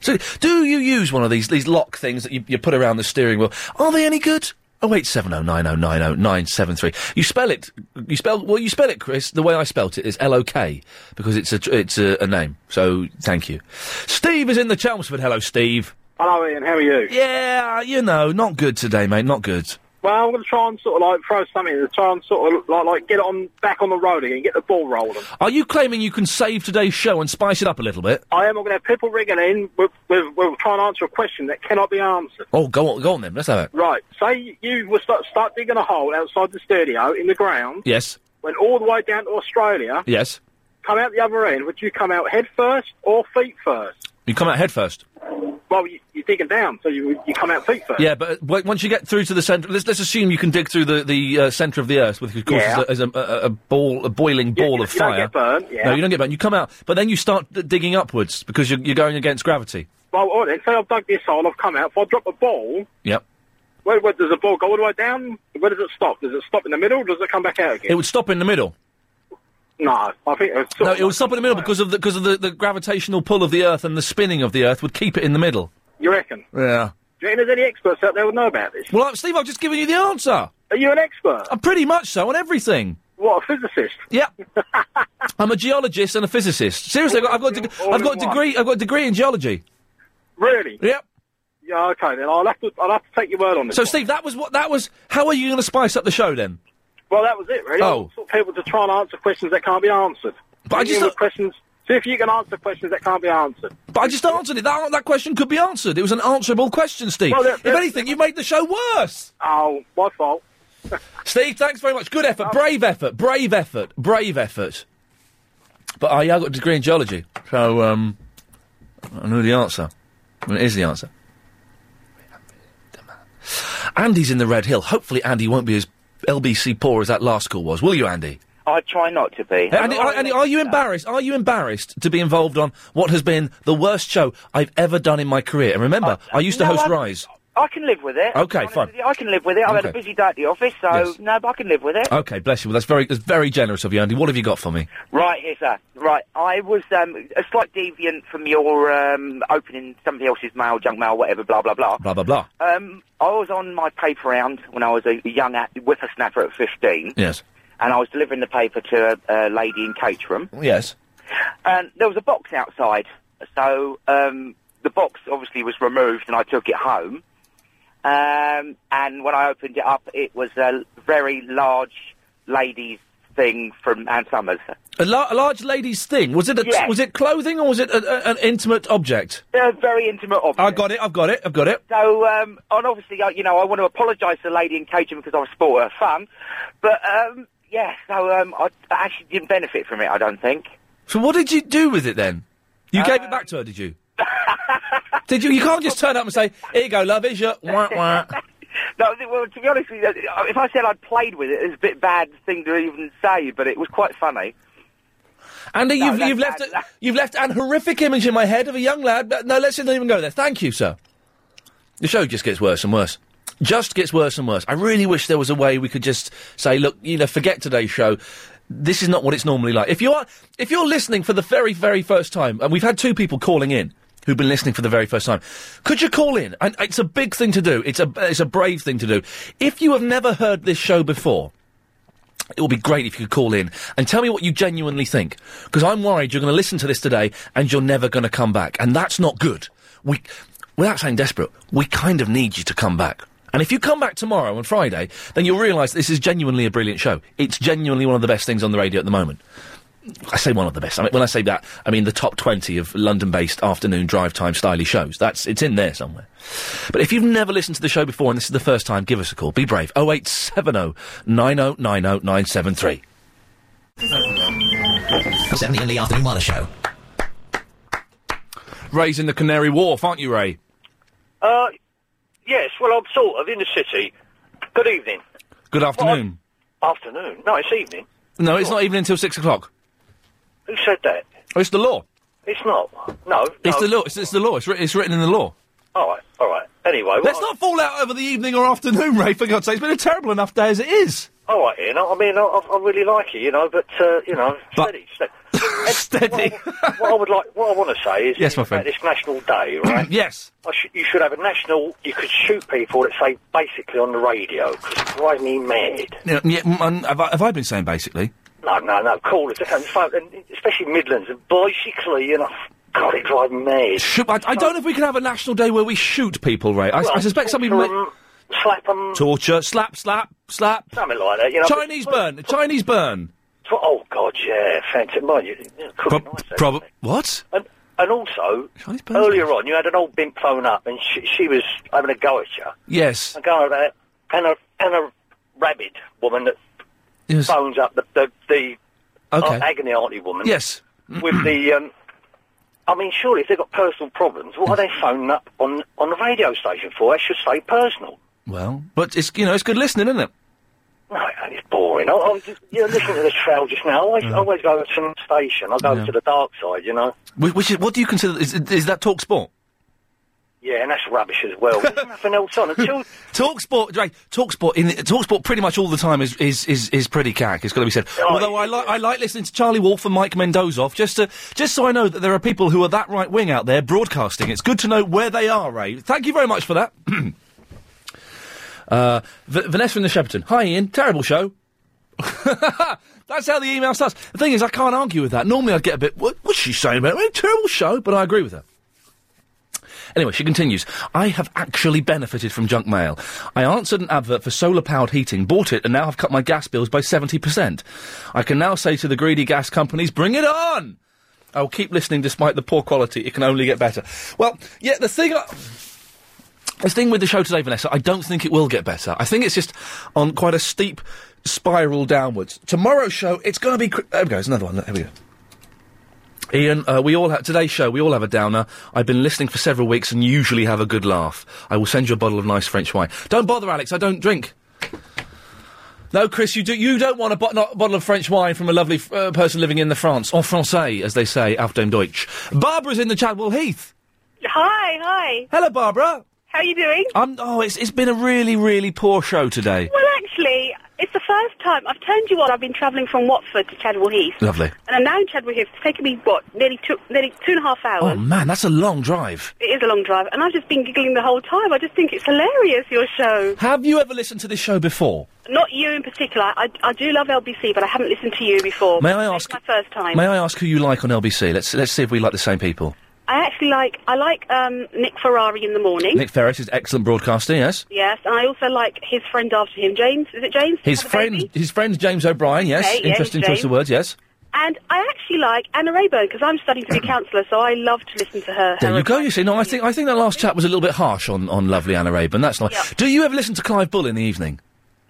Speaker 2: So, do you use one of these these lock things that you, you put around the steering wheel? Are they any good? Oh wait, seven oh nine oh nine oh nine seven three. You spell it. You spell well. You spell it, Chris. The way I spelt it is L O K because it's a tr- it's a, a name. So thank you. Steve is in the Chelmsford. Hello, Steve.
Speaker 8: Hello, Ian. How are you?
Speaker 2: Yeah, you know, not good today, mate. Not good.
Speaker 8: Well, I'm going to try and sort of like throw something to try and sort of like, like get it on back on the road again, get the ball rolling.
Speaker 2: Are you claiming you can save today's show and spice it up a little bit?
Speaker 8: I am. I'm going to have people ringing in. We're, we're, we're trying to answer a question that cannot be answered.
Speaker 2: Oh, go on, go on then. Let's have it.
Speaker 8: Right. Say you were start, start digging a hole outside the studio in the ground,
Speaker 2: Yes.
Speaker 8: went all the way down to Australia,
Speaker 2: Yes.
Speaker 8: come out the other end. Would you come out head first or feet first?
Speaker 2: You come out head first.
Speaker 8: Well, you, you're digging down, so you you come out feet first.
Speaker 2: Yeah, but uh, w- once you get through to the centre, let's, let's assume you can dig through the, the uh, centre of the earth, which of course
Speaker 8: Yeah.
Speaker 2: is, a, is a, a, a ball, a boiling ball of
Speaker 8: you don't
Speaker 2: fire.
Speaker 8: get burnt, yeah.
Speaker 2: No, you don't get burnt. You come out, but then you start d- digging upwards because you're, you're going against gravity.
Speaker 8: Well, all right, then, say I've dug this hole, I've come out. If I drop a ball,
Speaker 2: Yep.
Speaker 8: Where, where does the ball go all the way down? Where does it stop? Does it stop in the middle? or Does it come back out again?
Speaker 2: It would stop in the middle.
Speaker 8: No, I think uh, it's
Speaker 2: No, it would stop in the middle because of the because of the, the gravitational pull of the earth and the spinning of the earth would keep it in the middle.
Speaker 8: you reckon.
Speaker 2: Yeah.
Speaker 8: Do you reckon there's any experts out there would know about this?
Speaker 2: Well, I- Steve, I've just given you the answer.
Speaker 8: Are you an expert?
Speaker 2: I'm pretty much so on everything.
Speaker 8: What a physicist! (laughs)
Speaker 2: Yep. I'm a geologist and a physicist. Seriously, I've got, I've got, a deg-
Speaker 8: All
Speaker 2: I've got
Speaker 8: in
Speaker 2: a
Speaker 8: one.
Speaker 2: degree. I've got a degree in geology.
Speaker 8: Really?
Speaker 2: Yep.
Speaker 8: Yeah. Okay, then I'll have to I'll have to take your word on this.
Speaker 2: So,
Speaker 8: one.
Speaker 2: Steve, that was what that was. How are you going to spice up the show then?
Speaker 8: well, that was it. Really.
Speaker 2: Oh.
Speaker 8: I want people to try and answer questions that can't be answered.
Speaker 2: But I
Speaker 8: Bring
Speaker 2: just
Speaker 8: in
Speaker 2: thought-
Speaker 8: with questions. See if you can answer questions that can't be answered.
Speaker 2: But I just answered it. That that question could be answered. It was an answerable question, Steve.
Speaker 8: Well, there-
Speaker 2: if
Speaker 8: there-
Speaker 2: anything, you made the show worse.
Speaker 8: Oh, my fault.
Speaker 2: (laughs) Steve, thanks very much. Good effort. Brave effort. Brave effort. Brave effort. But I, yeah, I got a degree in geology, so um, I know the answer. I mean, it is the answer. Andy's in the Red Hill. Hopefully, Andy won't be as LBC poor as that last call was. Will you, Andy?
Speaker 14: I try not to be.
Speaker 2: Hey, Andy, are, Andy, are you embarrassed? Are you embarrassed to be involved on what has been the worst show I've ever done in my career? And remember,
Speaker 14: Uh,
Speaker 2: I used to
Speaker 14: no,
Speaker 2: host
Speaker 14: I'm-
Speaker 2: Rise.
Speaker 14: I can live with it.
Speaker 2: Okay,
Speaker 14: Honestly,
Speaker 2: fine.
Speaker 14: I can live with it. I've had a
Speaker 2: Okay.
Speaker 14: busy day at the office, so
Speaker 2: Yes.
Speaker 14: no, but I can live with it.
Speaker 2: Okay, bless you. Well, that's very that's very generous of you, Andy. What have you got for me?
Speaker 14: Right here, sir. Right, I was um, a slight deviant from your um, opening somebody else's mail, junk mail, whatever, blah blah blah.
Speaker 2: Blah blah blah.
Speaker 14: Um, I was on my paper round when I was a young a- whippersnapper at fifteen,
Speaker 2: Yes.
Speaker 14: and I was delivering the paper to a, a lady in Caterham.
Speaker 2: (laughs) Yes.
Speaker 14: And there was a box outside. So um, the box obviously was removed, and I took it home. Um, and when I opened it up, it was a very large lady's thing from Ann Summers.
Speaker 2: A, la- a large lady's thing. Was it a
Speaker 14: Yes.
Speaker 2: was it clothing or was it a, a, an intimate object?
Speaker 14: They're very intimate objects.
Speaker 2: I got it. I've got it. I've got it.
Speaker 14: So, um, and obviously, I- you know, I want to apologise to the lady in Cajun because I spoiled her fun. But, um, yeah, so um, I I actually didn't benefit from it, I don't think.
Speaker 2: So what did you do with it then? You gave
Speaker 14: Uh,
Speaker 2: it back to her, did you? did you? You can't just turn up and say, "Here you go, love.
Speaker 14: (laughs)
Speaker 2: Here's your wah wah."
Speaker 14: No, th- well, to be honest with you, uh, if I said I'd played with it, it's a bit bad thing to even say, but it was quite funny.
Speaker 2: Andy,
Speaker 14: No,
Speaker 2: you've,
Speaker 14: that's
Speaker 2: you've left
Speaker 14: bad.
Speaker 2: a, you've left an horrific image in my head of a young lad. But no, let's not even go there. Thank you, sir. The show just gets worse and worse. Just gets worse and worse. I really wish there was a way we could just say, look, you know, forget today's show. This is not what it's normally like. If you are if you're listening for the very very first time, and we've had two people calling in who've been listening for the very first time, could you call in? And it's a big thing to do. It's a it's a brave thing to do. If you have never heard this show before, it would be great if you could call in and tell me what you genuinely think. Because I'm worried you're going to listen to this today and you're never going to come back. And that's not good. We, without saying desperate, we kind of need you to come back. And if you come back tomorrow and Friday, then you'll realise this is genuinely a brilliant show. It's genuinely one of the best things on the radio at the moment. I say one of the best. I mean, when I say that, I mean the top 20 of London-based afternoon drive time stylish shows. That's it's in there somewhere. But if you've never listened to the show before and this is the first time, give us a call. Be brave. 0870 9090973.
Speaker 10: Seventy in the afternoon Mother Show.
Speaker 2: Ray's in the Canary Wharf, aren't you, Ray?
Speaker 19: Uh, yes, well, I'm sort of in the city. Good evening.
Speaker 2: Good afternoon.
Speaker 19: Afternoon. No, it's evening.
Speaker 2: no, it's not even until six o'clock.
Speaker 19: Who said that?
Speaker 2: Oh, It's the law.
Speaker 19: It's not. No.
Speaker 10: (laughs)
Speaker 19: no.
Speaker 2: It's the law. It's, it's the law. It's, writ it's written in the law.
Speaker 19: All right, all right. Anyway,
Speaker 2: Let's
Speaker 19: well,
Speaker 2: not fall out over the evening or afternoon, Ray. For God's sake, it's been a terrible enough day as it is.
Speaker 19: All right, Ian. I I mean, I, I I really like you, you know, but, uh, you know, steady. Ste-
Speaker 2: (laughs)
Speaker 19: Eh,
Speaker 2: steady.
Speaker 19: What, I- what I would like, what I want to say is,
Speaker 2: Yes, my
Speaker 19: is
Speaker 2: friend.
Speaker 19: about this National Day, right?
Speaker 2: (clears throat) yes.
Speaker 19: I sh- you should have a national, you could shoot people that say basically on the radio, because drive me mad.
Speaker 2: Yeah, yeah, mm, and have, I, have I been saying basically?
Speaker 19: No, no, no, call it, and phone- and especially Midlands, and basically, you know, God, it drives me mad.
Speaker 2: Shoot, I, I don't know if we can have a national day where we shoot people, Ray. I,
Speaker 19: Well,
Speaker 2: I suspect some people
Speaker 19: torture
Speaker 2: may-
Speaker 19: 'em, slap 'em,
Speaker 2: torture, slap, slap, slap.
Speaker 19: something like that, you know. but-
Speaker 2: Chinese burn, Chinese burn.
Speaker 19: Tw- Oh God, yeah, fantastic. Mind you, you know,
Speaker 2: Pro-
Speaker 19: cooking nice. eh?
Speaker 2: prob- what?
Speaker 19: And, and also, earlier on, you had an old bint blown up, and she, she was having a go at you.
Speaker 2: Yes.
Speaker 19: A go at that, and a and a rabid woman that
Speaker 2: Yes.
Speaker 19: phones up the the, the uh,
Speaker 2: Okay.
Speaker 19: agony auntie woman.
Speaker 2: Yes.
Speaker 19: With the,
Speaker 2: (clears throat)
Speaker 19: um, I mean, surely if they've got personal problems, what are they phoning up on on the radio station for? That should say personal.
Speaker 2: Well, but it's you know it's good listening, isn't it?
Speaker 19: No, it's boring. I, I was just, you know, listening to this trail just now. I always, I always go to some station. I go
Speaker 2: Mm. Yeah.
Speaker 19: to the dark side, you know.
Speaker 2: Wh- Which is what do you consider? Is, is that talk sport?
Speaker 19: Yeah, and that's rubbish as
Speaker 2: (laughs)
Speaker 19: well. There's nothing else on. Until,
Speaker 2: Talk sport, Ray. Talk sport in talk sport pretty much all the time is is is, is pretty cack. It's got to be said. Although I like I like listening to Charlie Wolf and Mike Mendozoff just to just so I know that there are people who are that right wing out there broadcasting. It's good to know where they are, Ray. Thank you very much for that. (clears throat) uh, v- Vanessa from the Shepperton. Hi, Ian. Terrible show. (laughs) That's how the email starts. The thing is, I can't argue with that. Normally, I'd get a bit. What, what's she saying about it? Terrible show, but I agree with her. Anyway, she continues. I have actually benefited from junk mail. I answered an advert for solar powered heating, bought it, and now have cut my gas bills by 70%. I can now say to the greedy gas companies, bring it on! I will keep listening despite the poor quality. It can only get better. Well, yeah, the thing. I- the thing with the show today, Vanessa, I don't think it will get better. I think it's just on quite a steep spiral downwards. Tomorrow's show, it's going to be. Cr- there we go, there's another one. There we go. Ian, uh, we all have today's show. We all have a downer. I've been listening for several weeks and usually have a good laugh. I will send you a bottle of nice French wine. Don't bother, Alex. I don't drink. No, Chris, you do. You don't want a, bot- not, a bottle of French wine from a lovely f- uh, person living in the France, en français, as they say, auf dem Deutsch. Barbara's in the Chadwell Heath.
Speaker 23: Hi, hi.
Speaker 2: Hello, Barbara.
Speaker 23: How you doing?
Speaker 2: Um, oh, it's it's been a really really poor show today.
Speaker 23: Well, actually, it's the first time I've turned you on. I've been travelling from Watford to Chadwell Heath,
Speaker 2: Lovely.
Speaker 23: and I'm now in Chadwell Heath. It's taken me what nearly two, nearly two and a half
Speaker 2: Oh
Speaker 23: hours.
Speaker 2: man, that's a long drive.
Speaker 23: It is a long drive, and I've just been giggling the whole time. I just think it's hilarious your show.
Speaker 2: Have you ever listened to this show before?
Speaker 23: Not you in particular. I, I do love LBC, but I haven't listened to you before.
Speaker 2: May I
Speaker 23: It's
Speaker 2: ask-
Speaker 23: My first time.
Speaker 2: May I ask who you like on LBC? Let's let's see if we like the same people.
Speaker 23: I actually like I like um, Nick Ferrari in the morning.
Speaker 2: Nick Ferris is excellent broadcaster. Yes.
Speaker 23: Yes, and I also like his friend after him, James. Is it James?
Speaker 2: His
Speaker 23: Had a
Speaker 2: friend,
Speaker 23: baby?
Speaker 2: his friend James O'Brien. Yes,
Speaker 23: Okay, yeah,
Speaker 2: interesting
Speaker 23: he's
Speaker 2: choice
Speaker 23: James.
Speaker 2: of words. Yes,
Speaker 23: And I actually like Anna Rayburn because I'm studying
Speaker 2: (coughs)
Speaker 23: to be a counsellor, so I love to listen to her.
Speaker 2: there you go. You see, no, I think I think that last chat was a little bit harsh on, on lovely Anna Rayburn. That's nice. Do you ever listen to Clive Bull in the evening?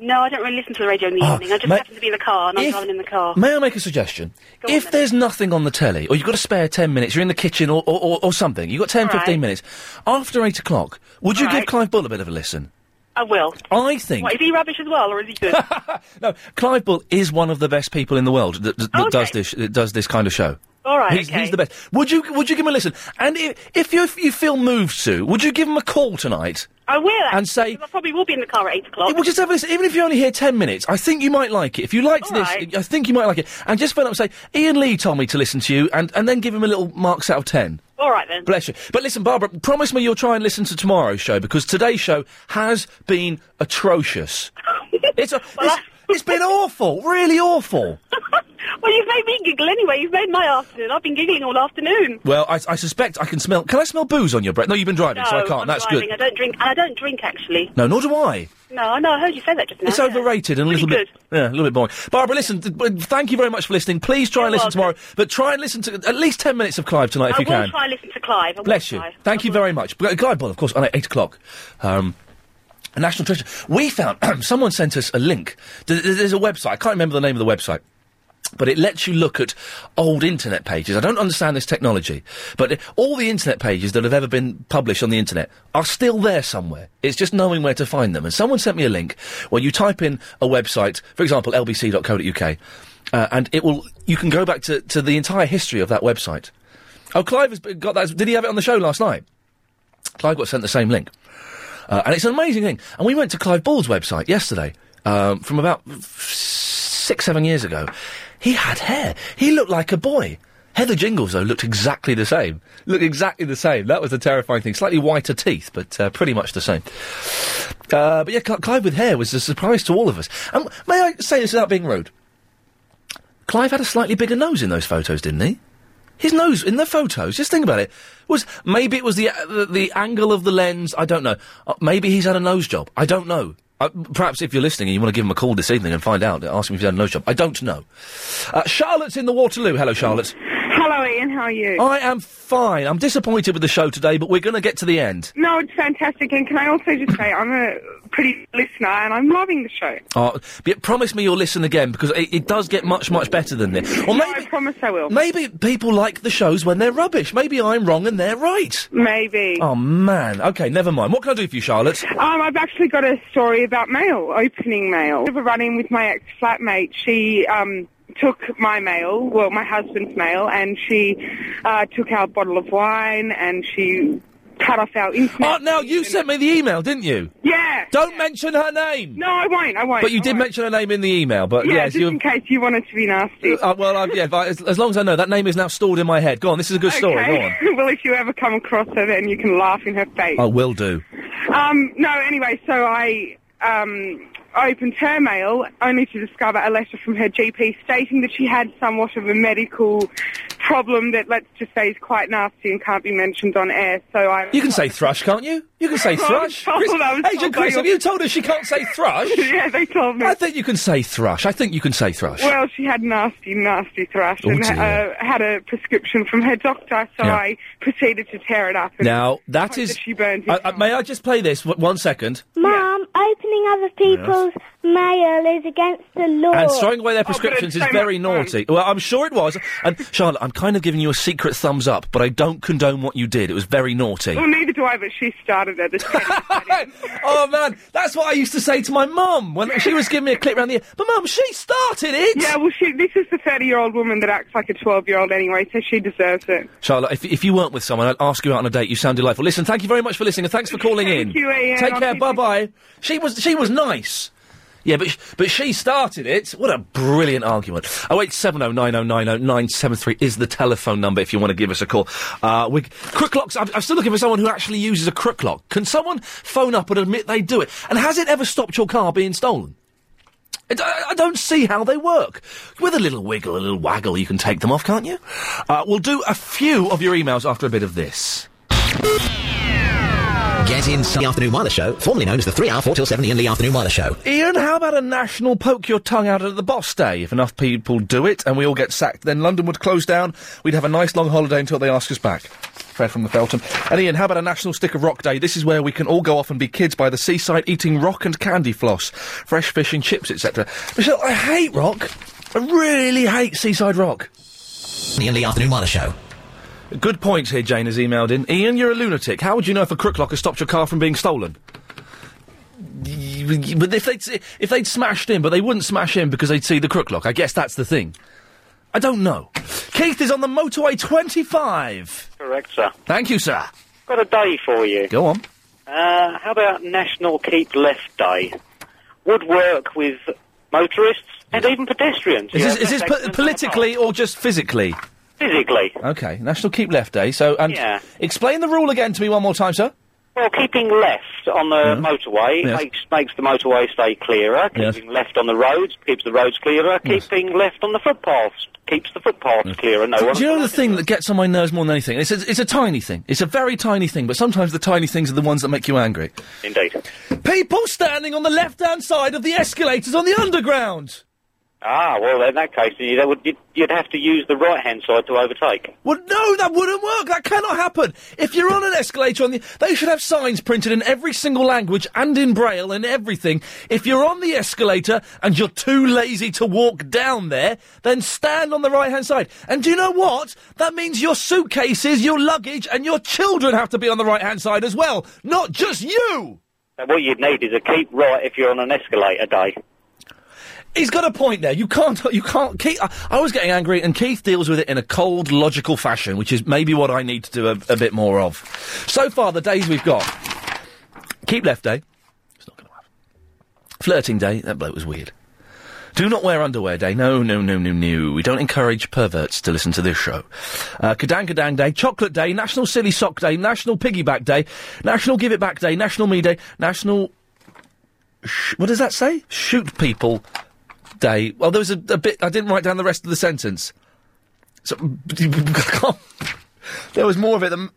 Speaker 23: No, I don't really listen to the radio in the
Speaker 2: Oh,
Speaker 23: evening. I just
Speaker 2: ma-
Speaker 23: happen to be in the car and I'm
Speaker 2: if-
Speaker 23: driving in the car.
Speaker 2: May I make a suggestion? if there's nothing on the telly, or you've got a spare 10 minutes, you're in the kitchen or, or, or, or something, you've got 10,
Speaker 23: All
Speaker 2: 15
Speaker 23: right.
Speaker 2: minutes, after 8 o'clock, would you
Speaker 23: All
Speaker 2: give
Speaker 23: right.
Speaker 2: Clive Bull a bit of a listen?
Speaker 23: I will.
Speaker 2: I think.
Speaker 23: What, is he rubbish as well, or is he
Speaker 2: (laughs)
Speaker 23: good?
Speaker 2: no, Clive Bull is one of the best people in the world that, that, that does, this, that does this kind of show.
Speaker 23: All right,
Speaker 2: He's,
Speaker 23: okay.
Speaker 2: he's the best. Would you would you give him a listen? And if, if you if you feel moved to, would you give him a call tonight?
Speaker 23: I will. Actually,
Speaker 2: And say-
Speaker 23: 'cause I probably will be in the car at eight o'clock. (laughs)
Speaker 2: Well, just have a listen. Even if you only hear ten minutes, I think you might like it. If you liked
Speaker 23: All
Speaker 2: this,
Speaker 23: right.
Speaker 2: I think you might like it. And just phone up and say, Ian Lee told me to listen to you, and, and then give him a little marks out of ten.
Speaker 23: All right then.
Speaker 2: Bless you. But listen, Barbara, promise me you'll try and listen to tomorrow's show because today's show has been atrocious. it's a, it's, It's been awful, really awful.
Speaker 32: Well, you've made me giggle anyway. You've made my afternoon. I've been giggling all afternoon.
Speaker 2: Well, I, I suspect I can smell. Can I smell booze on your breath? No, you've been driving, so I
Speaker 32: No,
Speaker 2: can't.
Speaker 32: I'm
Speaker 2: That's
Speaker 32: driving.
Speaker 2: good.
Speaker 32: I don't drink. And I don't drink actually.
Speaker 2: No, nor do I.
Speaker 32: No, I know. I heard you say that just now.
Speaker 2: It's overrated and a little bit, yeah, a little bit boring. Barbara, listen. th- b- Thank you very much for listening. Please try and listen tomorrow, but try and listen to at least ten minutes of Clive tonight if
Speaker 32: I
Speaker 2: you
Speaker 32: will
Speaker 2: can.
Speaker 32: try and listen to Clive. I will
Speaker 2: Bless you.
Speaker 32: try.
Speaker 2: Thank you very much. But, uh, Glide Ball, of course, on at eight o'clock. Um, a National Treasure. We found (clears throat) someone sent us a link. Th- th- There's a website. I can't remember the name of the website. But it lets you look at old internet pages. I don't understand this technology, but it- all the internet pages that have ever been published on the internet are still there somewhere. It's just knowing where to find them. And someone sent me a link where you type in a website, for example, lbc.co.uk, uh, and it will. You can go back to, to the entire history of that website. Oh, Clive has b- got that. Did he have it on the show last night? Clive got sent the same link. Uh, and it's an amazing thing. And we went to Clive Ball's website yesterday um, from about six, seven years ago. He had hair. He looked like a boy. Heather Jingles, though, looked exactly the same. Looked exactly the same. That was the terrifying thing. Slightly whiter teeth, but uh, pretty much the same. Uh, but yeah, Cl- Clive with hair was a surprise to all of us. And may I say this without being rude? Clive had a slightly bigger nose in those photos, didn't he? His nose in the photos. Just think about it. Was maybe it was the uh, the, the angle of the lens? I don't know. Uh, maybe he's had a nose job. I don't know. Uh, perhaps if you're listening and you want to give him a call this evening and find out, ask him if he's had a nose job. I don't know. Uh, Charlotte's in the Waterloo. Hello, Charlotte.
Speaker 10: Hello, Ian. How are you?
Speaker 2: I am fine. I'm disappointed with the show today, but we're going to get to the end.
Speaker 10: No, it's fantastic. And can I also just say I'm a pretty listener and I'm loving the show.
Speaker 2: Uh, but promise me you'll listen again because it, it does get much, much better than this. Oh, Or maybe, I
Speaker 10: promise I will.
Speaker 2: Maybe people like the shows when they're rubbish. Maybe I'm wrong and they're right.
Speaker 10: Maybe.
Speaker 2: Oh man. Okay, never mind. What can I do for you, Charlotte?
Speaker 10: Um, I've actually got a story about mail, opening mail. I have a run-in with my ex-flatmate. She um, took my mail, well, my husband's mail, and she uh, took our bottle of wine and she cut off our internet.
Speaker 2: Oh, now you sent me the email, didn't you?
Speaker 10: Yeah.
Speaker 2: Don't mention her name.
Speaker 10: No, I won't. I won't.
Speaker 2: But you
Speaker 10: I
Speaker 2: did
Speaker 10: won't.
Speaker 2: mention her name in the email. But
Speaker 10: Yeah,
Speaker 2: yes,
Speaker 10: just
Speaker 2: you.
Speaker 10: in case you wanted to be nasty.
Speaker 2: Uh, well, uh, yeah. But as, as long as I know, that name is now stored in my head. Go on. This is a good story. Go on. Oh.
Speaker 10: okay. (laughs) well, if you ever come across her, then you can laugh in her face.
Speaker 2: I will do.
Speaker 10: Um, no, anyway, so I um, opened her mail only to discover a letter from her GP stating that she had somewhat of a medical problem that, let's just say, is quite nasty and can't be mentioned on air. So I. (laughs)
Speaker 2: You can say thrush, can't you? You can say
Speaker 10: I was
Speaker 2: thrush.
Speaker 10: told-
Speaker 2: Chris-
Speaker 10: I was told
Speaker 2: Agent
Speaker 10: by
Speaker 2: Chris,
Speaker 10: your-
Speaker 2: have you told her she can't say thrush?
Speaker 10: (laughs) yeah, they told me.
Speaker 2: I think you can say thrush. I think you can say thrush.
Speaker 10: Well, she had nasty, nasty thrush
Speaker 2: Oh,
Speaker 10: and
Speaker 2: dear.
Speaker 10: uh, had a prescription from her doctor, so
Speaker 2: Yeah.
Speaker 10: I proceeded to tear it up. And
Speaker 2: now that
Speaker 10: hope
Speaker 2: is.
Speaker 10: that she burned
Speaker 2: Uh, uh, may I just play this w- one second?
Speaker 33: Mum, opening other people's mail is against the law.
Speaker 2: And throwing away their prescriptions is very naughty. Well, I'm sure it was. And Charlotte, I'm kind of giving you a secret thumbs up, but I don't condone what you did. It was very naughty.
Speaker 10: Well, neither do I, but she started at the
Speaker 2: (laughs) oh man, that's what I used to say to my mum when she was giving me a clip round the ear. But mum, she started it.
Speaker 10: Yeah, well, she, this is the 30-year-old woman that acts like a 12-year-old anyway, so she deserves it.
Speaker 2: Charlotte, if, if you weren't with someone, I'd ask you out on a date. You sound delightful. Listen, thank you very much for listening, and thanks for calling in.
Speaker 10: you, Ian.
Speaker 2: Take
Speaker 10: I'll
Speaker 2: care.
Speaker 10: keep-
Speaker 2: Bye bye. She was she was nice. Yeah, but sh- but she started it. What a brilliant argument! Oh wait, seven zero nine zero nine zero nine seven three is the telephone number if you want to give us a call. Uh, we crook locks. I'm, I'm still looking for someone who actually uses a crook lock. Can someone phone up and admit they do it? And has it ever stopped your car being stolen? I, I- I don't see how they work. With a little wiggle, a little waggle, you can take them off, can't you? Uh, we'll do a few of your emails after a bit of this.
Speaker 34: Get in Sunday Afternoon Wireless Show, formerly known as the 3 Hour 4 till 7 Ian Lee Afternoon Wireless Show.
Speaker 2: Ian, how about a national poke your tongue out at the boss day? If enough people do it and we all get sacked, then London would close down. We'd have a nice long holiday until they ask us back. Fred from the Feltham. And Ian, how about a national stick of rock day? This is where we can all go off and be kids by the seaside eating rock and candy floss, fresh fish and chips, etc. Michelle, I hate rock. I really hate seaside rock.
Speaker 34: Ian Lee Afternoon Wireless Show.
Speaker 2: Good points here, Jane has emailed in. Ian, you're a lunatic. How would you know if a crook lock has stopped your car from being stolen? Y- But if they'd, if they'd smashed in, but they wouldn't smash in because they'd see the crook lock. I guess that's the thing. I don't know. Keith is on the motorway 25.
Speaker 11: Correct, sir.
Speaker 2: Thank you, sir.
Speaker 11: Got a day for you.
Speaker 2: Go on.
Speaker 11: Uh, how about National Keep Left Day? Would work with motorists and even pedestrians.
Speaker 2: Is
Speaker 11: Yeah,
Speaker 2: this, is this
Speaker 11: that's
Speaker 2: po- politically or just physically?
Speaker 11: Physically.
Speaker 2: Okay, National Keep Left Day. So, and
Speaker 11: Yeah.
Speaker 2: explain the rule again to me one more time, sir.
Speaker 11: Well, keeping left on the motorway
Speaker 2: Mm-hmm. Yes.
Speaker 11: makes makes the motorway stay clearer.
Speaker 2: Yes.
Speaker 11: Keeping left on the roads keeps the roads clearer. Keeping left on the footpaths keeps the footpaths clearer. No one.
Speaker 2: Do you know the thing that gets on my nerves more than anything? It's a, it's a tiny thing. It's a very tiny thing, but sometimes the tiny things are the ones that make you angry.
Speaker 11: Indeed.
Speaker 2: People standing on the left-hand side of the escalators on the underground.
Speaker 11: Ah, well, in that case, you, that would, you'd, you'd have to use the right-hand side to overtake.
Speaker 2: Well, no, that wouldn't work. That cannot happen. If you're on an escalator, on the, they should have signs printed in every single language and in braille and everything. If you're on the escalator and you're too lazy to walk down there, then stand on the right hand side. And do you know what? That means your suitcases, your luggage, and your children have to be on the right hand side as well, not just you.
Speaker 11: And what you'd need is a keep right if you're on an escalator day.
Speaker 2: He's got a point there. You can't. You can't. Keith, I, I was getting angry, and Keith deals with it in a cold, logical fashion, which is maybe what I need to do a, a bit more of. So far, the days we've got: keep left day. It's not going to happen. Flirting day. That bloke was weird. Do not wear underwear day. No, no, no, no, no. We don't encourage perverts to listen to this show. Uh, Kadang Kadang day, Chocolate day, National Silly Sock day, National Piggyback day, National Give It Back day, National Me day, National sh- what does that say? Shoot people day. Well, there was a, a bit. I didn't write down the rest of the sentence. So (laughs) there was more of it than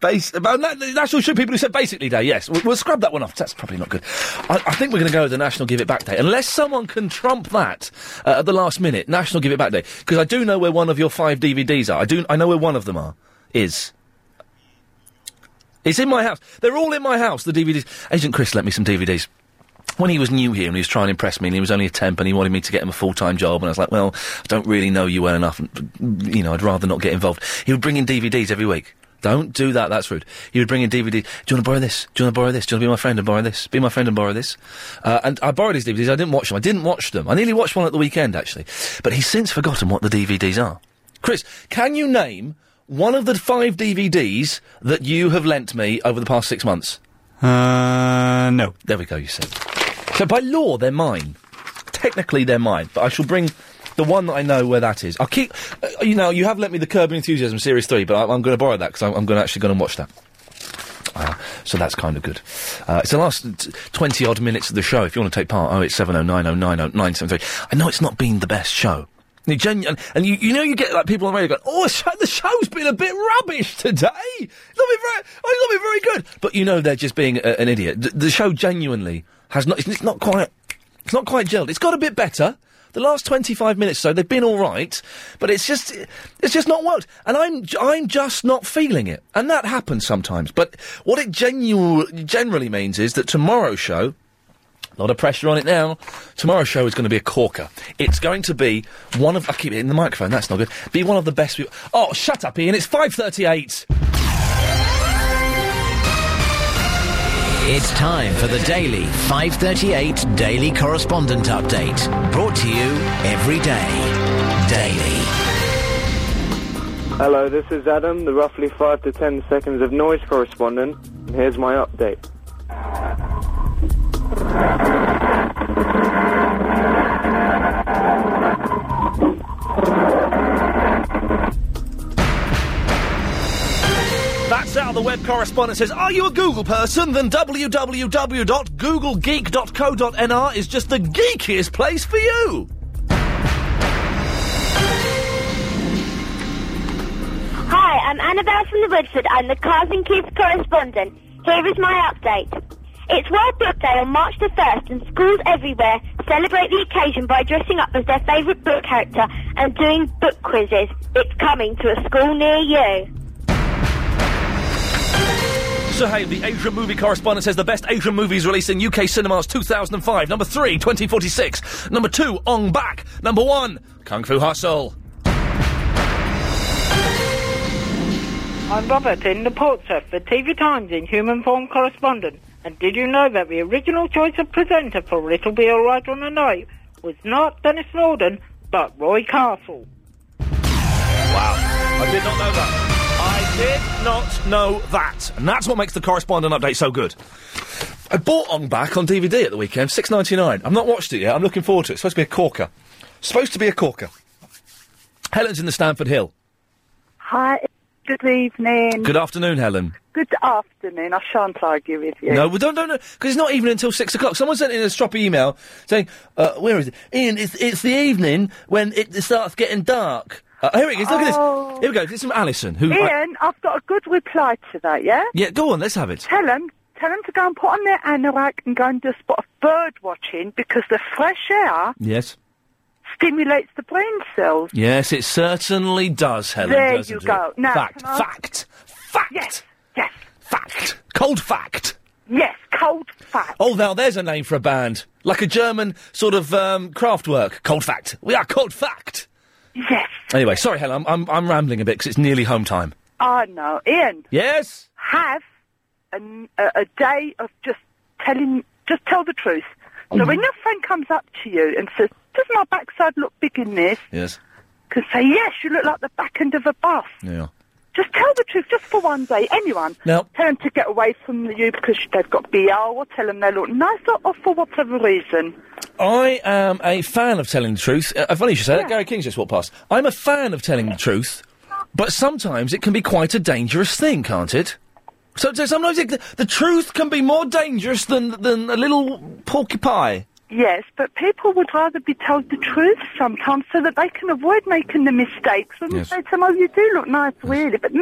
Speaker 2: base. About na- the national shoot people who said basically day. Yes, we'll, we'll scrub that one off. That's probably not good. I, I think we're going to go with the national give it back day, unless someone can trump that uh, at the last minute. National give it back day, because I do know where one of your five DVDs are. I do. I know where one of them are. Is. It's in my house. They're all in my house, the DVDs. Agent Chris lent me some DVDs. When he was new here and he was trying to impress me and he was only a temp and he wanted me to get him a full-time job and I was like, well, I don't really know you well enough. And, you know, I'd rather not get involved. He would bring in DVDs every week. Don't do that. That's rude. He would bring in DVDs. Do you want to borrow this? Do you want to borrow this? Do you want to be my friend and borrow this? Be my friend and borrow this? Uh, and I borrowed his DVDs. I didn't watch them. I didn't watch them. I nearly watched one at the weekend, actually. But he's since forgotten what the DVDs are. Chris, can you name one of the five DVDs that you have lent me over the past six months? Uh, no. There we go, you see. So by law, they're mine. Technically, they're mine, but I shall bring the one that I know where that is. I'll keep, uh, you know, you have lent me the Curb Your Enthusiasm Series 3, but I, I'm going to borrow that because I'm, I'm gonna actually going to watch that. Uh, so that's kind of good. Uh, it's the last t- 20 odd minutes of the show. If you want to take part, oh, it's 709090973. I know it's not been the best show. You genu- and- and you, you know you get like people on the radio going, oh, so the show's been a bit rubbish today. It's Not been very, oh, it's not been very good. But you know they're just being a, an idiot. D- the show genuinely has not, it's, it's not quite, it's not quite gelled. It's got a bit better. The last 25 minutes or so, they've been all right, but it's just, it's just not worked. And I'm, I'm just not feeling it. And that happens sometimes. But what it genu- generally means is that tomorrow's show, a lot of pressure on it now. Tomorrow's show is going to be a corker. It's going to be one of. I keep it in the microphone. That's not good. Be one of the best. We, oh, shut up, Ian! It's five thirty-eight.
Speaker 25: It's time for the daily 538 Daily Correspondent Update. Brought to you every day. Daily.
Speaker 8: Hello, this is Adam, the roughly 5 to 10 seconds of noise correspondent, and here's my update.
Speaker 2: That's how the web correspondent says. Are you a Google person? Then www.googlegeek.co.nr is just the geekiest place for you.
Speaker 17: Hi, I'm Annabelle from the Woodford. I'm the Cars and Kids correspondent. Here is my update. It's World Book Day on March the 1st and schools everywhere celebrate the occasion by dressing up as their favourite book character and doing book quizzes. It's coming to a school near you.
Speaker 2: So hey, the Asian movie correspondent says the best Asian movies released in UK cinemas 2005. Number three, 2046. Number two, Ong Bak. Number one, Kung Fu Hustle.
Speaker 26: I'm Robert in the Portsmouth, the TV Times in human form correspondent. And did you know that the original choice of presenter for It'll Be Alright on the Night was not Dennis Norden, but Roy Castle?
Speaker 2: Wow, I did not know that. I did not know that, and that's what makes the correspondent update so good. I bought Ong Bak on DVD at the weekend, six ninety nine. I've not watched it yet. I'm looking forward to it. It's supposed to be a corker. Supposed to be a corker. Helen's in the Stanford Hill.
Speaker 35: Hi,
Speaker 26: Good evening.
Speaker 2: Good afternoon, Helen.
Speaker 26: Good afternoon. I shan't argue with you.
Speaker 2: No, we don't, don't, because it's not even until six o'clock. Someone sent in a stroppy email saying, uh, "Where is it, Ian? It's, it's the evening when it starts getting dark." Uh, here it is. Look at this.
Speaker 26: Oh.
Speaker 2: Here we go. This is from Alison. Who? I-
Speaker 26: Ian, I've got a good reply to that, yeah?
Speaker 2: yeah, go on. Let's have it.
Speaker 26: Tell them, tell them to go and put on their anorak and go and do a spot of bird watching because the fresh air
Speaker 2: Yes,
Speaker 26: stimulates the brain cells.
Speaker 2: yes, it certainly does, Helen.
Speaker 26: there
Speaker 2: doesn't
Speaker 26: you
Speaker 2: it?
Speaker 26: go. Now,
Speaker 2: fact,
Speaker 26: can I-
Speaker 2: fact, fact.
Speaker 26: Yes, yes,
Speaker 2: cold fact.
Speaker 26: yes, cold fact.
Speaker 2: Oh, now there's a name for a band, like a German sort of um, craftwork. Cold fact. We are cold fact.
Speaker 26: Yes,
Speaker 2: Anyway, sorry, Helen. I'm I'm, I'm rambling a bit because it's nearly home time.
Speaker 26: I know. Ian,
Speaker 2: Yes.
Speaker 26: have an, a, a day of just telling, just tell the truth. So when your friend comes up to you and says, does my backside look big in this?
Speaker 2: Yes.
Speaker 26: Can say, yes, you look like the back end of a bus.
Speaker 2: Yeah.
Speaker 26: Just tell the truth, just for one day, anyone.
Speaker 2: No.
Speaker 26: Tell them to get away from you because they've got BR, or tell them they look nicer, or for whatever reason.
Speaker 2: I am a fan of telling the truth. Uh, funny you should say that. Gary King's just walked past. I'm a fan of telling the truth, but sometimes it can be quite a dangerous thing, can't it? So, so sometimes it, the, the truth can be more dangerous than than a little porcupine.
Speaker 26: Yes, but people would rather be told the truth sometimes so that they can avoid making the mistakes. When
Speaker 2: Yes.
Speaker 26: they say to them, oh, you do look nice, really, but they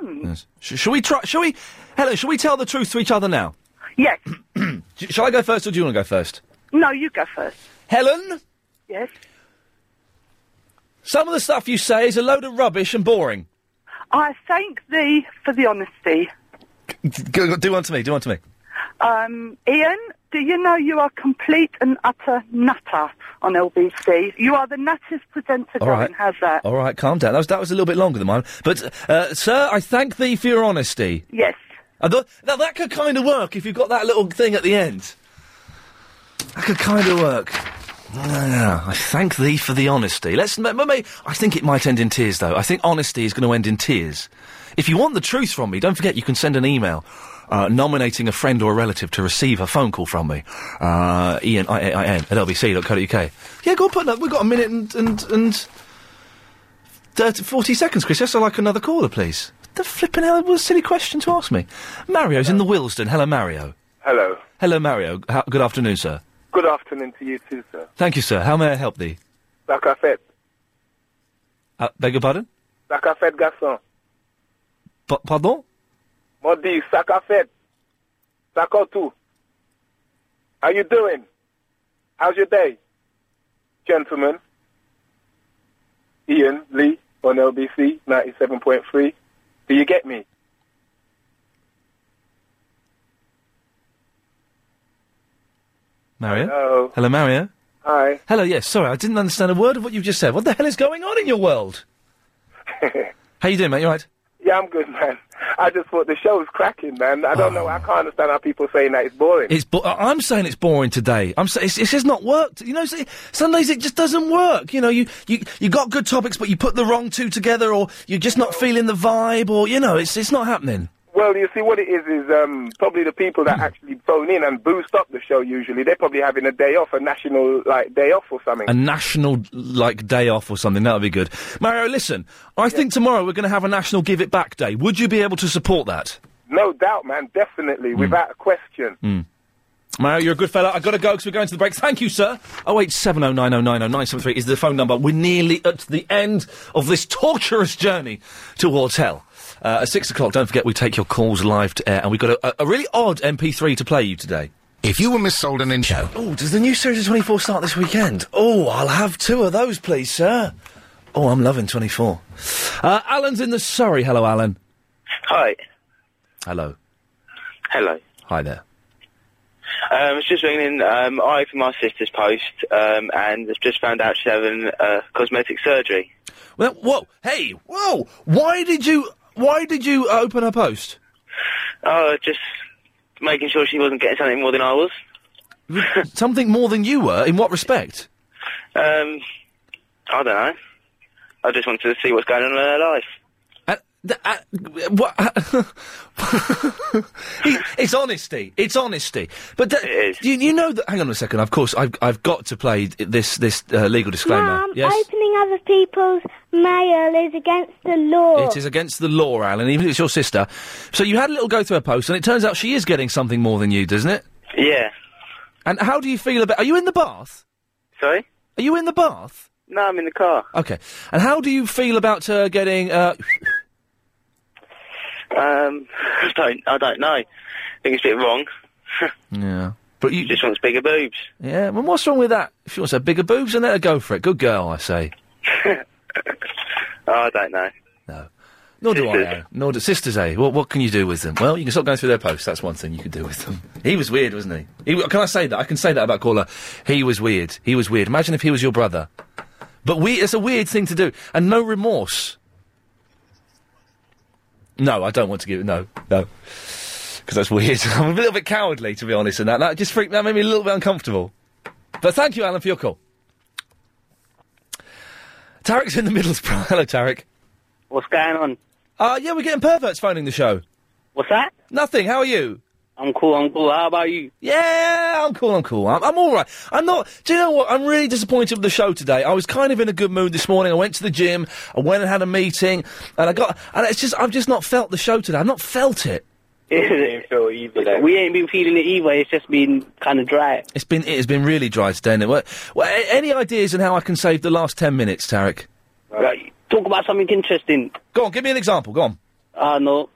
Speaker 26: don't.
Speaker 2: Yes. Sh- shall we try? Shall we? Helen, shall we tell the truth to each other now?
Speaker 26: Yes.
Speaker 2: (clears throat) Sh- shall I go first, or do you want to go first?
Speaker 26: No, you go first.
Speaker 2: Helen,
Speaker 26: Yes.
Speaker 2: some of the stuff you say is a load of rubbish and boring.
Speaker 26: I thank thee for the honesty.
Speaker 2: Go, go- do one to me. Do one to me.
Speaker 26: Um, Ian, do you know you are complete and utter nutter on LBC? You are the nuttest presenter
Speaker 2: All right. Oh.
Speaker 26: going. How's that?
Speaker 2: All right, calm down. That was, that was a little bit longer than mine. But, uh, sir, I thank thee for your honesty.
Speaker 26: Yes.
Speaker 2: I thought- now, that could kind of work if you've got that little thing at the end. That could kind of work. Ah, I thank thee for the honesty. Let's. ma- ma- ma- I think it might end in tears, though. I think honesty is going to end in tears. If you want the truth from me, don't forget you can send an email uh, nominating a friend or a relative to receive a phone call from me. Uh, Ian, I-A-I-N, at lbc.co.uk. Yeah, go on, put that. We've got a minute and, and, and 30, 40 seconds, Chris. Yes, I like another caller, please. The flipping hell, what a silly question to ask me. Mario's in the Willesden. Hello, Mario.
Speaker 27: Hello.
Speaker 2: Hello, Mario. How, good afternoon, sir.
Speaker 27: Good afternoon to you too, sir.
Speaker 2: Thank you, sir. How may I help thee?
Speaker 27: La cafette.
Speaker 2: Uh, beg your pardon?
Speaker 27: La cafette, garçon.
Speaker 2: P- pardon?
Speaker 27: Mon Dieu, sa cafette. Sa tout. How you doing? How's your day? Gentlemen. Ian Lee on LBC 97.3. Do you get me?
Speaker 2: Mario?
Speaker 27: Hello. (laughs)
Speaker 2: Hello, Mario.
Speaker 27: Hi.
Speaker 2: Hello, yes. Sorry, I didn't understand a word of what you just said. What the hell is going on in your world? How you doing, mate? You all right?
Speaker 27: Yeah, I'm good, man. I just thought the show was cracking, man. I don't know. I can't understand how people saying that it's boring.
Speaker 2: It's bo- I- I'm saying it's boring today. I'm saying it's, it's just not worked. You know, s- some days it just doesn't work. You know, you, you you got good topics, but you put the wrong two together, or you're just not feeling the vibe, or you know, it's it's not happening.
Speaker 27: Well, you see, what it is is um, probably the people that actually phone in and boost up the show. Usually, they're probably having a day off, a national like day off or something.
Speaker 2: A national like day off or something that would be good. Mario, listen, I think tomorrow we're going to have a national Give It Back Day. Would you be able to support that?
Speaker 27: no doubt, man. Definitely, without a question.
Speaker 2: Mm. Mario, you're a good fella. I've got to go because we're going to the break. Thank you, sir. Oh, 08709090973 is the phone number. We're nearly at the end of this torturous journey towards hell. Uh, at six o'clock, don't forget we take your calls live to air, and we've got a, a- a really odd MP3 to play you today.
Speaker 9: If you were missold an in show.
Speaker 2: Oh, does the new series of 24 start this weekend? Oh, I'll have two of those, please, sir. Oh, I'm loving 24. Uh, Alan's in the Surrey. Hello, Alan.
Speaker 8: Hi.
Speaker 2: Hello.
Speaker 8: Hello.
Speaker 2: Hi there.
Speaker 8: Um, it's just ringing. in, Um, I for my sister's post, um, and I've just found out she's having uh, cosmetic surgery.
Speaker 2: Well, whoa, hey, whoa! Why did you? Why did you uh, open her post?
Speaker 8: Oh, just making sure she wasn't getting something more than I was.
Speaker 2: Something more than you were. In what respect?
Speaker 8: Um, I don't know. I just wanted to see what's going on in her life.
Speaker 2: th- uh, what, (laughs) He- it's honesty. It's honesty. But th- You, you know that. Hang on a second. Of course, I've I've got to play this this uh, legal disclaimer.
Speaker 22: Mum,
Speaker 2: yes.
Speaker 22: opening other people's mail is against the law.
Speaker 2: It is against the law, Alan, even if it's your sister. So you had a little go through her post, and it turns out she is getting something more than you, doesn't it?
Speaker 8: Yeah.
Speaker 2: And how do you feel about? Are you in the bath?
Speaker 8: Sorry.
Speaker 2: Are you in the bath?
Speaker 8: No, I'm in the car.
Speaker 2: Okay. And how do you feel about her getting? Uh,
Speaker 8: Um, (laughs) I don't, I don't know. I think it's a bit wrong.
Speaker 2: yeah. But you
Speaker 8: just wants bigger boobs.
Speaker 2: Yeah. Well, what's wrong with that? If she wants to have bigger boobs, then let her go for it. Good girl, I say.
Speaker 8: Oh, I don't know.
Speaker 2: Nor do I. Alan. Nor do sisters. Eh? What, what can you do with them? Well, you can stop going through their posts. That's one thing you can do with them. (laughs) He was weird, wasn't he? he can I say that? I can say that about caller. He was weird. He was weird. Imagine if he was your brother. But we, it's a weird thing to do, and no remorse. No, I don't want to give. No, no, because that's weird. (laughs) I'm a little bit cowardly, to be honest. And that that just freaked. That made me a little bit uncomfortable. But thank you, Alan, for your call. Tarek's in the (laughs) Middlesbrough. Hello, Tarek.
Speaker 11: What's going on?
Speaker 2: Uh, yeah, we're getting perverts phoning the show.
Speaker 11: What's that?
Speaker 2: Nothing. How are you?
Speaker 11: I'm cool. I'm cool. How about
Speaker 8: (laughs)
Speaker 11: you?
Speaker 2: Yeah, I'm cool. I'm cool. I'm, I'm all right. I'm not. Do you know what? I'm really disappointed with the show today. I was kind of in a good mood this morning. I went to the gym. I went and had a meeting, and I got. And it's just I've just not felt the show today. I've not felt it.
Speaker 11: we ain't been feeling it either. It's just been kind of dry.
Speaker 2: It's been it has been really dry today. Isn't it? Well, well, a- any ideas on how I can save the last ten minutes, Tarek?
Speaker 11: Right. Talk about something interesting.
Speaker 2: Go on. Give me an example. Go on.
Speaker 11: I know.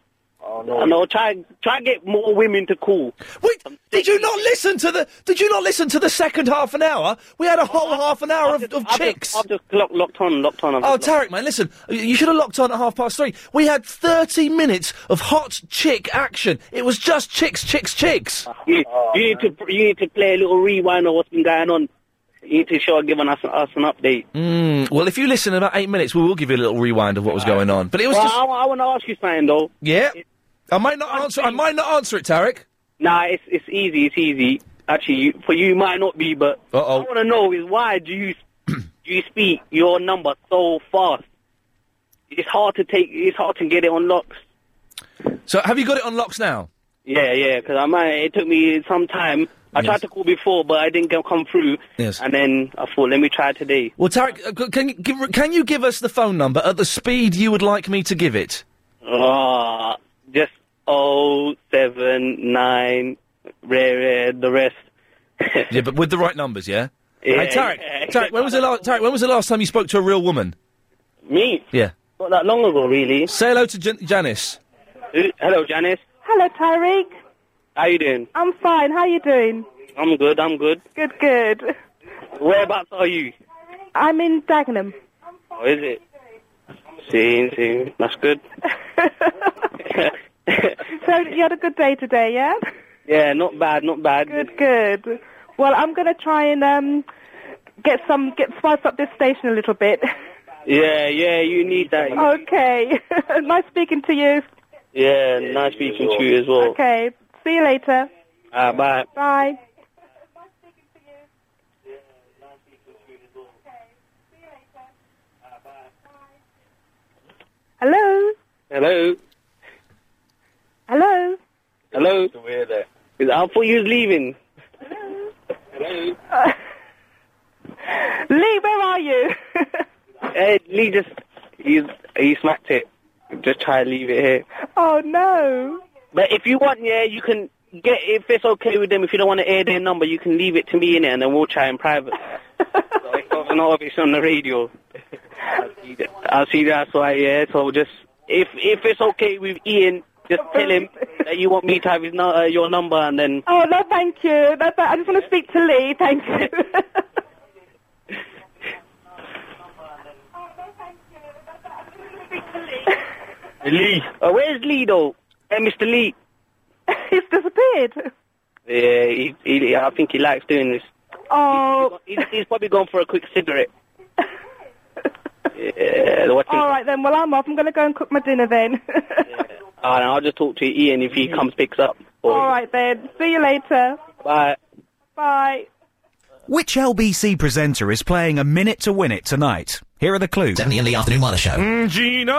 Speaker 11: I know. Try try get more women to call.
Speaker 2: Wait, did you not listen to the? Did you not listen to the second half an hour? We had a whole half an hour of, of chicks.
Speaker 11: Uh-huh. I've just locked, locked on, locked on. I've
Speaker 2: Oh,
Speaker 11: just locked-
Speaker 2: Tarek, man, listen, y- you should have locked on at half past three. We had 30 minutes of hot chick action. It was just chicks, chicks, chicks.
Speaker 11: you, you need to you need to play a little rewind of what's been going on. You need to show giving us us an update.
Speaker 2: Mm, well, if you listen in about eight minutes, we will give you a little rewind of what was going on. But it was
Speaker 11: Well,
Speaker 2: just.
Speaker 11: I, want to ask you something though.
Speaker 2: Yeah. I might not answer. I might not answer it, Tarek.
Speaker 11: Nah, it's it's easy. It's easy. Actually, you, for you it might not be, but
Speaker 2: Uh-oh.
Speaker 11: I want to know is why do
Speaker 2: (clears throat)
Speaker 11: you do you speak your number so fast? It's hard to take. It's hard to get it on locks.
Speaker 2: So, have you got it on locks now?
Speaker 11: Yeah, yeah. Because I might. It took me some time. I tried to call before, but I didn't go- come through.
Speaker 2: Yes.
Speaker 11: And then I thought, let me try today.
Speaker 2: Well, Tarek, uh, c- can you, give, can you give us the phone number at the speed you would like me to
Speaker 11: (laughs)
Speaker 2: give it?
Speaker 11: Ah, just oh seven nine, rare, rare, the rest.
Speaker 2: yeah, but with the right numbers, yeah?
Speaker 11: Yeah,
Speaker 2: hey, Tarek,
Speaker 11: (laughs) yeah.
Speaker 2: Tarek, when was the last, Tarek, when was the last time you spoke to a real woman?
Speaker 11: Me?
Speaker 2: Yeah.
Speaker 11: Not that long ago, really.
Speaker 2: Say hello to Jan- Janice.
Speaker 11: Hello, Janice.
Speaker 12: Hello, Tyreek.
Speaker 11: How you doing?
Speaker 12: I'm fine. How you doing?
Speaker 11: I'm good. I'm good.
Speaker 12: Good, good.
Speaker 11: Whereabouts are you?
Speaker 12: I'm
Speaker 26: (laughs)
Speaker 12: in Dagenham.
Speaker 11: Oh, is it? See, see, that's good. (laughs)
Speaker 12: So you had a good day today, yeah?
Speaker 11: yeah, not bad, not bad.
Speaker 12: Good, good. Well, I'm gonna try and um get some get spice up this station a little bit.
Speaker 11: Yeah, yeah, you need
Speaker 12: (laughs)
Speaker 11: that.
Speaker 12: Oh. okay. nice speaking to you.
Speaker 11: Yeah, nice speaking to you as well.
Speaker 12: Okay. See you later.
Speaker 11: Uh, bye.
Speaker 12: Bye. Hello.
Speaker 11: Hello,
Speaker 12: Hello.
Speaker 11: hello. I thought you was leaving.
Speaker 13: (laughs)
Speaker 12: Uh, Lee, where are you?
Speaker 11: (laughs) Hey, Lee, just you, you smacked it. Just try and leave it here.
Speaker 12: oh no.
Speaker 11: But if you want, yeah, you can get. If it's okay with them, if you don't want to air their number, you can leave it to me in there, and then we'll try in private. (laughs) so it's not not obviously on the radio. I'll see that's why. Yeah, so just if if it's okay with Ian, just tell him that you want me to have his nu- uh, your number, and then
Speaker 12: Oh no, thank you. No, th- I just want to speak to Lee. Thank you.
Speaker 11: (laughs) Lee. Uh, where's Lee though? Hey, Mr. Lee.
Speaker 12: (laughs) He's disappeared.
Speaker 11: Yeah, he, he, I think he likes doing this.
Speaker 12: Oh.
Speaker 11: He's, he's probably gone for a quick
Speaker 13: (laughs)
Speaker 11: cigarette. yeah, what
Speaker 12: All right then. Well, I'm off. I'm going to go and cook my dinner then. (laughs)
Speaker 11: Alright, I'll just talk to Ian if he comes picks up.
Speaker 12: All right then. See you later.
Speaker 11: Bye.
Speaker 12: Bye.
Speaker 14: Which LBC presenter is playing a minute to win it tonight? Here are the clues. Definitely in the afternoon while the show.
Speaker 2: Gina!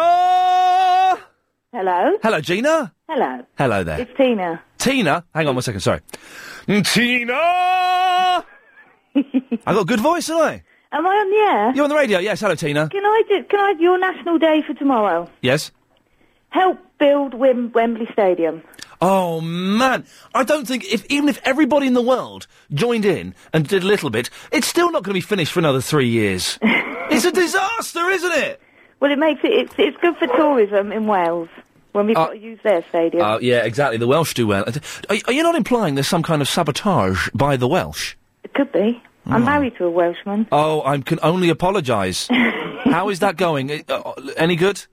Speaker 30: Hello.
Speaker 2: Hello, Gina.
Speaker 30: (laughs) Hello.
Speaker 2: Hello there.
Speaker 30: It's Tina.
Speaker 2: Tina, hang on one second, sorry. Mm, Tina! I got a good voice, haven't I?
Speaker 30: Am I on the air?
Speaker 2: You on the radio? Yes, hello, Tina.
Speaker 30: Can I do? Can I have your national day for tomorrow?
Speaker 2: Yes?
Speaker 30: Help build Wem- Wembley Stadium.
Speaker 2: Oh, man. I don't think, if even if everybody in the world joined in and did a little bit, it's still not going to be finished for another three
Speaker 30: (laughs)
Speaker 2: years. it's a disaster, isn't it?
Speaker 30: Well, it makes it. It's, it's good for tourism in Wales when we've
Speaker 2: Uh,
Speaker 30: got to use their stadium.
Speaker 2: Uh, yeah, exactly. The Welsh do well. Are, are you not implying there's some kind of sabotage by the Welsh?
Speaker 30: it could be.
Speaker 11: Hmm.
Speaker 30: I'm married to a Welshman.
Speaker 2: Oh, I can only apologise. How is that going? Uh, uh, any good?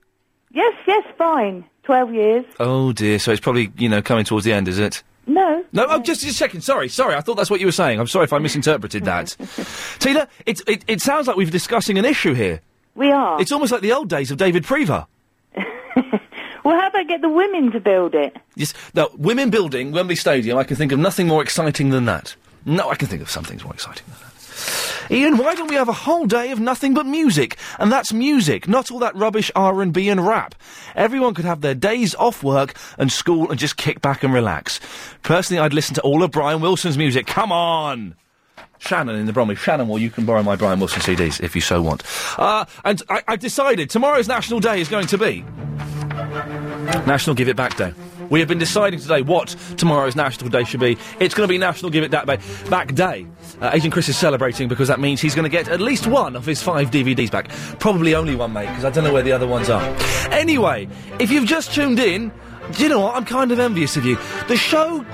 Speaker 30: Yes, yes, fine. Twelve years.
Speaker 2: Oh dear. So it's probably you know coming towards the end, is it?
Speaker 30: No.
Speaker 2: No, oh, just a second. Sorry, sorry. I thought that's what you were saying. I'm sorry if I misinterpreted that. Tina, it's, it, it sounds like we're discussing an issue here.
Speaker 30: We are.
Speaker 2: It's almost like the old days of David Prever.
Speaker 30: Well, how about get the women to build it?
Speaker 2: Yes, no, women building Wembley Stadium. I can think of nothing more exciting than that. No, I can think of some things more exciting than that. Ian, why don't we have a whole day of nothing but music? And that's music, not all that rubbish R and B and rap. Everyone could have their days off work and school and just kick back and relax. Personally, I'd listen to all of Brian Wilson's music. Come on. Shannon in the Bromley. Shannon, well, you can borrow my Brian Wilson CDs if you so want. Uh, and I, I've decided tomorrow's National Day is going to be National Give It Back Day. We have been deciding today what tomorrow's National Day should be. It's going to be National Give It Da- Ba- Back Day. Uh, Agent Chris is celebrating because that means he's going to get at least one of his five DVDs back. Probably only one, mate, because I don't know where the other ones are. Anyway, if you've just tuned in, do you know what? I'm kind of envious of you. The show.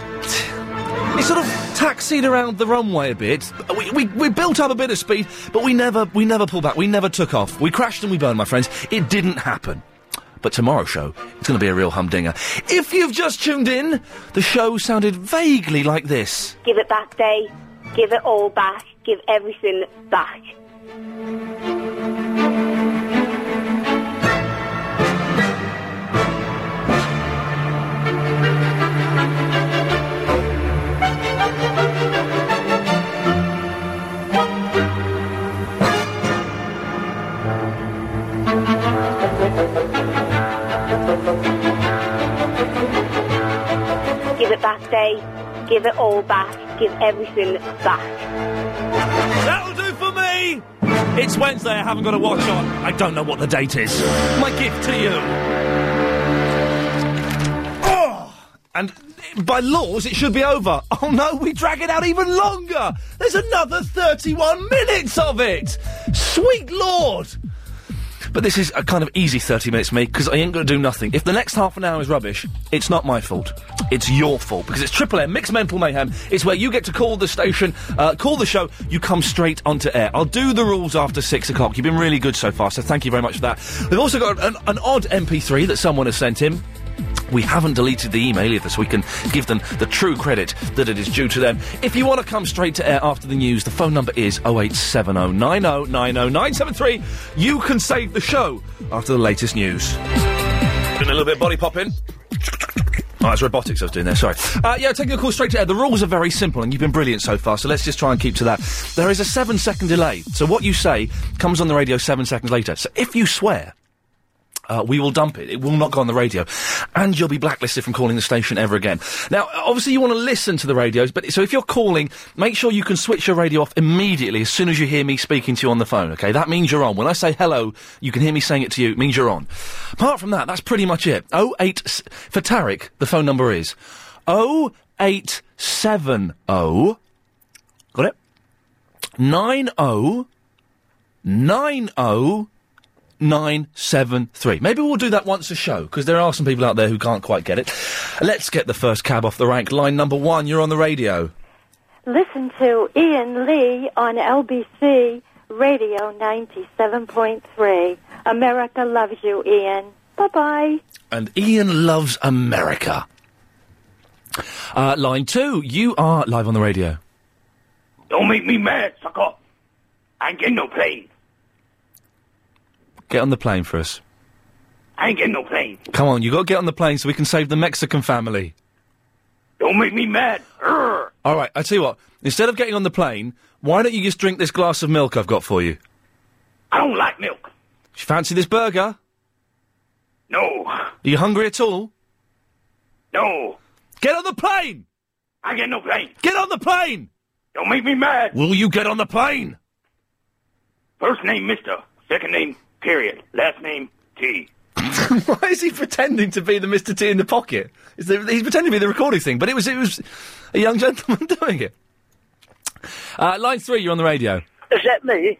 Speaker 2: It sort of taxied around the runway a bit. We, we, we built up a bit of speed, but we never we never pulled back. We never took off. We crashed and we burned, my friends. It didn't happen. But tomorrow's show, it's going to be a real humdinger. If you've just tuned in, the show sounded vaguely like this.
Speaker 31: Give it back day. Give it all back. Give everything back. Give it back day. Give it all back. Give everything back.
Speaker 2: That'll do for me! It's Wednesday, I haven't got a watch on. I don't know what the date is. My gift to you. Oh! And by laws, it should be over. Oh no, we drag it out even longer! There's another 31 minutes of it! Sweet Lord! But this is a kind of easy 30 minutes for me because I ain't going to do nothing. If the next half an hour is rubbish, it's not my fault. It's your fault because it's Triple M, Mixed Mental Mayhem. It's where you get to call the station, uh, call the show, you come straight onto air. I'll do the rules after six o'clock. You've been really good so far, so thank you very much for that. We've also got an, an odd MP3 that someone has sent in. We haven't deleted the email either, so we can give them the true credit that it is due to them. If you want to come straight to air after the news, the phone number is 08709090973. You can save the show after the latest news. Doing a little bit of body popping. Oh, that's robotics I was doing there, sorry. Uh, yeah, taking a call straight to air. The rules are very simple, and you've been brilliant so far, so let's just try and keep to that. There is a seven second delay, so what you say comes on the radio seven seconds later. So if you swear, uh, we will dump it. It will not go on the radio, and you'll be blacklisted from calling the station ever again. Now, obviously, you want to listen to the radios, but so if you're calling, make sure you can switch your radio off immediately as soon as you hear me speaking to you on the phone. Okay, that means you're on. When I say hello, you can hear me saying it to you. It means you're on. Apart from that, that's pretty much it. Oh eight s- for Tarek. The phone number is oh eight seven oh. Got it. Nine oh. 90973. Maybe we'll do that once a show, because there are some people out there who can't quite get it. Let's get the first cab off the rank. Line number one, you're on the radio.
Speaker 18: Listen to Ian Lee on LBC Radio 97.3. America loves you, Ian. Bye bye.
Speaker 2: And Ian loves America. Uh, line two, you are live on the radio.
Speaker 13: Don't make me mad, sucker. I ain't getting no plane.
Speaker 2: Get on the plane for us.
Speaker 13: I ain't getting no plane.
Speaker 2: Come on, you got to get on the plane so we can save the Mexican family.
Speaker 13: Don't make me mad.
Speaker 2: All right, I tell you what, instead of getting on the plane, why don't you just drink this glass of milk I've got for you?
Speaker 13: I don't like milk.
Speaker 2: Do you fancy this burger?
Speaker 13: No,
Speaker 2: Are you hungry at all?
Speaker 13: no.
Speaker 2: Get on the plane!
Speaker 13: I get no plane.
Speaker 2: Get on the plane!
Speaker 13: Don't make me mad.
Speaker 2: Will you get on the plane?
Speaker 13: First name Mister, second name period, last name T.
Speaker 2: (laughs) Why is he pretending to be the Mr. T in the pocket? Is there, he's pretending to be the recording thing, but it was it was a young gentleman (laughs) doing it. Uh, line three, you're on the radio.
Speaker 3: Is that me?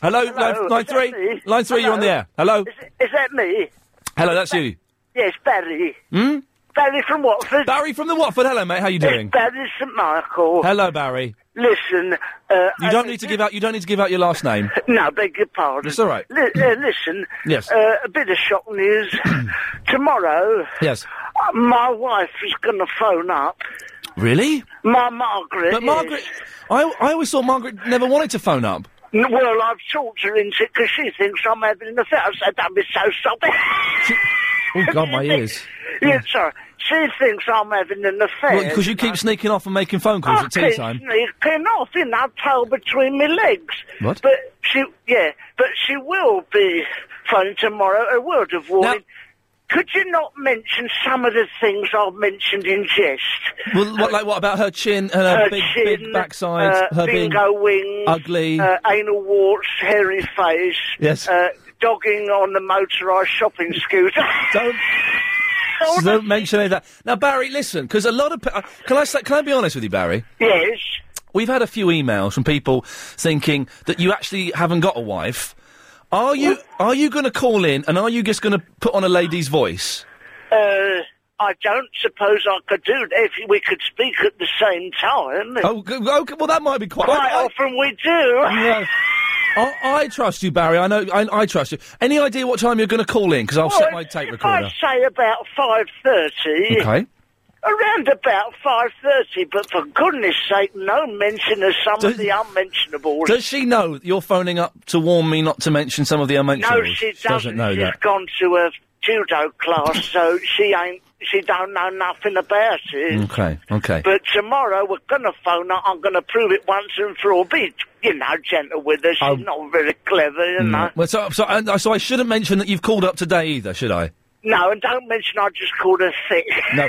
Speaker 2: Hello,
Speaker 3: Hello,
Speaker 2: line, line
Speaker 3: is that
Speaker 2: three.
Speaker 3: me?
Speaker 2: Line three, you're on the
Speaker 3: Hello?
Speaker 2: air. Hello,
Speaker 3: Is that me?
Speaker 2: hello, that's you.
Speaker 3: Yes, Barry.
Speaker 2: Hmm.
Speaker 3: Barry from Watford.
Speaker 2: Barry from the Watford. Hello, mate. How you doing?
Speaker 3: It's Barry St Michael.
Speaker 2: Hello, Barry.
Speaker 3: Listen, uh,
Speaker 2: You
Speaker 3: I-
Speaker 2: don't need to give out. You don't need to give out your last name.
Speaker 3: (laughs) No, beg your pardon.
Speaker 2: It's all right.
Speaker 3: Li- uh, listen.
Speaker 2: Yes.
Speaker 3: Uh, a bit of shock news.
Speaker 2: (clears throat)
Speaker 3: Tomorrow,
Speaker 2: Yes.
Speaker 3: uh, my wife is going to phone up.
Speaker 2: Really?
Speaker 3: My Margaret.
Speaker 2: But
Speaker 3: is.
Speaker 2: Margaret, I I always thought Margaret never wanted to phone up.
Speaker 3: N- Well, I've talked her into it because she thinks I'm having an affair. I said, don't be so (laughs) soppy.
Speaker 2: Oh God,
Speaker 3: (laughs)
Speaker 2: my ears.
Speaker 3: yeah, sorry. She thinks I'm having an affair.
Speaker 2: Because you
Speaker 3: uh,
Speaker 2: keep sneaking off and making phone calls at tea
Speaker 3: keep
Speaker 2: time.
Speaker 3: sneaking off in that tail between my legs.
Speaker 2: What?
Speaker 3: But she, yeah, but she will be phone tomorrow. A word of warning. Could you not mention some of the things I've mentioned in jest?
Speaker 2: Well, what, like what about her chin and her, big, big
Speaker 3: chin,
Speaker 2: backside?
Speaker 3: uh,
Speaker 2: her being
Speaker 3: bingo wings,
Speaker 2: ugly.
Speaker 3: uh, anal warts, hairy face,
Speaker 2: Yes.
Speaker 3: uh, dogging on the motorised shopping scooter.
Speaker 2: Don't. So don't mention any of that. Now, Barry, listen, because a lot of pe- uh, can I say, can I be honest with you, Barry?
Speaker 3: (laughs) Yes.
Speaker 2: We've had a few emails from people thinking that you actually haven't got a wife. Are you are you going to call in and are you just going to put on a lady's voice?
Speaker 3: Uh, I don't suppose I could do that if we could speak at the same time.
Speaker 2: Oh, g- okay, well, that might be quite.
Speaker 3: Quite often we do.
Speaker 2: No. I, I trust you, Barry. I know. I, I trust you. Any idea what time you're going to call in? Because
Speaker 3: Oh,
Speaker 2: I'll set my tape recorder.
Speaker 3: I'd say about five thirty.
Speaker 2: Okay.
Speaker 3: Around about five thirty, but for goodness' sake, no mention of some
Speaker 2: Does-
Speaker 3: of the unmentionables.
Speaker 2: Does she know that you're phoning up to warn me not to mention some of the
Speaker 3: no,
Speaker 2: unmentionables?
Speaker 3: she doesn't.
Speaker 2: doesn't know
Speaker 3: She's
Speaker 2: that.
Speaker 3: gone to a judo
Speaker 2: (laughs)
Speaker 3: class, so she ain't. She don't know nothing about it.
Speaker 2: Okay. Okay.
Speaker 3: But tomorrow we're gonna phone her. I'm gonna prove it once and for all. Be you know gentle with her. She's
Speaker 2: Oh.
Speaker 3: not very clever, you
Speaker 2: Mm.
Speaker 3: know.
Speaker 2: Well, so, so, I, so I shouldn't mention that you've called up today either, should I?
Speaker 3: No, and don't mention I just called her thick.
Speaker 2: No.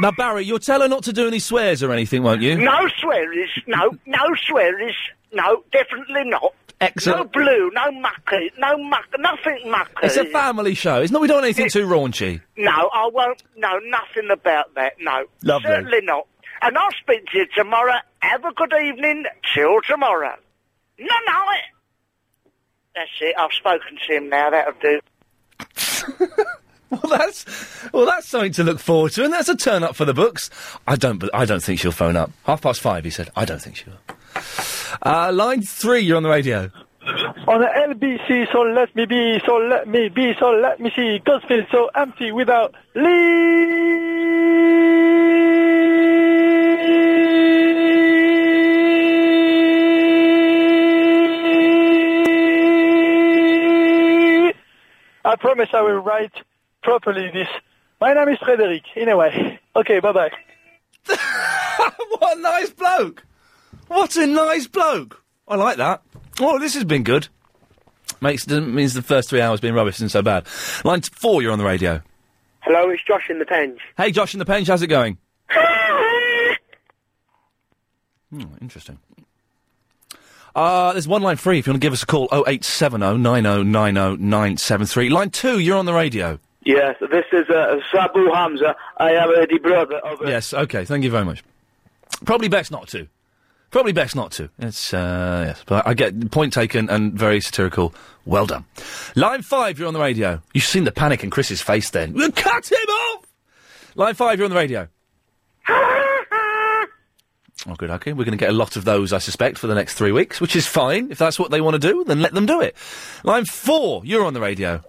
Speaker 2: now, Barry, you'll tell her not to do any swears or anything, won't you?
Speaker 3: No swearies. No, no swearies. No, definitely not.
Speaker 2: Excellent.
Speaker 3: No blue. No mucky. No muck. Nothing mucky.
Speaker 2: It's a family show. It's not. We don't want anything too raunchy.
Speaker 3: No, I won't. No, nothing about that. No,
Speaker 2: Lovely.
Speaker 3: certainly not. And I'll speak to you tomorrow. Have a good evening. Till tomorrow. No, no. It... That's it. I've spoken to him now. That'll do.
Speaker 2: Well, that's well, that's something to look forward to, and that's a turn up for the books. I don't. be- I don't think she'll phone up. Half past five, he said. I don't think she will. Uh, line three, you're on the radio.
Speaker 19: On the LBC, so let me be, so let me be, so let me see. Does feel so empty without Lee. I promise I will write properly this. My name is Frederic. Anyway, okay, bye bye.
Speaker 2: (laughs) what a nice bloke! What a nice bloke! I like that. Oh, this has been good. Makes doesn't- means the first three hours being rubbish isn't so bad. Line t- four, you're on the radio.
Speaker 20: Hello, it's Josh in the Penge.
Speaker 2: Hey, Josh in the Penge, how's it going? Hmm, interesting. Uh, there's one line free if you want to give us a call 0870 9090973. Line two, you're on the radio.
Speaker 20: Yes, this is uh, Sabu Hamza. I am uh, the brother of. Uh,
Speaker 2: Yes, okay, thank you very much. Probably best not to. Probably best not to. It's, uh, yes, but I get point taken and very satirical. Well done. Line five, you're on the radio. You've seen the panic in Chris's face then. We'll cut him off! Line five, you're on the radio. Oh, good, okay. We're going to get a lot of those, I suspect, for the next three weeks, which is fine. If that's what they want to do, then let them do it. Line four, you're on the radio.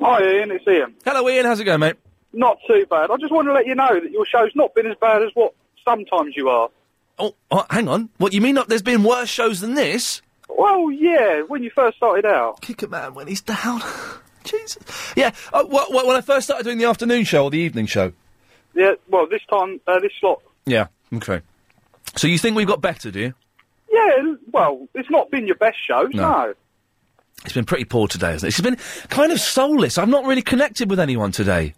Speaker 21: Hi Ian, it's Ian.
Speaker 2: Hello Ian, how's it going, mate?
Speaker 21: Not too bad. I just want to let you know that your show's not been as bad as what sometimes you are.
Speaker 2: Oh, oh hang on. What, you mean not, there's been worse shows than this?
Speaker 21: Well, yeah, when you first started out.
Speaker 2: Kick a man when he's down. (laughs) Jesus. Yeah, uh, wh- wh- when I first started doing the afternoon show or the evening show.
Speaker 21: Yeah, well, this time, uh, this slot.
Speaker 2: Yeah, okay. So you think we've got better, do you?
Speaker 21: Yeah, well, it's not been your best shows,
Speaker 2: No.
Speaker 21: no.
Speaker 2: It's been pretty poor today, hasn't it? It's been kind of soulless. I've not really connected with anyone today.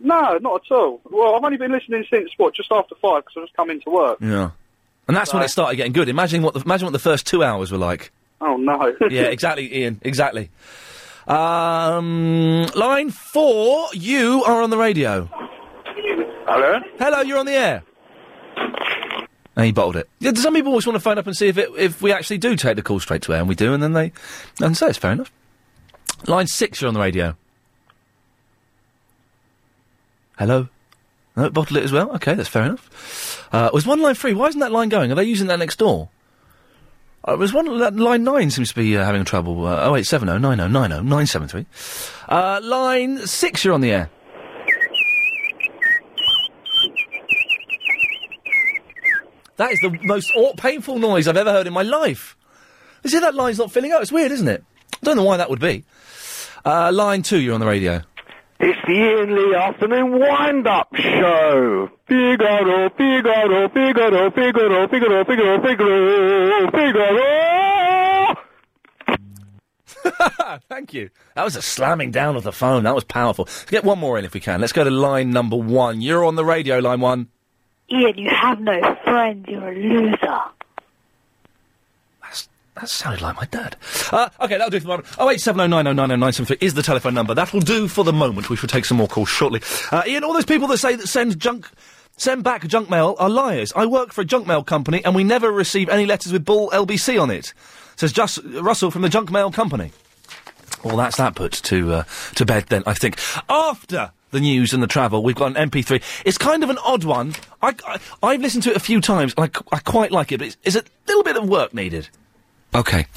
Speaker 21: No, not at all. Well, I've only been listening since what just after five because I just come into work.
Speaker 2: Yeah. And that's when it started getting good. Imagine what the, imagine what the first two hours were like.
Speaker 21: Oh no.
Speaker 2: yeah, exactly, Ian. Exactly. Um, line four, you are on the radio.
Speaker 1: Hello?
Speaker 2: Hello, you're on the air. And he bottled it. Yeah, some people always want to phone up and see if it, if we actually do take the call straight to air, and we do, and then they. And so it's fair enough. Line six, you're on the radio. Hello? No, bottle it as well? Okay, that's fair enough. Uh, was one line free? Why isn't that line going? Are they using that next door? Uh, was one that line nine seems to be uh, having trouble. Uh, oh eight seven oh nine oh nine oh nine seven three. Uh, line six, you're on the air. That is the most aw- painful noise I've ever heard in my life. You see that line's not filling up? It's weird, isn't it? I don't know why that would be. Uh, line two, you're on the radio.
Speaker 1: It's the Ian Lee Afternoon Wind-Up Show. Figaro, Figaro, Figaro, Figaro, Figaro, Figaro, Figaro, Figaro.
Speaker 2: Thank you. That was a slamming down of the phone. That was powerful. Let's get one more in if we can. Let's go to line number one. You're on the radio, line one.
Speaker 10: Ian, you have no friends. You're a loser.
Speaker 2: That sounded like my dad. Uh, okay, that'll do for the moment. Oh eight seven oh nine oh nine oh nine seven three is the telephone number. That'll do for the moment. We shall take some more calls shortly. Uh, Ian, all those people that say that send junk, send back junk mail are liars. I work for a junk mail company and we never receive any letters with bull LBC on it. Says just Russell from the junk mail company. Well, that's that put to uh, to bed then. I think after the news and the travel, we've got an MP3. It's kind of an odd one. I, I have listened to it a few times and I, c- I quite like it, but it's, it's a little bit of work needed. Okay.